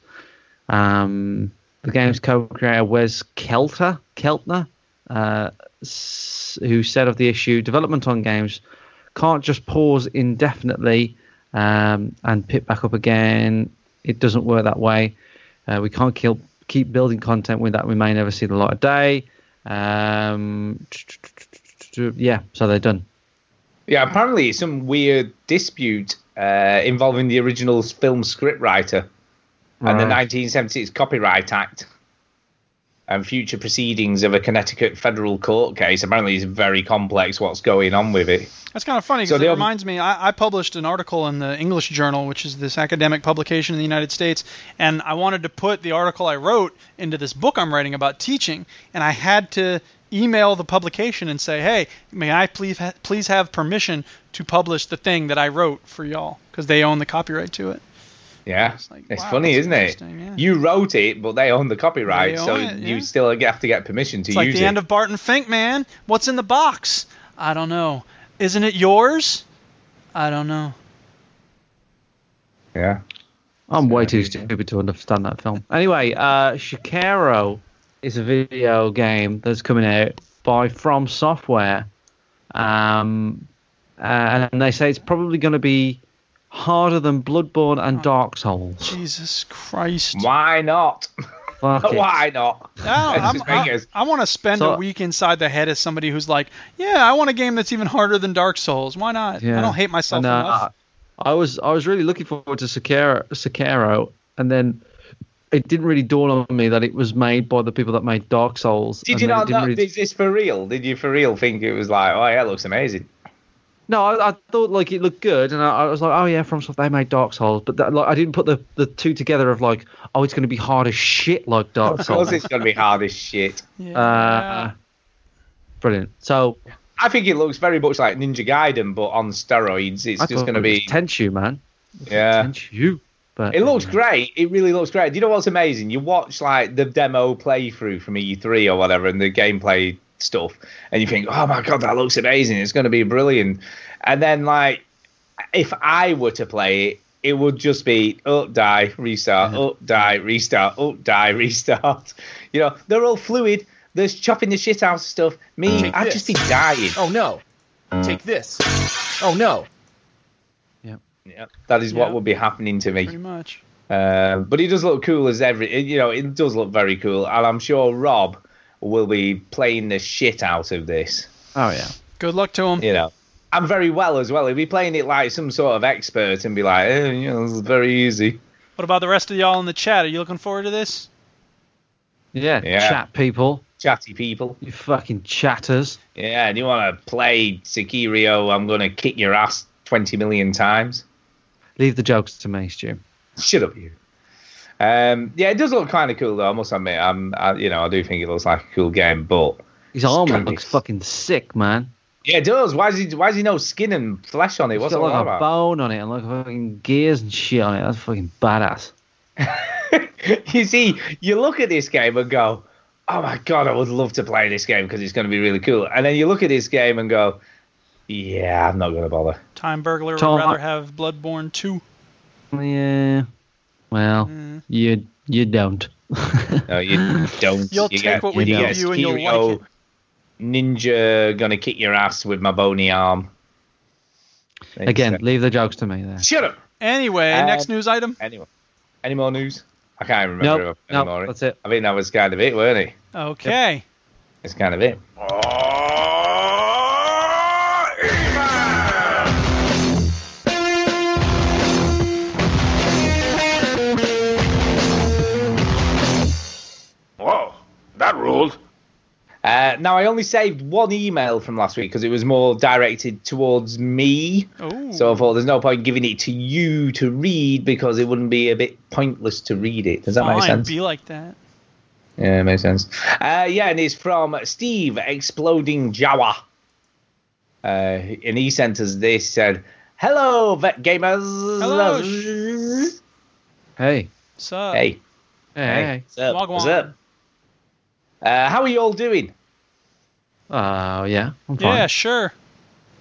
Speaker 4: Um, the game's co creator, Wes Kelter, Keltner, uh, s- who said of the issue development on games can't just pause indefinitely um, and pick back up again. It doesn't work that way. Uh, we can't kill, keep building content with that. We may never see the light of day. Um, yeah, so they're done.
Speaker 3: Yeah, apparently it's some weird dispute uh, involving the original film scriptwriter and the
Speaker 4: Right.
Speaker 3: 1976 Copyright Act and future proceedings of a Connecticut federal court case. Apparently, it's very complex what's going on with it.
Speaker 1: That's kind of funny
Speaker 3: So
Speaker 1: because
Speaker 3: the
Speaker 1: it
Speaker 3: other-
Speaker 1: reminds me. I, I published an article in the English Journal, which is this academic publication in the United States, and I wanted to put the article I wrote into this book I'm writing about teaching, and I had to email the publication and say, "Hey, may I please ha- please have permission to publish the thing that I wrote for y'all because they own the copyright to it."
Speaker 3: Yeah, it's,
Speaker 1: It's like, wow,
Speaker 3: funny,
Speaker 1: that's
Speaker 3: isn't it?
Speaker 1: interesting, yeah.
Speaker 3: You wrote it, but they own the copyright,
Speaker 1: They
Speaker 3: so
Speaker 1: own it, yeah.
Speaker 3: you still have to get permission to
Speaker 1: It's like
Speaker 3: use
Speaker 1: the
Speaker 3: it.
Speaker 1: end of Barton Fink, man. What's in the box? I don't know. Isn't it yours? I don't know.
Speaker 3: Yeah.
Speaker 4: I'm way too stupid to understand that film. Anyway, uh, Shikero is a video game that's coming out by From Software, um, uh, and they say it's probably going to be harder than Bloodborne and Dark Souls.
Speaker 1: Jesus Christ.
Speaker 3: Why not?
Speaker 4: Fuck it.
Speaker 3: Why not?
Speaker 1: I,
Speaker 3: Let's
Speaker 1: don't-
Speaker 3: just
Speaker 1: I'm-
Speaker 3: make
Speaker 1: I-
Speaker 3: it-
Speaker 1: I want to spend
Speaker 4: So-
Speaker 1: a week inside the head of somebody who's like, "Yeah, I want a game that's even harder than Dark Souls. Why not? I don't hate myself
Speaker 4: And, uh,
Speaker 1: enough."
Speaker 4: I was I was really looking forward to Sekiro, Sekiro, and then it didn't really dawn on me that it was made by the people that made Dark Souls.
Speaker 3: Did
Speaker 4: and
Speaker 3: you
Speaker 4: then it
Speaker 3: not
Speaker 4: didn't
Speaker 3: know?
Speaker 4: really-
Speaker 3: Is this for real? Did you for real think it was like, oh yeah, it looks amazing?
Speaker 4: No, I, I thought like it looked good, and I, I was like, oh yeah, FromSoft they made Dark Souls, but that, like I didn't put the, the two together of like, oh, it's going to be hard as shit like Dark
Speaker 3: Of course,
Speaker 4: Souls.
Speaker 3: it's gonna be hard as shit.
Speaker 4: uh, brilliant. So
Speaker 3: I think it looks very much like Ninja Gaiden, but on steroids. It's
Speaker 4: I
Speaker 3: just
Speaker 4: thought
Speaker 3: gonna
Speaker 4: it was
Speaker 3: be
Speaker 4: Tenchu, man.
Speaker 3: yeah.
Speaker 4: Tenchu, but
Speaker 3: It looks great. It really looks great. Do you know what's amazing? You watch like the demo playthrough from E3 or whatever, and the gameplay stuff, and you think, "Oh my god, that looks amazing! It's going to be brilliant." And then, like, if I were to play it, it would just be up, die, restart, up, die, restart, up, die, restart. You know, they're all fluid. They're chopping the shit out of stuff. Me,
Speaker 13: Take
Speaker 3: I'd
Speaker 13: this.
Speaker 3: just be dying.
Speaker 13: Oh no. Take this. Oh no.
Speaker 3: Yeah, that is
Speaker 1: Yeah.
Speaker 3: what would be happening to me.
Speaker 1: Pretty much.
Speaker 3: Uh, but he does look cool as every, it- you know, it does look very cool, and I'm sure Rob will be playing the shit out of this.
Speaker 4: oh yeah.
Speaker 1: Good luck to him.
Speaker 3: You know, and very well as well. He'll be playing it like some sort of expert and be like, eh, you know, it's very easy.
Speaker 1: What about the rest of y'all in the chat? Are you looking forward to this?
Speaker 4: yeah,
Speaker 3: Yeah.
Speaker 4: chat people,
Speaker 3: Chatty people.
Speaker 4: you fucking chatters.
Speaker 3: Yeah, do you want to play Sekiro? I'm gonna kick your ass twenty million times.
Speaker 4: Leave the jokes to me, Stu.
Speaker 3: Shut up, you. Um, yeah, it does look kind of cool though. I must admit, I'm, I, you know, I do think it looks like a cool game, but
Speaker 4: His armor
Speaker 3: Scandalous.
Speaker 4: looks fucking sick, man.
Speaker 3: yeah, it does. Why is he? Why is he no skin and flesh on it?
Speaker 4: It's
Speaker 3: What's
Speaker 4: got
Speaker 3: all that
Speaker 4: like a
Speaker 3: about?
Speaker 4: bone on it and like fucking gears and shit on it. That's fucking badass.
Speaker 3: you see, you look at this game and go, "Oh my god, I would love to play this game because it's going to be really cool." And then you look at this game and go, "Yeah, I'm not going to bother."
Speaker 1: Time Burglar
Speaker 4: Tom,
Speaker 1: would rather
Speaker 4: I-
Speaker 1: have Bloodborne 2.
Speaker 4: Yeah. Well, you you don't.
Speaker 3: No, you don't.
Speaker 1: You'll
Speaker 3: you
Speaker 1: take what we
Speaker 3: you
Speaker 1: give
Speaker 3: get
Speaker 1: you and you'll
Speaker 3: Stereo
Speaker 1: like it.
Speaker 3: Ninja gonna kick your ass with my bony arm. It's,
Speaker 4: Again,
Speaker 3: uh,
Speaker 4: leave the jokes to me there.
Speaker 3: shut up.
Speaker 1: Anyway,
Speaker 3: Uh,
Speaker 1: next news item.
Speaker 3: Anyway, any more news? I can't remember
Speaker 4: Nope, nope,
Speaker 3: anymore.
Speaker 4: that's it.
Speaker 3: I think that was kind of it, weren't it?
Speaker 1: Okay.
Speaker 3: It's kind of it.
Speaker 13: Whoa. That ruled.
Speaker 3: Uh, now, I only saved one email from last week because it was more directed towards me.
Speaker 1: Ooh.
Speaker 3: So I thought there's no point giving it to you to read because it wouldn't be a bit pointless to read it. Does that
Speaker 1: Fine,
Speaker 3: make sense?
Speaker 1: be like that.
Speaker 3: yeah, it makes sense. Uh, yeah, and it's from Steve Exploding Jawa. Uh, and he sent us this said, Hello, Vet Gamers.
Speaker 1: Hello,
Speaker 4: Hey.
Speaker 1: So,
Speaker 3: Hey.
Speaker 4: Hey.
Speaker 3: What's up?
Speaker 1: Wagwan.
Speaker 3: What's up? Uh, how are you all doing?
Speaker 4: Oh, yeah. I'm fine.
Speaker 1: yeah, sure.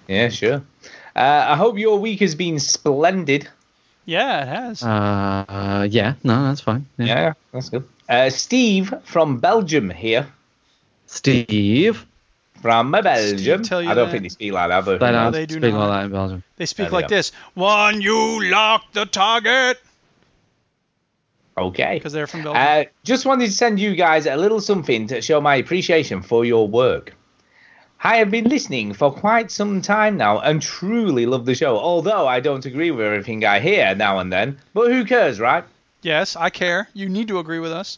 Speaker 3: Yeah, sure. Uh, I hope your week has been splendid.
Speaker 1: Yeah, it has.
Speaker 4: Uh, uh, yeah. No, that's fine. Yeah.
Speaker 3: Yeah, that's good. Uh, Steve from Belgium here.
Speaker 4: Steve.
Speaker 3: From Belgium.
Speaker 1: tell you
Speaker 3: I don't
Speaker 1: that? uh,
Speaker 3: think they speak like that, but
Speaker 4: They don't
Speaker 1: they do
Speaker 4: speak
Speaker 1: not.
Speaker 4: like that in Belgium.
Speaker 1: they
Speaker 3: there
Speaker 1: speak
Speaker 3: we
Speaker 1: like
Speaker 3: go.
Speaker 1: this. One, you lock the target.
Speaker 3: okay.
Speaker 1: Because they're from Belgium.
Speaker 3: Uh, just wanted to send you guys a little something to show my appreciation for your work. I have been listening for quite some time now and truly love the show, although I don't agree with everything I hear now and then. But who cares, right?
Speaker 1: yes, I care. You need to agree with us.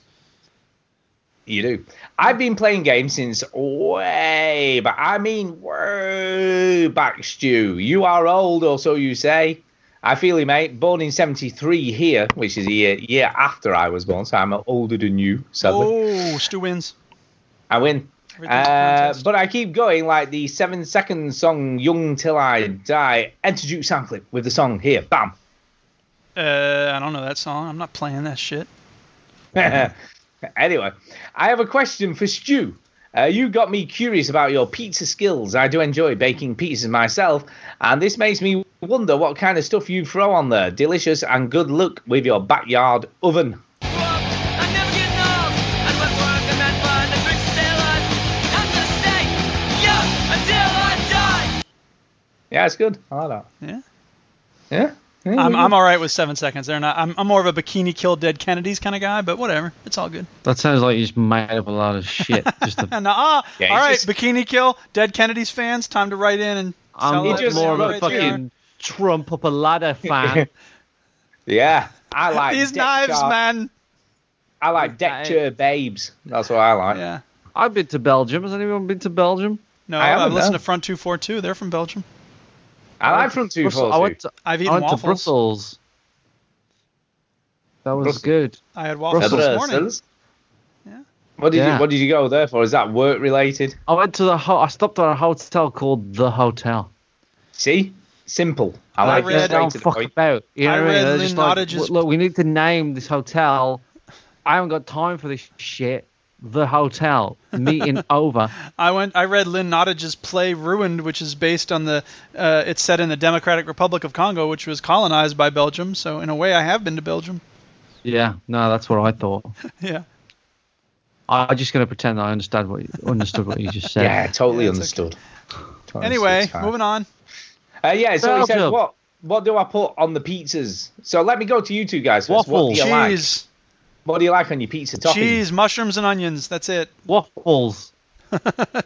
Speaker 3: You do. I've been playing games since way back. I mean, way back, Stu. You are old, or so you say. I feel you, mate. Born in 73 here, which is a year, year after I was born, so I'm older than you, sadly.
Speaker 1: Oh, Stu wins.
Speaker 3: I win.
Speaker 1: Everything's a
Speaker 3: Uh,
Speaker 1: contest.
Speaker 3: but I keep going like the seven second song, Young Till I Die. Enter Duke sound clip with the song here. Bam.
Speaker 1: Uh, I don't know that song. I'm not playing that shit.
Speaker 3: anyway, I have a question for Stu. Uh, you got me curious about your pizza skills. I do enjoy baking pizzas myself, and this makes me wonder what kind of stuff you throw on there. Delicious and good luck with your backyard oven. Yeah, it's good. I like
Speaker 1: that. Yeah.
Speaker 3: Yeah. Mm. Yeah,
Speaker 1: I'm,
Speaker 3: Oh, yeah.
Speaker 1: I'm all right with seven seconds. They're not. I'm, I'm more of a bikini kill dead Kennedys kind of guy, but whatever. It's all good.
Speaker 4: That sounds like you just made up a lot of shit. Just to,
Speaker 1: And uh, ah,
Speaker 4: Yeah,
Speaker 1: all
Speaker 4: it's
Speaker 1: right, bikini kill dead Kennedys fans. Time to write in and.
Speaker 4: I'm
Speaker 1: sell
Speaker 4: like
Speaker 1: it.
Speaker 4: more of a
Speaker 1: Right there.
Speaker 4: fucking Trump up a ladder fan.
Speaker 3: Yeah, I like
Speaker 1: These
Speaker 3: deck
Speaker 1: knives,
Speaker 3: chart-
Speaker 1: man.
Speaker 3: I like deck chair babes. That's what I like.
Speaker 1: Yeah.
Speaker 4: I've been to Belgium. Has anyone been to Belgium?
Speaker 1: No,
Speaker 3: I
Speaker 1: I have
Speaker 3: haven't
Speaker 1: listened
Speaker 3: done.
Speaker 1: to Front Two Four Two. They're from Belgium.
Speaker 3: I like from two
Speaker 4: Brussels-
Speaker 3: four
Speaker 4: I went to,
Speaker 1: I've
Speaker 4: I
Speaker 1: eaten
Speaker 4: went
Speaker 1: waffles.
Speaker 4: to Brussels. That was good.
Speaker 1: I had waffles this morning.
Speaker 3: What did
Speaker 4: Yeah.
Speaker 3: you What did you go there for? Is that work related?
Speaker 4: I went to the ho- I stopped at a hotel called the hotel.
Speaker 3: See, simple. I, like
Speaker 4: Like, they
Speaker 3: it. Straight
Speaker 4: don't
Speaker 3: to the
Speaker 4: fuck
Speaker 3: point.
Speaker 4: about. You
Speaker 1: I
Speaker 4: know what I mean?
Speaker 1: read
Speaker 4: They're
Speaker 1: Lynn
Speaker 4: just like,
Speaker 1: Nottage's-
Speaker 4: look, we need to name this hotel. I haven't got time for this shit. The hotel meeting over.
Speaker 1: I went. I read Lynn Nottage's play Ruined, which is based on the. Uh, it's set in the Democratic Republic of Congo, which was colonized by Belgium. So in a way, I have been to Belgium.
Speaker 4: Yeah, no, that's what I thought.
Speaker 1: Yeah.
Speaker 4: I- I'm just going to pretend I understand what you, understood what you just said.
Speaker 3: Yeah, totally
Speaker 1: Yeah, it's
Speaker 3: understood. Totally
Speaker 1: Anyway,
Speaker 3: understood, fine.
Speaker 1: moving on.
Speaker 3: Uh, yeah, so he says,
Speaker 4: Belgium.
Speaker 3: what What do I put on the pizzas? So let me go to you two guys first. What do you like?
Speaker 1: Cheese,
Speaker 3: What do you like on your pizza topping?
Speaker 1: cheese, mushrooms, and onions. That's it.
Speaker 4: Waffles.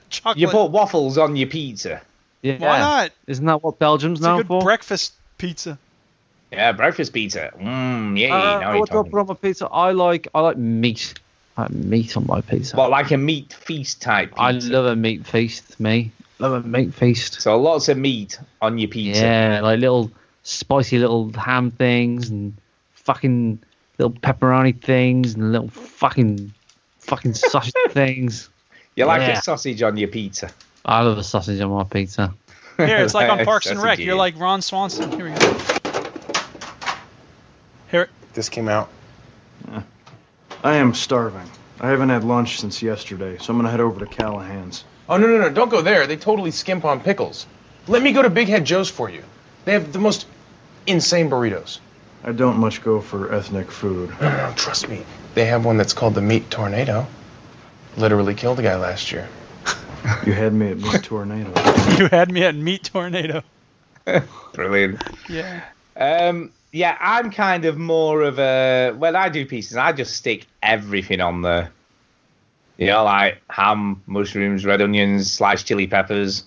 Speaker 1: Chocolate.
Speaker 3: You put waffles on your pizza.
Speaker 4: Yeah.
Speaker 1: Why not?
Speaker 4: Isn't that what Belgium's
Speaker 1: It's a
Speaker 4: known
Speaker 1: good
Speaker 4: for?
Speaker 1: breakfast pizza.
Speaker 3: Yeah, breakfast pizza. Mmm, yeah.
Speaker 4: Uh,
Speaker 3: now you're
Speaker 4: what do I
Speaker 3: talking.
Speaker 4: put on my pizza? I like I like meat. I like meat on my pizza.
Speaker 3: What, like a meat feast type
Speaker 4: I
Speaker 3: pizza?
Speaker 4: love a meat feast, me. Love a meat feast.
Speaker 3: So lots of meat on your pizza.
Speaker 4: Yeah, like little spicy little ham things and fucking little pepperoni things and little fucking fucking sausage things.
Speaker 3: You like
Speaker 4: Yeah.
Speaker 3: a sausage on your pizza.
Speaker 4: I love a sausage on my pizza.
Speaker 1: Here, it's like on Parks and
Speaker 3: That's a
Speaker 1: Rec.
Speaker 3: gig.
Speaker 1: You're like Ron Swanson. Here we go. Here,
Speaker 13: This came out. I am starving. I haven't had lunch since yesterday, so I'm gonna head over to Callahan's.
Speaker 14: Oh, no, no, no. Don't go there. They totally skimp on pickles. Let me go to Big Head Joe's for you. They have the most insane burritos.
Speaker 13: I don't much go for ethnic food.
Speaker 14: No, no, no. Trust me. They have one that's called the Meat Tornado. Literally killed a guy last year.
Speaker 13: You had me at meat tornado.
Speaker 1: you had me at meat tornado.
Speaker 3: Brilliant.
Speaker 1: Yeah.
Speaker 3: Um, yeah, I'm kind of more of a when I do pieces, I just stick everything on there. You know, like ham, mushrooms, red onions, sliced chili peppers.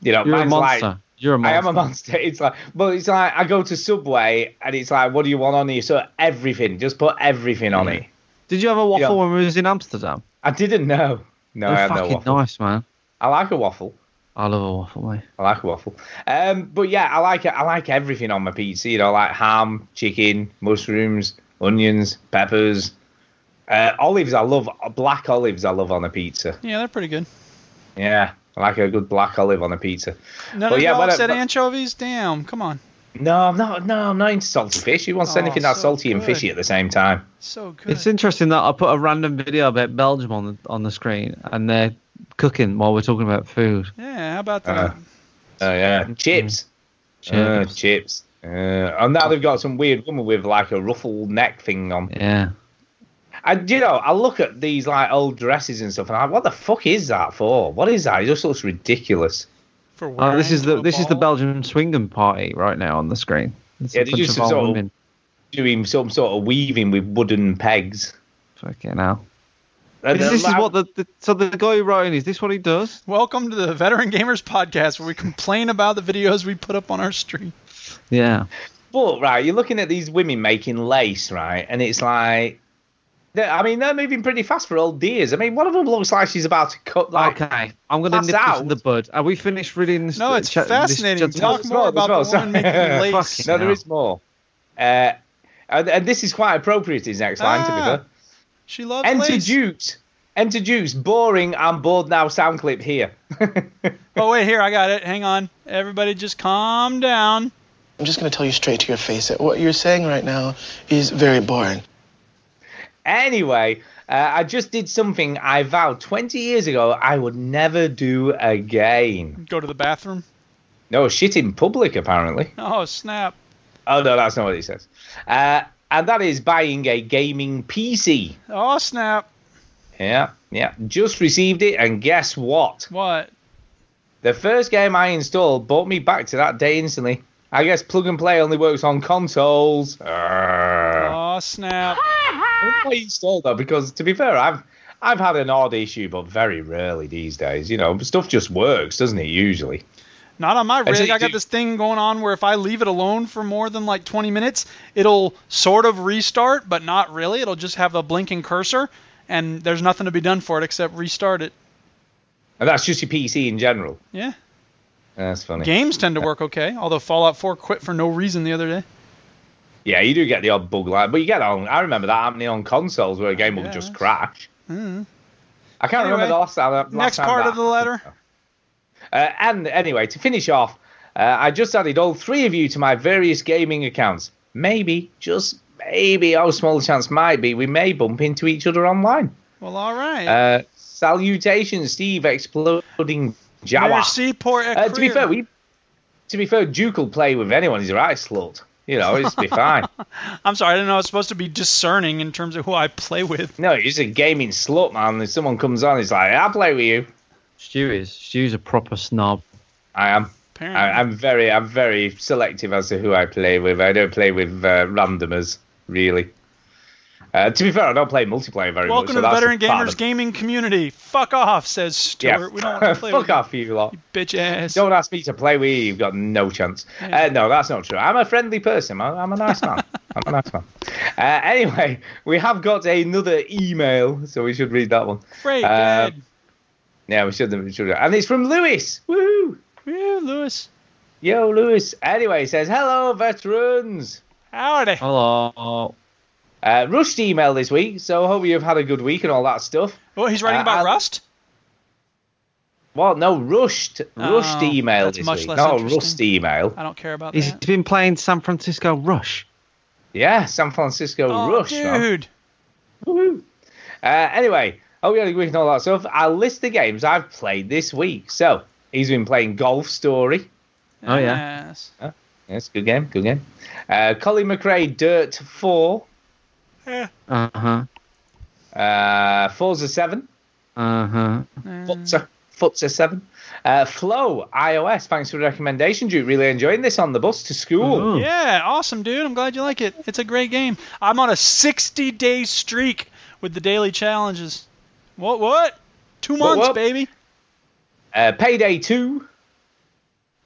Speaker 3: You know,
Speaker 4: You're a
Speaker 3: mine's
Speaker 4: monster.
Speaker 3: like
Speaker 4: You're a monster.
Speaker 3: I am a monster. It's like, but it's like I go to Subway and it's like, what do you want on here? So everything, just put everything on it.
Speaker 4: Did you have a waffle
Speaker 3: Yeah.
Speaker 4: when we was in Amsterdam?
Speaker 3: I didn't know. No,
Speaker 4: They're
Speaker 3: I had no
Speaker 4: fucking
Speaker 3: waffle.
Speaker 4: nice, man.
Speaker 3: I like a waffle.
Speaker 4: I love a waffle, mate.
Speaker 3: I like a waffle. Um, but yeah, I like it. I like everything on my pizza. You know, like ham, chicken, mushrooms, onions, peppers, uh, olives. I love black olives. I love on a pizza.
Speaker 1: Yeah, they're pretty good.
Speaker 3: Yeah, I like a good black olive on a pizza.
Speaker 1: None
Speaker 3: But
Speaker 1: of
Speaker 3: yeah,
Speaker 1: y'all
Speaker 3: when I-
Speaker 1: said
Speaker 3: but-
Speaker 1: anchovies. Damn, come on.
Speaker 3: No, I'm not. No, I'm not into salty fish. Who wants
Speaker 1: Oh,
Speaker 3: anything that's
Speaker 1: so
Speaker 3: salty and
Speaker 1: good.
Speaker 3: fishy at the same time?
Speaker 1: So good.
Speaker 4: It's interesting that I put a random video about Belgium on the on the screen, and they're cooking while we're talking about food.
Speaker 1: Yeah, how about that?
Speaker 3: Uh, Oh
Speaker 1: Mm.
Speaker 3: yeah, chips. Uh,
Speaker 4: Chips.
Speaker 3: chips. Uh, and now they've got some weird woman with like a ruffled neck thing on.
Speaker 4: Yeah.
Speaker 3: And you know, I look at these like old dresses and stuff, and I'm like, what the fuck is that for? What is that? It just looks ridiculous.
Speaker 1: For
Speaker 4: Oh, this
Speaker 1: wearing
Speaker 4: is the
Speaker 1: a
Speaker 4: this is the
Speaker 1: ball?
Speaker 4: Belgian swinging party right now on the screen. It's
Speaker 3: Yeah,
Speaker 4: a
Speaker 3: they
Speaker 4: bunch
Speaker 3: do
Speaker 4: of
Speaker 3: some
Speaker 4: old
Speaker 3: sort of-
Speaker 4: women.
Speaker 3: Doing some sort of weaving with wooden pegs.
Speaker 4: Fucking hell.
Speaker 3: And
Speaker 4: This,
Speaker 3: they're
Speaker 4: this is
Speaker 3: like-
Speaker 4: what the, the so the guy who wrote in is this what he does?
Speaker 1: Welcome to the Veteran Gamers Podcast, where we complain about the videos we put up on our stream.
Speaker 4: Yeah.
Speaker 3: But right, you're looking at these women making lace, right? And it's like, they're- I mean, they're moving pretty fast for old dears. I mean, one of them looks like she's about to cut like.
Speaker 4: okay, I'm gonna
Speaker 3: that's
Speaker 4: nip this
Speaker 3: out.
Speaker 4: in the bud. Are we finished reading this?
Speaker 1: No, it's
Speaker 4: cha- this
Speaker 1: fascinating.
Speaker 4: gentleman's-
Speaker 1: Talk
Speaker 3: there's
Speaker 1: more
Speaker 3: more,
Speaker 1: about
Speaker 3: there's
Speaker 1: the
Speaker 3: more,
Speaker 1: woman making
Speaker 3: sorry.
Speaker 1: lace.
Speaker 4: Fucking
Speaker 3: No, there
Speaker 4: hell.
Speaker 3: is more. Uh, and, and this is quite appropriate. His next line, to be
Speaker 1: Ah.
Speaker 3: fair.
Speaker 1: She loves
Speaker 3: Enter
Speaker 1: lace.
Speaker 3: Jukes. Enter Jukes. Boring. I'm bored now. Sound clip here.
Speaker 1: Oh wait, here I got it. Hang on, everybody, just calm down.
Speaker 15: I'm just gonna tell you straight to your face that what you're saying right now is very boring.
Speaker 3: Anyway, Uh, I just did something I vowed 20 years ago I would never do again.
Speaker 1: Go to the bathroom.
Speaker 3: No, shit in public, apparently.
Speaker 1: Oh snap!
Speaker 3: Oh, no, that's not what he says. Uh, and that is buying a gaming PC.
Speaker 1: Oh snap!
Speaker 3: Yeah, yeah. Just received it, and guess what?
Speaker 1: What?
Speaker 3: The first game I installed brought me back to that day instantly. I guess plug and play only works on consoles. Uh, Arrgh.
Speaker 1: Oh snap!
Speaker 3: I installed though because to be fair, I've I've had an odd issue, but very rarely these days. You know, stuff just works, doesn't it? Usually.
Speaker 1: Not on my
Speaker 3: I
Speaker 1: rig.
Speaker 3: see,
Speaker 1: I got
Speaker 3: do-
Speaker 1: this thing going on where if I leave it alone for more than like 20 minutes, it'll sort of restart, but not really. It'll just have a blinking cursor, and there's nothing to be done for it except restart it.
Speaker 3: And that's just your PC in general.
Speaker 1: Yeah.
Speaker 3: That's funny.
Speaker 1: Games tend to work okay, although Fallout 4 quit for no reason the other day.
Speaker 3: Yeah, you do get the odd bug line, but you get on. I remember that happening on consoles where a game
Speaker 1: Yeah,
Speaker 3: would just
Speaker 1: that's-
Speaker 3: crash.
Speaker 1: Hmm.
Speaker 3: I can't remember
Speaker 1: Anyway,
Speaker 3: the last time. Last
Speaker 1: Next
Speaker 3: time
Speaker 1: part
Speaker 3: that
Speaker 1: of the letter.
Speaker 3: Uh, and anyway, to finish off, uh, I just added all three of you to my various gaming accounts. Maybe, just maybe, oh, small chance might be, we may bump into each other online.
Speaker 1: Well, all right.
Speaker 3: Uh, salutations, Steve, exploding Jawa.
Speaker 1: Merci pour
Speaker 3: Uh, to be
Speaker 1: écrire.
Speaker 3: fair, we, to be fair, Duke will play with anyone. He's a right slut. You know, it's be fine.
Speaker 1: I'm sorry, I didn't know I was supposed to be discerning in terms of who I play with.
Speaker 3: No, he's a gaming slut, man. If someone comes on, he's like, I'll play with you.
Speaker 4: Stu is. Stu's a proper snob.
Speaker 3: I am.
Speaker 1: Apparently.
Speaker 3: I, I'm very, I'm very selective as to who I play with. I don't play with uh, randomers really. Uh, to be fair, I don't play multiplayer very
Speaker 1: Welcome
Speaker 3: much. so
Speaker 1: to the
Speaker 3: that's
Speaker 1: Veteran
Speaker 3: a part
Speaker 1: Gamers
Speaker 3: of-
Speaker 1: gaming community. Fuck off, says
Speaker 3: Yeah,
Speaker 1: Stuart. We don't want to play
Speaker 3: fuck
Speaker 1: with
Speaker 3: off, you lot.
Speaker 1: you, bitch ass.
Speaker 3: Don't ask me to play with you. You've got no chance. Uh, no, that's not true. I'm a friendly person. I'm, I'm a nice man. I'm a nice man. Uh, anyway, we have got another email, so we should read that one.
Speaker 1: Great,
Speaker 3: Uh,
Speaker 1: good.
Speaker 3: yeah, we should. We should. And it's from Lewis. Woohoo!
Speaker 1: Woo, Lewis.
Speaker 3: Yo, Lewis. Anyway, it says hello, veterans.
Speaker 1: Howdy.
Speaker 4: Oh. Hello.
Speaker 3: Uh, rushed email this week, so hope you've had a good week and all that stuff.
Speaker 1: Oh, he's writing
Speaker 3: Uh,
Speaker 1: about
Speaker 3: I-
Speaker 1: Rust?
Speaker 3: Well, no, rushed, rushed
Speaker 1: Oh,
Speaker 3: email
Speaker 1: that's
Speaker 3: this
Speaker 1: much
Speaker 3: week.
Speaker 1: less
Speaker 3: No,
Speaker 1: interesting.
Speaker 3: rust email.
Speaker 1: I don't care about
Speaker 4: He's
Speaker 1: that.
Speaker 4: been playing San Francisco Rush.
Speaker 3: Yeah, San Francisco
Speaker 1: Oh,
Speaker 3: Rush. man.
Speaker 1: dude.
Speaker 3: Woohoo. Uh, anyway, hope you had a good week and all that stuff. I'll list the games I've played this week. So he's been playing Golf Story.
Speaker 4: Oh, yeah.
Speaker 1: Yes.
Speaker 3: That's a good game. Good game. Uh, Colin McRae Dirt Four.
Speaker 1: Eh,
Speaker 4: Uh huh.
Speaker 3: Uh, Forza Seven.
Speaker 4: Uh huh.
Speaker 3: Futsa. Futsa Seven. Uh, Flow iOS. Thanks for the recommendation, Duke. Really enjoying this on the bus to school.
Speaker 4: Ooh.
Speaker 1: Oh, Yeah, awesome, dude. I'm glad you like it. It's a great game. I'm on a 60 day streak with the daily challenges. What, what? Two
Speaker 3: What,
Speaker 1: months,
Speaker 3: what?
Speaker 1: baby.
Speaker 3: Uh, Payday Two.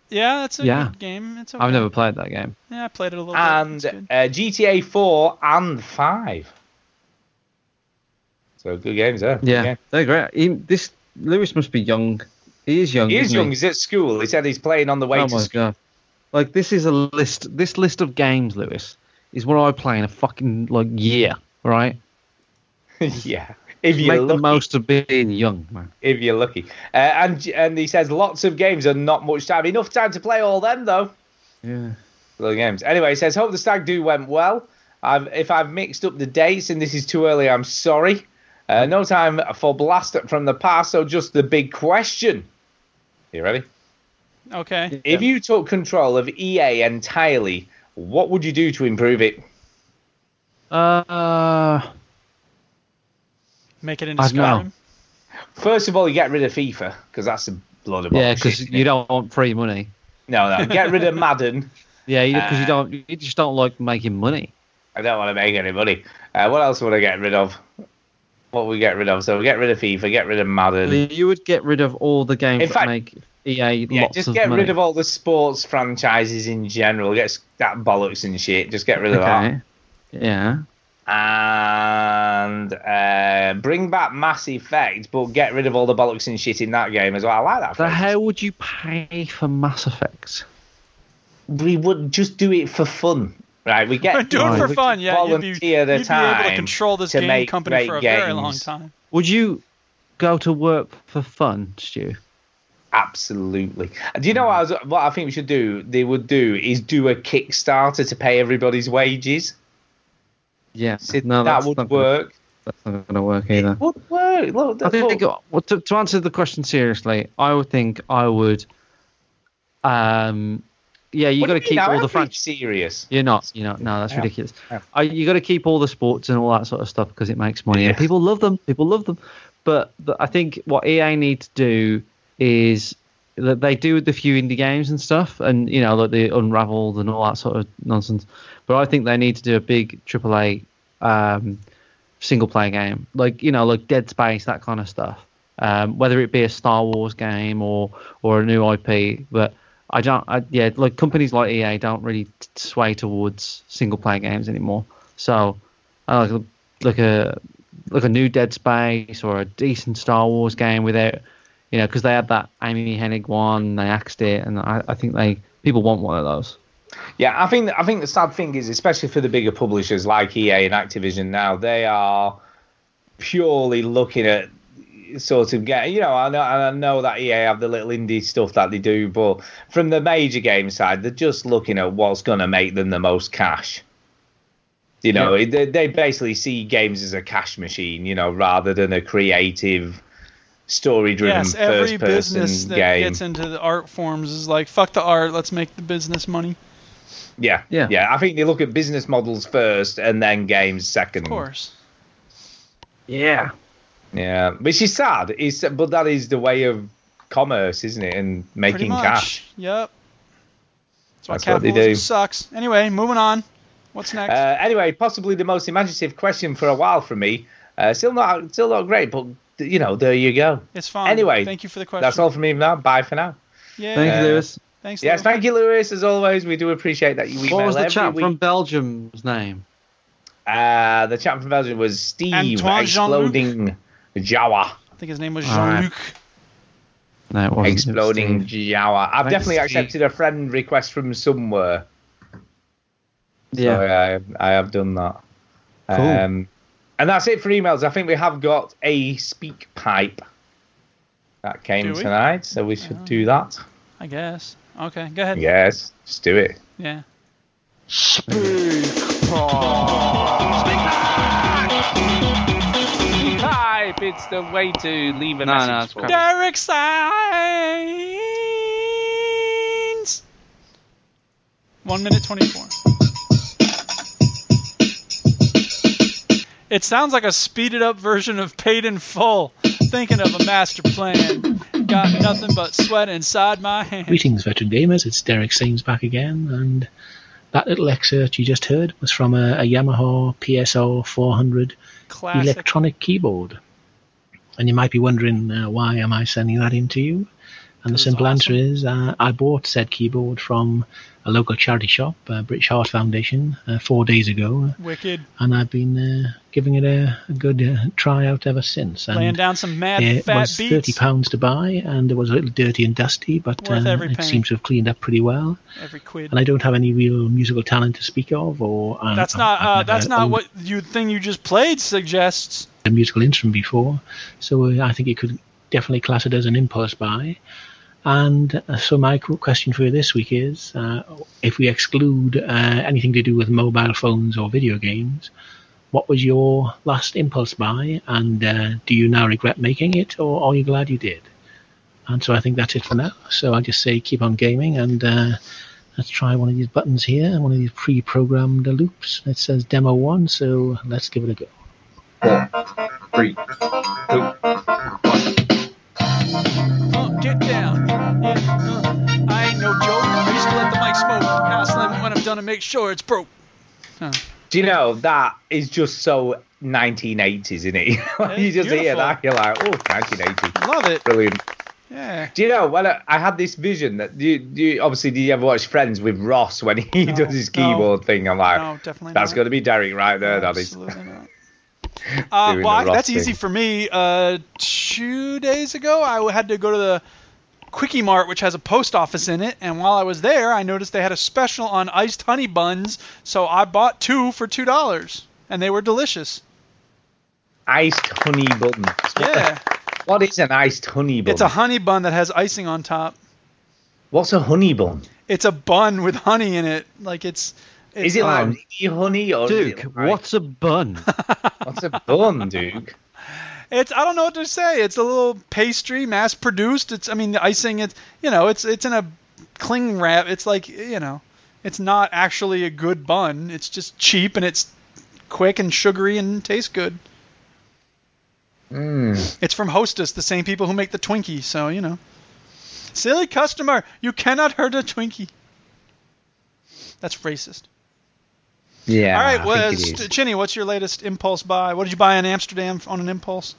Speaker 1: Yeah, that's a
Speaker 4: Yeah.
Speaker 1: good game. It's okay.
Speaker 4: I've never played that game.
Speaker 1: Yeah, I played it a little
Speaker 3: and
Speaker 1: bit. It's
Speaker 3: uh,
Speaker 1: good.
Speaker 3: GTA 4 and 5. So good games there. Good
Speaker 4: Yeah,
Speaker 3: game.
Speaker 4: they're great. He, this Lewis must be young. He is young.
Speaker 3: He is
Speaker 4: isn't
Speaker 3: young. He's at school. He said he's playing on the way
Speaker 4: oh
Speaker 3: to
Speaker 4: my
Speaker 3: school.
Speaker 4: god! Like this is a list. This list of games, Lewis, is what I play in a fucking like year, right?
Speaker 3: yeah. If
Speaker 4: Make
Speaker 3: you're,
Speaker 4: the
Speaker 3: lucky,
Speaker 4: most of being young, man.
Speaker 3: if you're lucky. Uh, and and he says lots of games and not much time. Enough time to play all them, though.
Speaker 4: Yeah.
Speaker 3: Little games. Anyway, he says, hope the stag do went well. I've, if I've mixed up the dates and this is too early, I'm sorry. Uh, no time for blast from the past, so just the big question. You ready?
Speaker 1: okay.
Speaker 3: If you took control of EA entirely, what would you do to improve it?
Speaker 4: Uh,
Speaker 1: Make it into
Speaker 4: I don't know.
Speaker 1: Skyrim.
Speaker 3: First of all, you get rid of FIFA because that's a blood of
Speaker 4: yeah,
Speaker 3: bullshit,
Speaker 4: because
Speaker 3: isn't
Speaker 4: you
Speaker 3: it?
Speaker 4: don't want free money.
Speaker 3: No, no, get rid of Madden.
Speaker 4: Yeah, because you
Speaker 3: Uh,
Speaker 4: don't. You just don't like making money.
Speaker 3: I don't want to make any money. Uh, what else would I get rid of? What would we get rid of? So we get rid of FIFA, get rid of Madden.
Speaker 4: You would get rid of all the games
Speaker 3: In
Speaker 4: that
Speaker 3: fact-
Speaker 4: make EA
Speaker 3: Yeah,
Speaker 4: lots
Speaker 3: just
Speaker 4: of
Speaker 3: get
Speaker 4: money.
Speaker 3: rid of all the sports franchises in general. Get s- that bollocks and shit. Just get rid of
Speaker 4: okay. Yeah.
Speaker 3: that. And uh, bring back Mass Effect, but get rid of all the bollocks and shit in that game as well. I like that.
Speaker 4: So
Speaker 3: phrase.
Speaker 4: how would you pay for Mass Effect?
Speaker 3: we would just do it for fun, right? We get
Speaker 1: do it
Speaker 3: people
Speaker 1: for
Speaker 3: to
Speaker 1: fun. Yeah, you'd be, you'd be
Speaker 3: volunteer their
Speaker 1: able to
Speaker 3: time
Speaker 1: control this
Speaker 3: to
Speaker 1: game
Speaker 3: make
Speaker 1: company for a
Speaker 3: great
Speaker 1: very long
Speaker 3: games.
Speaker 1: time.
Speaker 4: Would you go to work for fun, Stu?
Speaker 3: Absolutely. Do you know what I, was, what I think we should do? They would do is do a Kickstarter to pay everybody's wages.
Speaker 4: Yeah.
Speaker 3: See,
Speaker 4: no,
Speaker 3: that
Speaker 4: that's
Speaker 3: would
Speaker 4: not gonna-
Speaker 3: work.
Speaker 4: That's not going to work either.
Speaker 3: Would work. Look,
Speaker 4: I think
Speaker 3: look.
Speaker 4: they go- well, to, to answer the question seriously, I would think I would. Um, yeah, you
Speaker 3: What
Speaker 4: got
Speaker 3: do
Speaker 4: to
Speaker 3: you mean?
Speaker 4: keep
Speaker 3: I
Speaker 4: all the
Speaker 3: haven't
Speaker 4: French.
Speaker 3: Serious.
Speaker 4: You're not. You're not. No, that's
Speaker 3: Yeah.
Speaker 4: ridiculous.
Speaker 3: Yeah.
Speaker 4: Uh, you got to keep all the sports and all that sort of stuff because it makes money and people love them. People love them. But the, I think what EA need to do is that they do the few indie games and stuff, and you know, like the Unraveled and all that sort of nonsense. But I think they need to do a big AAA um, single player game, like you know, like Dead Space, that kind of stuff. Um, whether it be a Star Wars game or or a new IP, but I don't, I, yeah, like companies like EA don't really t- sway towards single player games anymore. So, I like like a like a new Dead Space or a decent Star Wars game without, you know, because they had that Amy Hennig one, they axed it, and I, I think they people want one of those.
Speaker 3: Yeah, I think I think the sad thing is, especially for the bigger publishers like EA and Activision now, they are purely looking at sort of get you know I know I know that EA have the little indie stuff that they do, but from the major game side, they're just looking at what's going to make them the most cash. You know, it- they, they basically see games as a cash machine, you know, rather than a creative, story-driven
Speaker 1: Yes, every business
Speaker 3: first-person
Speaker 1: that
Speaker 3: game.
Speaker 1: gets into the art forms is like, fuck the art, let's make the business money.
Speaker 3: Yeah,
Speaker 4: yeah,
Speaker 3: yeah. I think they look at business models first and then games second.
Speaker 1: Of course.
Speaker 4: Yeah.
Speaker 3: Yeah, which is sad. It's, but that is the way of commerce, isn't it? And making
Speaker 1: much.
Speaker 3: cash.
Speaker 1: Yep. That's why
Speaker 3: That's what they
Speaker 1: capitalism
Speaker 3: do.
Speaker 1: sucks. Anyway, moving on. What's next?
Speaker 3: Uh, anyway, possibly the most imaginative question for a while for me. Uh, still not, still not great, but you know, there you go.
Speaker 1: it's fine.
Speaker 3: anyway,
Speaker 1: thank you for the question.
Speaker 3: That's all for me now. Bye for now.
Speaker 1: Yay.
Speaker 4: Thank
Speaker 3: Uh,
Speaker 4: you, Lewis.
Speaker 1: Thanks.
Speaker 3: Yes, thank you, Lewis. As always, we do appreciate that you email
Speaker 4: What was the
Speaker 3: every
Speaker 4: chap
Speaker 3: week.
Speaker 4: from Belgium's name?
Speaker 3: Uh, the chap from Belgium was Steve
Speaker 1: Antoine Jean-Luc?
Speaker 3: Exploding Jawa.
Speaker 1: I think his name was
Speaker 4: All right.
Speaker 1: Jean Luc.
Speaker 4: No, it wasn't.
Speaker 3: Exploding Jawa. I've
Speaker 4: Thanks,
Speaker 3: definitely
Speaker 4: Steve.
Speaker 3: accepted a friend request from somewhere.
Speaker 4: Yeah.
Speaker 3: So yeah, I, I have done that.
Speaker 4: Cool.
Speaker 3: Um, and that's it for emails. I think we have got a speak pipe that
Speaker 1: Do
Speaker 3: came
Speaker 1: we? Ah.
Speaker 3: tonight, so we should do that.
Speaker 1: I guess. Okay, go ahead.
Speaker 3: Yes, let's do it.
Speaker 1: Yeah.
Speaker 16: Pipe, it's the way to leave a
Speaker 1: Ah,
Speaker 4: No,
Speaker 16: message.
Speaker 4: no, it's
Speaker 16: for-
Speaker 1: Derek Sainz. One minute twenty-four. It sounds like a speeded up version of Paid in Full. Thinking of a master plan. Got nothing but sweat inside my hands.
Speaker 17: Greetings, veteran gamers. It's Derek Sames back again, and that little excerpt you just heard was from a, a Yamaha PSR 400
Speaker 1: Classic.
Speaker 17: electronic keyboard. And you might be wondering uh, why am I sending that in to you? And the simple answer is uh, I bought said keyboard from a local charity shop, uh, British Heart Foundation, uh, four days ago,
Speaker 1: Wicked.
Speaker 17: and I've been uh, giving it a, a good uh, try out ever since. And
Speaker 1: Laying down some mad
Speaker 17: it
Speaker 1: fat
Speaker 17: was
Speaker 1: beats.
Speaker 17: thirty pounds to buy, and it was a little dirty and dusty, but
Speaker 1: Worth
Speaker 17: uh,
Speaker 1: every
Speaker 17: it
Speaker 1: penny.
Speaker 17: seems to have cleaned up pretty well.
Speaker 1: Every quid.
Speaker 17: And I don't have any real musical talent to speak of, or uh,
Speaker 1: That's
Speaker 17: I've-
Speaker 1: not.
Speaker 17: I've
Speaker 1: Uh,
Speaker 17: never
Speaker 1: that's not
Speaker 17: owned
Speaker 1: what you thing you just played suggests.
Speaker 17: a musical instrument before, so uh, I think it could definitely class it as an impulse buy. And uh, so my qu- question for you this week is: uh, if we exclude uh, anything to do with mobile phones or video games, what was your last impulse buy, and uh, do you now regret making it, or are you glad you did? And so I think that's it for now. So I just say keep on gaming, and uh, let's try one of these buttons here, one of these pre-programmed loops. It says demo one, so let's give it a go.
Speaker 3: Three.
Speaker 1: Oh, get down. Yeah, uh, I ain't no joke. I used to let the mic smoke. Now I slam it when I'm done and make sure it's broke.
Speaker 3: Do you know that is just so 1980s, isn't it? you just hear
Speaker 1: beautiful.
Speaker 3: that, you're like, oh, 1980.
Speaker 1: Love it.
Speaker 3: Brilliant.
Speaker 1: Yeah.
Speaker 3: Do you know when I, I had this vision that do you, do you, obviously did you ever watch Friends with Ross when he does his keyboard thing? I'm like,
Speaker 1: No, definitely
Speaker 3: that's
Speaker 1: not.
Speaker 3: going to be Derek right there. That is.
Speaker 1: Uh,
Speaker 3: Doing
Speaker 1: well, I-
Speaker 3: the rough
Speaker 1: that's easy
Speaker 3: thing.
Speaker 1: for me. Uh, two days ago, I had to go to the Quickie Mart, which has a post office in it, and while I was there, I noticed they had a special on iced honey buns, so I bought two for two dollars, and they were delicious.
Speaker 3: Iced honey bun.
Speaker 1: Yeah.
Speaker 3: What is an iced honey bun?
Speaker 1: It's a honey bun that has icing on top.
Speaker 3: What's a honey bun?
Speaker 1: It's a bun with honey in it. Like it's
Speaker 3: Is it like
Speaker 4: Um,
Speaker 3: really honey or
Speaker 4: Duke, what's a bun?
Speaker 3: what's a bun, Duke?
Speaker 1: It's I don't know what to say. It's a little pastry, mass produced. It's I mean the icing. It's you know it's it's in a cling wrap. It's like you know, it's not actually a good bun. It's just cheap and it's quick and sugary and tastes good.
Speaker 3: Hmm.
Speaker 1: It's from Hostess, the same people who make the Twinkie. So you know, silly customer, you cannot hurt a Twinkie. That's racist.
Speaker 3: Yeah.
Speaker 1: All right,
Speaker 3: Uh, I
Speaker 1: well,
Speaker 3: think it
Speaker 1: St-
Speaker 3: is.
Speaker 1: Chinny, what's your latest impulse buy? What did you buy in Amsterdam on an impulse?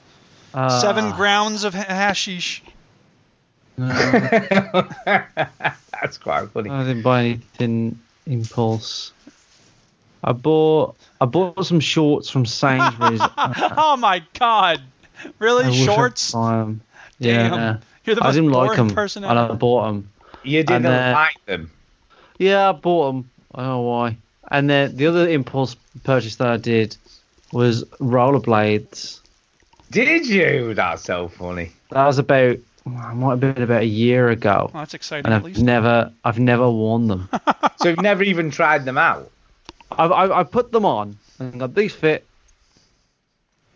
Speaker 3: Uh,
Speaker 1: Seven
Speaker 10: Ah,
Speaker 1: grounds of ha- hashish.
Speaker 3: That's quite funny.
Speaker 10: I didn't buy anything impulse. I bought I bought some shorts from Sainsbury's.
Speaker 1: oh my God! Really
Speaker 10: I wish I
Speaker 1: shorts?
Speaker 10: could buy 'em.
Speaker 1: Damn.
Speaker 10: Yeah.
Speaker 1: You're the
Speaker 10: I
Speaker 1: most
Speaker 10: didn't like
Speaker 1: boring
Speaker 10: them,
Speaker 1: person
Speaker 10: and I
Speaker 1: ever.
Speaker 10: bought them.
Speaker 3: You didn't like them.
Speaker 10: Yeah, I bought them. I don't know why. And then the other impulse purchase that I did was rollerblades.
Speaker 3: Did you? That's so funny.
Speaker 10: That was about it might have been about a year ago.
Speaker 1: Well, that's exciting,
Speaker 10: And
Speaker 1: at
Speaker 10: I've
Speaker 1: least.
Speaker 10: never I've never worn them.
Speaker 3: so you've never even tried them out.
Speaker 10: I've, I've I put them on and got these fit,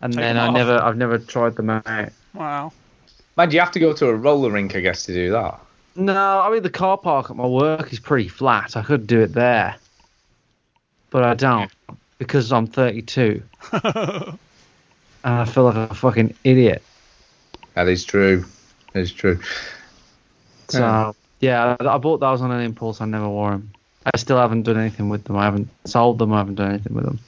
Speaker 10: and
Speaker 3: Take
Speaker 10: then
Speaker 3: them
Speaker 10: I
Speaker 3: off.
Speaker 10: never I've never tried them out.
Speaker 1: Wow.
Speaker 3: Man, do you have to go to a roller rink, I guess, to do that?
Speaker 10: No, I mean the car park at my work is pretty flat. I could do it there, but I don't because I'm 32 and I feel like a fucking idiot.
Speaker 3: That is true. That is true.
Speaker 10: So yeah, I I bought those on an impulse. I never wore them. I still haven't done anything with them. I haven't sold them. I haven't done anything with them.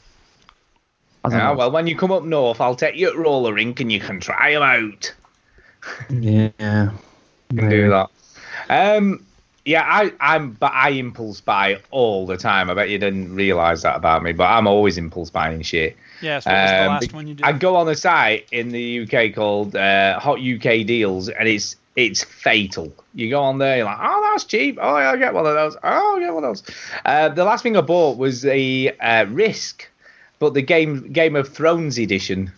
Speaker 10: I don't
Speaker 3: Ah,
Speaker 10: know.
Speaker 3: well, when you come up north, I'll take you at roller rink and you can try them out.
Speaker 10: Yeah.
Speaker 3: You can do that. Um, yeah, I, I'm, but I impulse buy all the time. I bet you didn't realise that about me, but I'm always impulse buying shit.
Speaker 1: Yes, what was the
Speaker 3: Um,
Speaker 1: last one you did?
Speaker 3: I go on a site in the UK called uh, Hot UK Deals, and it's it's fatal. You go on there, you're like, oh, that's cheap. Oh, yeah, I'll get one of those. Oh, I'll get one of those. Uh, the last thing I bought was a uh, Risk, but the game Game of Thrones edition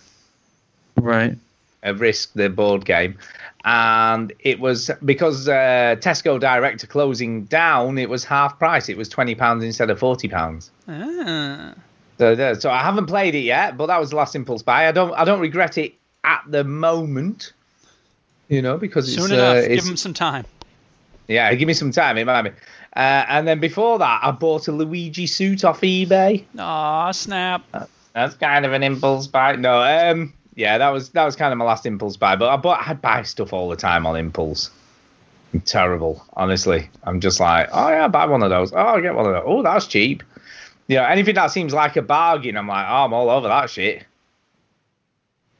Speaker 10: Right.
Speaker 3: of Risk, the board game. And it was because uh, Tesco Direct are closing down, it was half price. It was £20 instead of £40.
Speaker 1: Ah.
Speaker 3: So, there- so I haven't played it yet, but that was the last impulse buy. I don't I don't regret it at the moment, you know, because it's,
Speaker 1: Soon enough,
Speaker 3: uh,
Speaker 1: give
Speaker 3: it's-
Speaker 1: him some time.
Speaker 3: yeah, give me some time, it might be. Uh, and then before that, I bought a Luigi suit off eBay.
Speaker 1: Aw, snap.
Speaker 3: Uh, That's kind of an impulse buy. No, um, yeah, that was that was kind of my last impulse buy. But I bought I buy stuff all the time on impulse. I'm terrible, honestly. I'm just like, oh yeah, buy one of those. Oh, I'll get one of those. Oh, that's cheap. You know, anything that seems like a bargain, I'm like, oh, I'm all over that shit.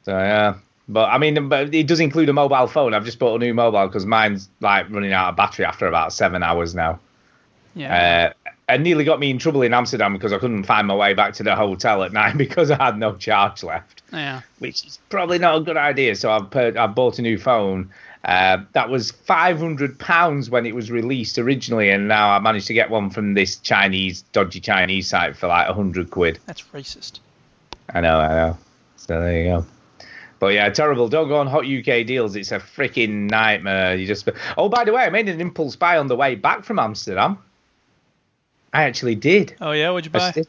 Speaker 3: So yeah, but I mean, but it does include a mobile phone. I've just bought a new mobile because mine's like running out of battery after about seven hours now.
Speaker 1: Yeah.
Speaker 3: Uh, and nearly got me in trouble in Amsterdam because I couldn't find my way back to the hotel at night because I had no charge left,
Speaker 1: Yeah.
Speaker 3: which is probably not a good idea. So I've pur- I bought a new phone. Uh, that was five hundred pounds when it was released originally, and now I managed to get one from this Chinese dodgy Chinese site for like hundred quid.
Speaker 1: That's racist.
Speaker 3: I know, I know. So there you go. But yeah, terrible. Don't go on hot UK deals. It's a freaking nightmare. You just. Oh, by the way, I made an impulse buy on the way back from Amsterdam. I actually did.
Speaker 1: Oh yeah, what'd you
Speaker 3: I
Speaker 1: buy?
Speaker 3: did.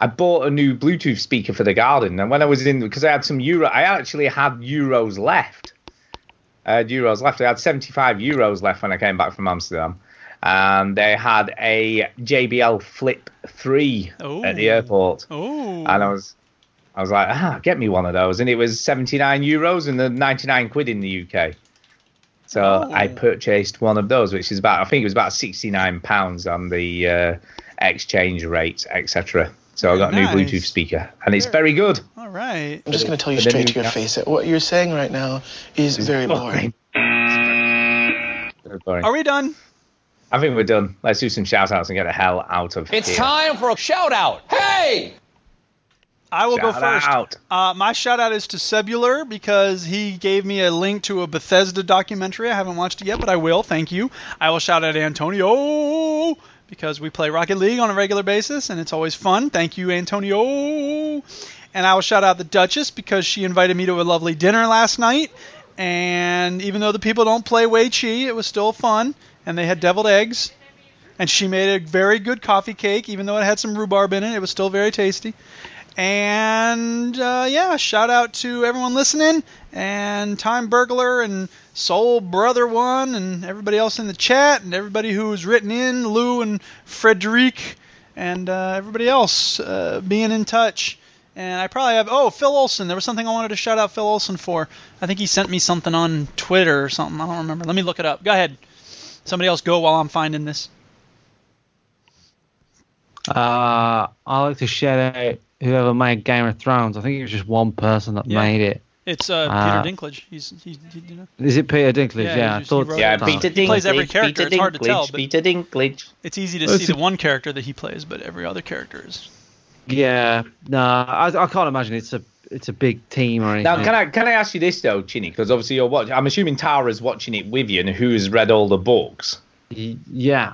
Speaker 3: I bought a new Bluetooth speaker for the garden, and when I was in, because I had some euro, I actually had euros left. I had euros left. I had 75 euros left when I came back from Amsterdam, and they had a JBL Flip 3 at the
Speaker 1: Ooh.
Speaker 3: airport.
Speaker 1: Oh.
Speaker 3: And I was, I was like, ah, get me one of those. And it was 79 euros and then 99 quid in the UK. So
Speaker 1: Oh,
Speaker 3: I purchased one of those, which is about, I think it was about 69 pounds on the uh, exchange rate, etc. So I got a new
Speaker 9: Nice.
Speaker 3: Bluetooth speaker, and it's very good.
Speaker 1: All right.
Speaker 9: I'm just going to tell you
Speaker 3: And then
Speaker 9: straight
Speaker 3: you Hmm.
Speaker 9: to your
Speaker 3: can-
Speaker 9: face that what you're saying right now is very boring.
Speaker 1: Are we done?
Speaker 3: I think we're done. Let's do some shout outs and get the hell out of here.
Speaker 1: time for a shout out. Hey! I will go
Speaker 3: Shout
Speaker 1: first.
Speaker 3: out.
Speaker 1: Uh, my shout out is to Cebular because he gave me a link to a Bethesda documentary. I haven't watched it yet, but I will. Thank you. I will shout out Antonio because we play Rocket League on a regular basis and it's always fun. Thank you, Antonio. And I will shout out the Duchess because she invited me to a lovely dinner last night. And even though the people don't play Wei Chi, it was still fun. And they had deviled eggs and she made a very good coffee cake, even though it had some rhubarb in it. It was still very tasty. And uh, yeah, shout out to everyone listening, and Time Burglar, and Soul Brother One, and everybody else in the chat, and everybody who's written in, Lou and Frederic, and uh, everybody else uh, being in touch. And I probably have. Oh, Phil Olson. There was something I wanted to shout out Phil Olson for. I think he sent me something on Twitter or something. I don't remember. Let me look it up. Go ahead. Somebody else go while I'm finding this.
Speaker 4: Uh, I like to shout out whoever made Game of Thrones. I think it was just one person that
Speaker 1: Yeah.
Speaker 4: made it.
Speaker 1: It's uh,
Speaker 4: Uh,
Speaker 1: Peter Dinklage. He's, he's he- you know.
Speaker 4: Is it Peter Dinklage?
Speaker 1: Yeah,
Speaker 4: Yeah,
Speaker 1: he
Speaker 4: I
Speaker 1: just- he
Speaker 4: thought.
Speaker 1: wrote
Speaker 3: Yeah,
Speaker 1: Uh,
Speaker 3: Peter
Speaker 1: he
Speaker 3: Dinklage.
Speaker 1: plays every character,
Speaker 3: Peter
Speaker 1: it's hard to tell,
Speaker 3: Dinklage,
Speaker 1: but-
Speaker 3: Peter Dinklage.
Speaker 1: It's easy to
Speaker 4: Let's
Speaker 1: see
Speaker 4: see.
Speaker 1: the one character that he plays, but every other character is.
Speaker 4: Yeah, no, I, I can't imagine it's a it's a big team or anything.
Speaker 3: Now, can I can I ask you this though, Chinny? Because obviously you're watching. I'm assuming Tara's watching it with you, and who's read all the books?
Speaker 4: Yeah.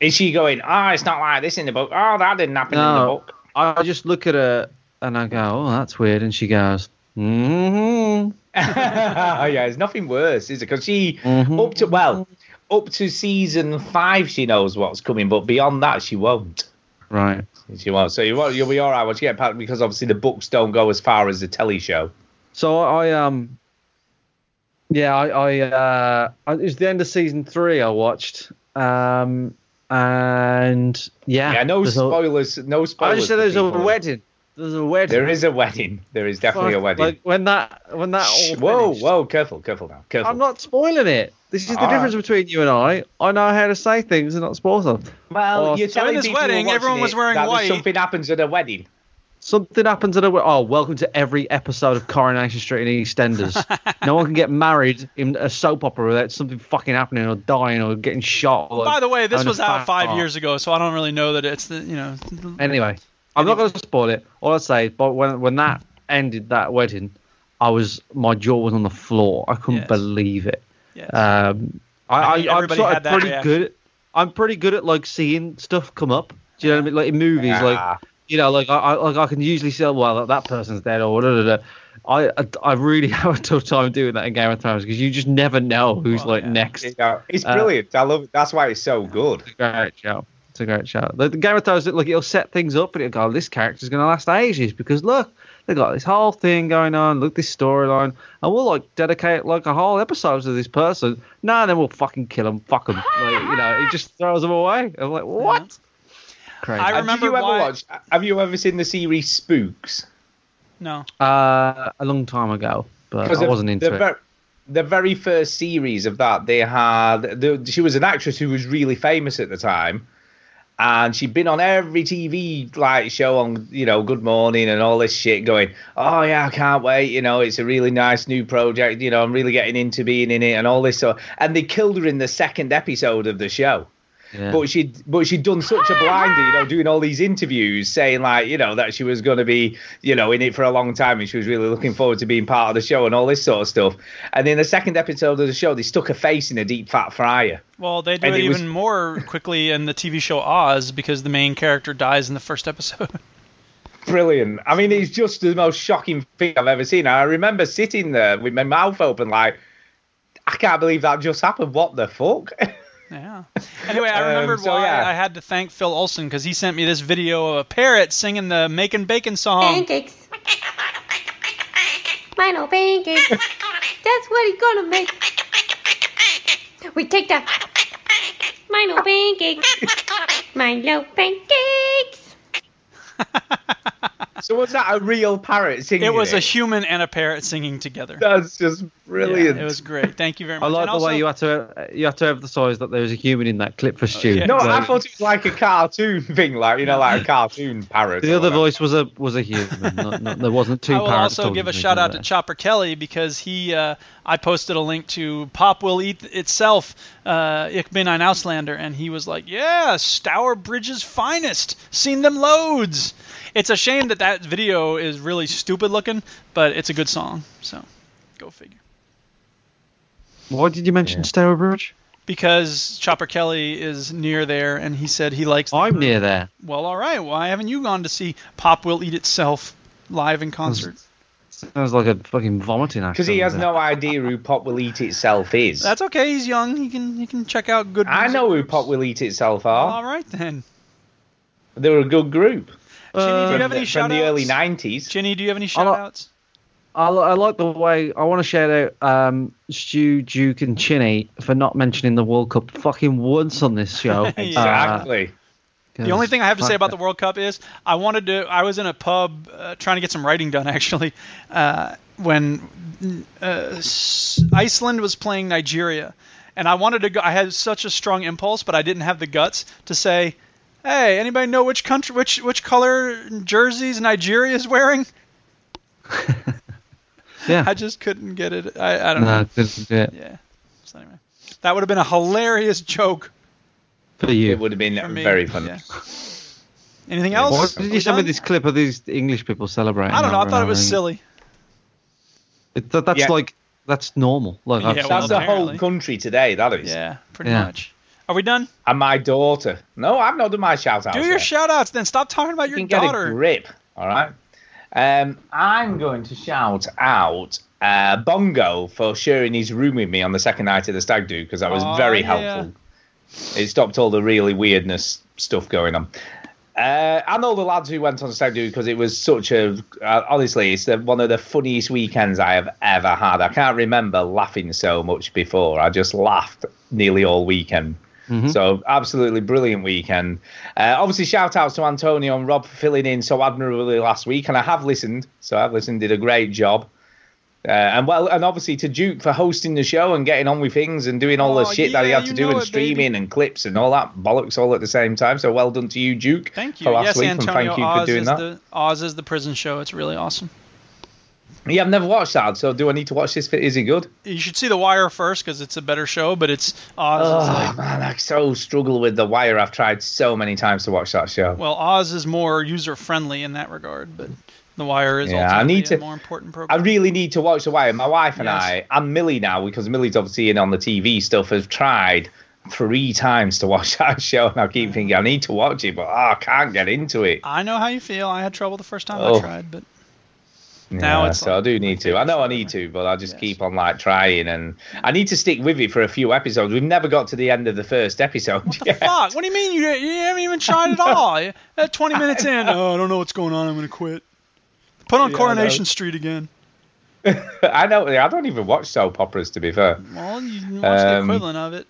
Speaker 3: Is she going? Ah, it's not like this in the book. Oh, that didn't happen in the
Speaker 4: No,
Speaker 3: book.
Speaker 4: I I just look at her and I go, "Oh, that's weird," and she goes, "Hmm."
Speaker 3: Ah, oh, yeah, it's nothing worse, is it? Because she
Speaker 4: Mm-hmm.
Speaker 3: up to well, up to season five, she knows what's coming, but beyond that, she won't.
Speaker 4: Right.
Speaker 3: She won't. So you won't, you'll be all right once you get past because obviously the books don't go as far as the telly show.
Speaker 4: So I, I um, yeah, I, I uh, I- it was the end of season three I watched, um, and yeah,
Speaker 3: Yeah, no
Speaker 4: Ah, there's a-
Speaker 3: spoilers. No spoilers.
Speaker 4: I just said
Speaker 3: for
Speaker 4: there's a
Speaker 3: people.
Speaker 4: wedding. There's a wedding.
Speaker 3: There is a wedding. There is definitely a
Speaker 4: Fuck,
Speaker 3: wedding.
Speaker 4: Like when that when that all
Speaker 3: Shh, whoa, whoa, careful, careful now, careful.
Speaker 4: I'm not spoiling it. This is the
Speaker 3: All
Speaker 4: difference between you and I. I know how to say things and not spoil them.
Speaker 3: Well,
Speaker 4: Or
Speaker 3: you're telling
Speaker 1: this
Speaker 3: people who are
Speaker 1: wedding,
Speaker 3: watching
Speaker 1: everyone was
Speaker 3: it
Speaker 1: wearing
Speaker 3: that there's
Speaker 1: white.
Speaker 3: Something happens at a wedding.
Speaker 4: something happens at a we- oh, welcome to every episode of Coronation Street and EastEnders. no one can get married in a soap opera without something fucking happening or dying or getting shot. Or
Speaker 1: By the way, this
Speaker 4: having a
Speaker 1: was out
Speaker 4: fat
Speaker 1: five
Speaker 4: fart.
Speaker 1: years ago, so I don't really know that it's the you know.
Speaker 4: Anyway, I'm not going to spoil it. All I say, but when when that ended, that wedding, I was my jaw was on the floor. I couldn't believe it.
Speaker 1: Yes.
Speaker 4: Um, I,
Speaker 1: I
Speaker 4: I,
Speaker 1: think
Speaker 4: I am
Speaker 1: everybody
Speaker 4: sort
Speaker 1: had
Speaker 4: of
Speaker 1: that
Speaker 4: pretty
Speaker 1: reaction.
Speaker 4: good. I'm pretty good at like seeing stuff come up. Do you know what I mean? Like in movies,
Speaker 3: Yeah.
Speaker 4: like you know, like I, I like I can usually say, well, that, that person's dead or da, da, da. I, I I really have a tough time doing that in Game of Thrones because you just never know who's like next.
Speaker 3: Yeah, it's
Speaker 4: Uh,
Speaker 3: brilliant. I love. That's why it's so good.
Speaker 4: Great show. It's a great show. The, the Game of Thrones, like it'll set things up and it'll go, this character's going to last ages because look, they got this whole thing going on. Look, this storyline, and we'll like dedicate like a whole episode to this person. Nah, then we'll fucking kill him. Fuck him. Like, you know, it just throws them away. I'm like, what? Crazy.
Speaker 1: I remember
Speaker 3: Have you ever
Speaker 1: why-
Speaker 3: watched? Have you ever seen the series Spooks?
Speaker 1: No.
Speaker 4: uh, a long time ago, but I
Speaker 3: the-
Speaker 4: wasn't into
Speaker 3: the
Speaker 4: it.
Speaker 3: ver- the very first series of that, they had. The, she was an actress who was really famous at the time, and she'd been on every TV like show on, you know, Good Morning and all this shit, going, "Oh yeah, I can't wait. You know, it's a really nice new project. You know, I'm really getting into being in it and all this." So, and they killed her in the second episode of the show.
Speaker 4: Yeah.
Speaker 3: But she'd but she'd done such a blinder, you know, doing all these interviews saying like, you know, that she was gonna be, you know, in it for a long time and she was really looking forward to being part of the show and all this sort of stuff. And in the second episode of the show, they stuck her face in a deep fat fryer.
Speaker 1: Well, they do
Speaker 3: And
Speaker 1: it,
Speaker 3: it
Speaker 1: even
Speaker 3: was-
Speaker 1: more quickly in the TV show Oz because the main character dies in the first episode.
Speaker 3: Brilliant. I mean, it's just the most shocking thing I've ever seen. And I remember sitting there with my mouth open like I can't believe that just happened. What the fuck?
Speaker 1: Yeah. Anyway, I
Speaker 3: Um,
Speaker 1: remembered
Speaker 3: so,
Speaker 1: why
Speaker 3: yeah.
Speaker 1: I had to thank Phil Olson because he sent me this video of a parrot singing the Making Bacon song.
Speaker 18: Pancakes. Mino pancakes. That's what he's gonna make. We take the Mino pancakes. Milo pancakes.
Speaker 3: so was that a real parrot singing?
Speaker 1: It was
Speaker 3: it?
Speaker 1: a human and a parrot singing together.
Speaker 3: That's just brilliant.
Speaker 1: it was great. Thank you very
Speaker 4: I
Speaker 1: much.
Speaker 4: like
Speaker 1: And
Speaker 4: the
Speaker 1: also- Oh,
Speaker 4: way you had to you had to emphasise that there was a human in that clip for Stu.
Speaker 3: No, I
Speaker 4: Like,
Speaker 3: thought it was like a cartoon thing, like you know, like a cartoon parrot.
Speaker 4: the other voice was a was a human. not, not, there wasn't two
Speaker 1: I will
Speaker 4: parrots
Speaker 1: also
Speaker 4: talking
Speaker 1: give a
Speaker 4: to each
Speaker 1: shout out
Speaker 4: other.
Speaker 1: to Chopper Kelly because he, uh, I posted a link to Pop Will Eat Itself, uh, Ich bin ein Auslander, and he was like, yeah, Stourbridge's finest. Seen them loads. It's a shame that that video is really stupid looking, but it's a good song. So go figure.
Speaker 4: Why did you mention Stourbridge?
Speaker 1: Because Chopper Kelly is near there, and he said he likes.
Speaker 3: Oh,
Speaker 4: I'm near there.
Speaker 1: Well, all right. Why haven't you gone to see Pop Will Eat Itself live in concert?
Speaker 10: Sounds like a fucking vomiting accident.
Speaker 3: Because he has no idea who Pop Will Eat Itself is.
Speaker 1: That's okay. He's young. He can he can check out good.
Speaker 3: I
Speaker 1: music
Speaker 3: know who
Speaker 1: groups.
Speaker 3: Pop Will Eat Itself are.
Speaker 1: All right then.
Speaker 3: They were a good group.
Speaker 1: Ginny, do you have
Speaker 3: Uh, from
Speaker 1: any
Speaker 3: the, from the
Speaker 1: shout-outs?
Speaker 3: early 90s.
Speaker 1: Ginny, do you have any
Speaker 10: I'll-
Speaker 1: shout outs?
Speaker 10: I, li- I like the way I want to shout out um, Stu, Duke, and Chinny for not mentioning the World Cup fucking once on this show. Uh,
Speaker 4: Ah.
Speaker 3: Exactly.
Speaker 1: The only thing I have to say about the World Cup is I wanted to. I was in a pub uh, trying to get some writing done actually uh, when uh, S- Iceland was playing Nigeria, and I wanted to go. I had such a strong impulse, but I didn't have the guts to say, "Hey, anybody know which country, which which color jerseys Nigeria is wearing?"
Speaker 10: Yeah.
Speaker 1: I just couldn't get it. I, I don't
Speaker 10: No,
Speaker 1: know.
Speaker 10: it didn't do it.
Speaker 1: Yeah. So anyway, that would have been a hilarious joke.
Speaker 10: for you.
Speaker 3: It would have been
Speaker 1: me,
Speaker 3: very funny.
Speaker 1: yeah. Anything
Speaker 10: Why
Speaker 1: else?
Speaker 10: did
Speaker 1: We
Speaker 10: you send me
Speaker 1: done?
Speaker 10: this clip of these English people celebrating?
Speaker 1: I don't know. I
Speaker 10: over
Speaker 1: thought
Speaker 10: and
Speaker 1: it was
Speaker 10: over again?
Speaker 1: silly.
Speaker 10: It- that- that's
Speaker 3: Yeah.
Speaker 10: like that's normal. Like
Speaker 1: Yeah,
Speaker 10: I've-
Speaker 1: well,
Speaker 3: That's the
Speaker 1: apparently.
Speaker 3: whole country today, that is.
Speaker 1: Yeah, pretty
Speaker 10: Yeah.
Speaker 1: much. Are we done?
Speaker 3: And my daughter. No, I've not done my shout out.
Speaker 1: Do your shout outs then. Stop talking about your
Speaker 3: can get a
Speaker 1: daughter.
Speaker 3: grip. All right. Um, I'm going to shout out uh, Bongo for sharing his room with me on the second night of the stag do because that was
Speaker 1: Aw,
Speaker 3: very
Speaker 1: yeah.
Speaker 3: helpful. It stopped all the really weirdness stuff going on. Uh, and all the lads who went on stag do because it was such a uh, honestly, it's the, one of the funniest weekends I have ever had. I can't remember laughing so much before. I just laughed nearly all weekend.
Speaker 1: Mm-hmm.
Speaker 3: So absolutely brilliant weekend. Uh, obviously, shout outs to Antonio and Rob for filling in so admirably last week, and I have listened. So I've listened, did a great job. Uh, and well, and obviously to Duke for hosting the show and getting on with things and doing all
Speaker 1: Aw,
Speaker 3: the shit that he
Speaker 1: Oh, yeah,
Speaker 3: had to
Speaker 1: you
Speaker 3: do
Speaker 1: know
Speaker 3: and
Speaker 1: it,
Speaker 3: streaming and clips and all that bollocks all at the same time. So well done to you, Duke.
Speaker 1: Thank you.
Speaker 3: For last
Speaker 1: yes,
Speaker 3: week,
Speaker 1: Antonio
Speaker 3: and thank you
Speaker 1: Oz
Speaker 3: for doing
Speaker 1: is
Speaker 3: that.
Speaker 1: the Oz is the prison show. It's really awesome.
Speaker 3: Yeah, I've never watched that. So do I need to watch this? Is it good?
Speaker 1: You should see The Wire first because it's a better show, but it's Oz. is
Speaker 3: Oh
Speaker 1: like,
Speaker 3: man, I so struggle with The Wire. I've tried so many times to watch that show.
Speaker 1: well, Oz is more user friendly in that regard, but The Wire is
Speaker 3: Yeah, I
Speaker 1: ultimately
Speaker 3: need
Speaker 1: a
Speaker 3: to-
Speaker 1: more important
Speaker 3: I
Speaker 1: program.
Speaker 3: really need to watch The Wire. My wife and
Speaker 1: Yes.
Speaker 3: I, and Millie now, because Millie's obviously in on the TV stuff, have tried three times to watch that show, and I keep thinking I need to watch it, but oh, I can't get into it.
Speaker 1: I, know how you feel. I had trouble the first time I
Speaker 3: Oh.
Speaker 1: tried, but Now
Speaker 3: Now
Speaker 1: it's
Speaker 3: so I do need to. I know I need to, but I just keep on like trying, and I need to stick with it for a few episodes. We've never got to the end of the first episode. yet.
Speaker 1: fuck. What do you mean you, you haven't even tried at all? You- At 20 minutes in, oh, I don't know what's going on. I'm gonna quit. Put on
Speaker 3: Yeah, I know.
Speaker 1: Coronation Street again.
Speaker 3: I know. I don't even watch soap operas, to be fair.
Speaker 1: Well, you can watch the
Speaker 3: Um,
Speaker 1: equivalent of it.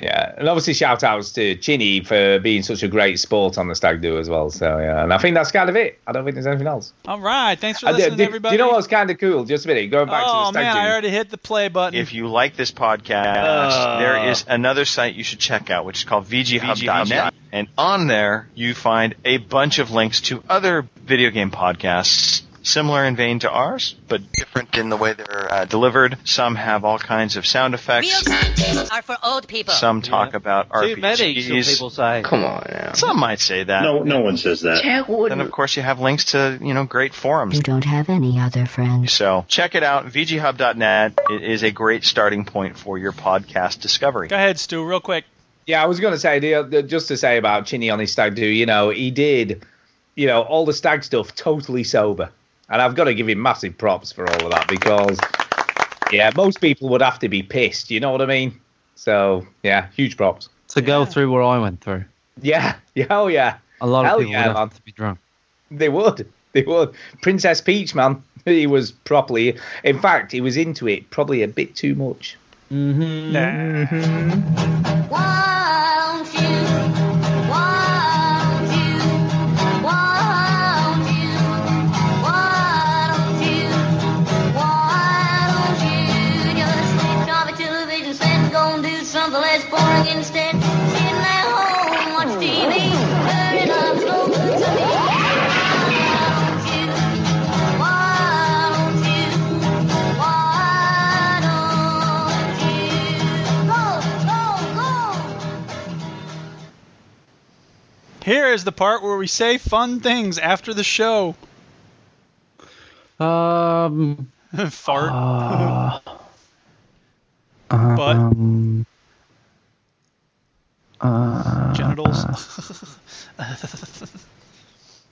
Speaker 3: Yeah, and obviously shout outs to Chinny for being such a great sport on the stag do as well. So yeah, and I think that's kind of it. I don't think there's anything else.
Speaker 1: All right. Thanks for
Speaker 3: I do-
Speaker 1: listening,
Speaker 3: do-
Speaker 1: everybody.
Speaker 3: Do you know what's kind of cool? Just a minute, going back
Speaker 1: oh
Speaker 3: to the
Speaker 1: man,
Speaker 3: stag do.
Speaker 1: I already hit the play button.
Speaker 19: If you like this podcast,
Speaker 3: Uh.
Speaker 19: there is another site you should check out, which is called VGHub.net.
Speaker 3: VGHub.net.
Speaker 19: And on there, you find a bunch of links to other video game podcasts similar in vein to ours, but different in the way they're uh, delivered. Some have all kinds of sound effects.
Speaker 8: Are for old people.
Speaker 19: Some talk about
Speaker 8: Too
Speaker 19: RPGs.
Speaker 8: many, some people
Speaker 19: say. Come on now. Some might say that.
Speaker 20: No- no one says that. Jack wouldn't.
Speaker 19: Then of course you have links to you know great forums.
Speaker 21: You don't have any other friends.
Speaker 19: So check it out, VGHub.net. It is a great starting point for your podcast discovery.
Speaker 1: Go ahead, Stu, real quick.
Speaker 3: Yeah, I was going to say the, the, just to say about Chinny on his stag do. You know, he did, you know, all the stag stuff totally sober, and I've got to give him massive props for all of that because, yeah, most people would have to be pissed. You know what I mean? So yeah, huge props.
Speaker 10: to go through what I went through.
Speaker 3: Yeah, yeah, oh yeah.
Speaker 10: A lot of
Speaker 3: Hell
Speaker 10: people
Speaker 3: yeah,
Speaker 10: would
Speaker 3: man.
Speaker 10: have to be drunk.
Speaker 3: They would. They would. Princess Peach, man. He was properly. In fact, he was into it probably a bit too much.
Speaker 10: Mm-hmm.
Speaker 2: Won't you? Won't you? Won't you? Won't you? Won't you just switch off the television set and go and do something less boring instead? Sitting at home, watch TV, turning up slow cooks and
Speaker 1: Here is the part where we say fun things after the show.
Speaker 10: Um,
Speaker 1: Fart.
Speaker 3: Uh,
Speaker 10: but um, uh,
Speaker 3: uh,
Speaker 1: Genitals.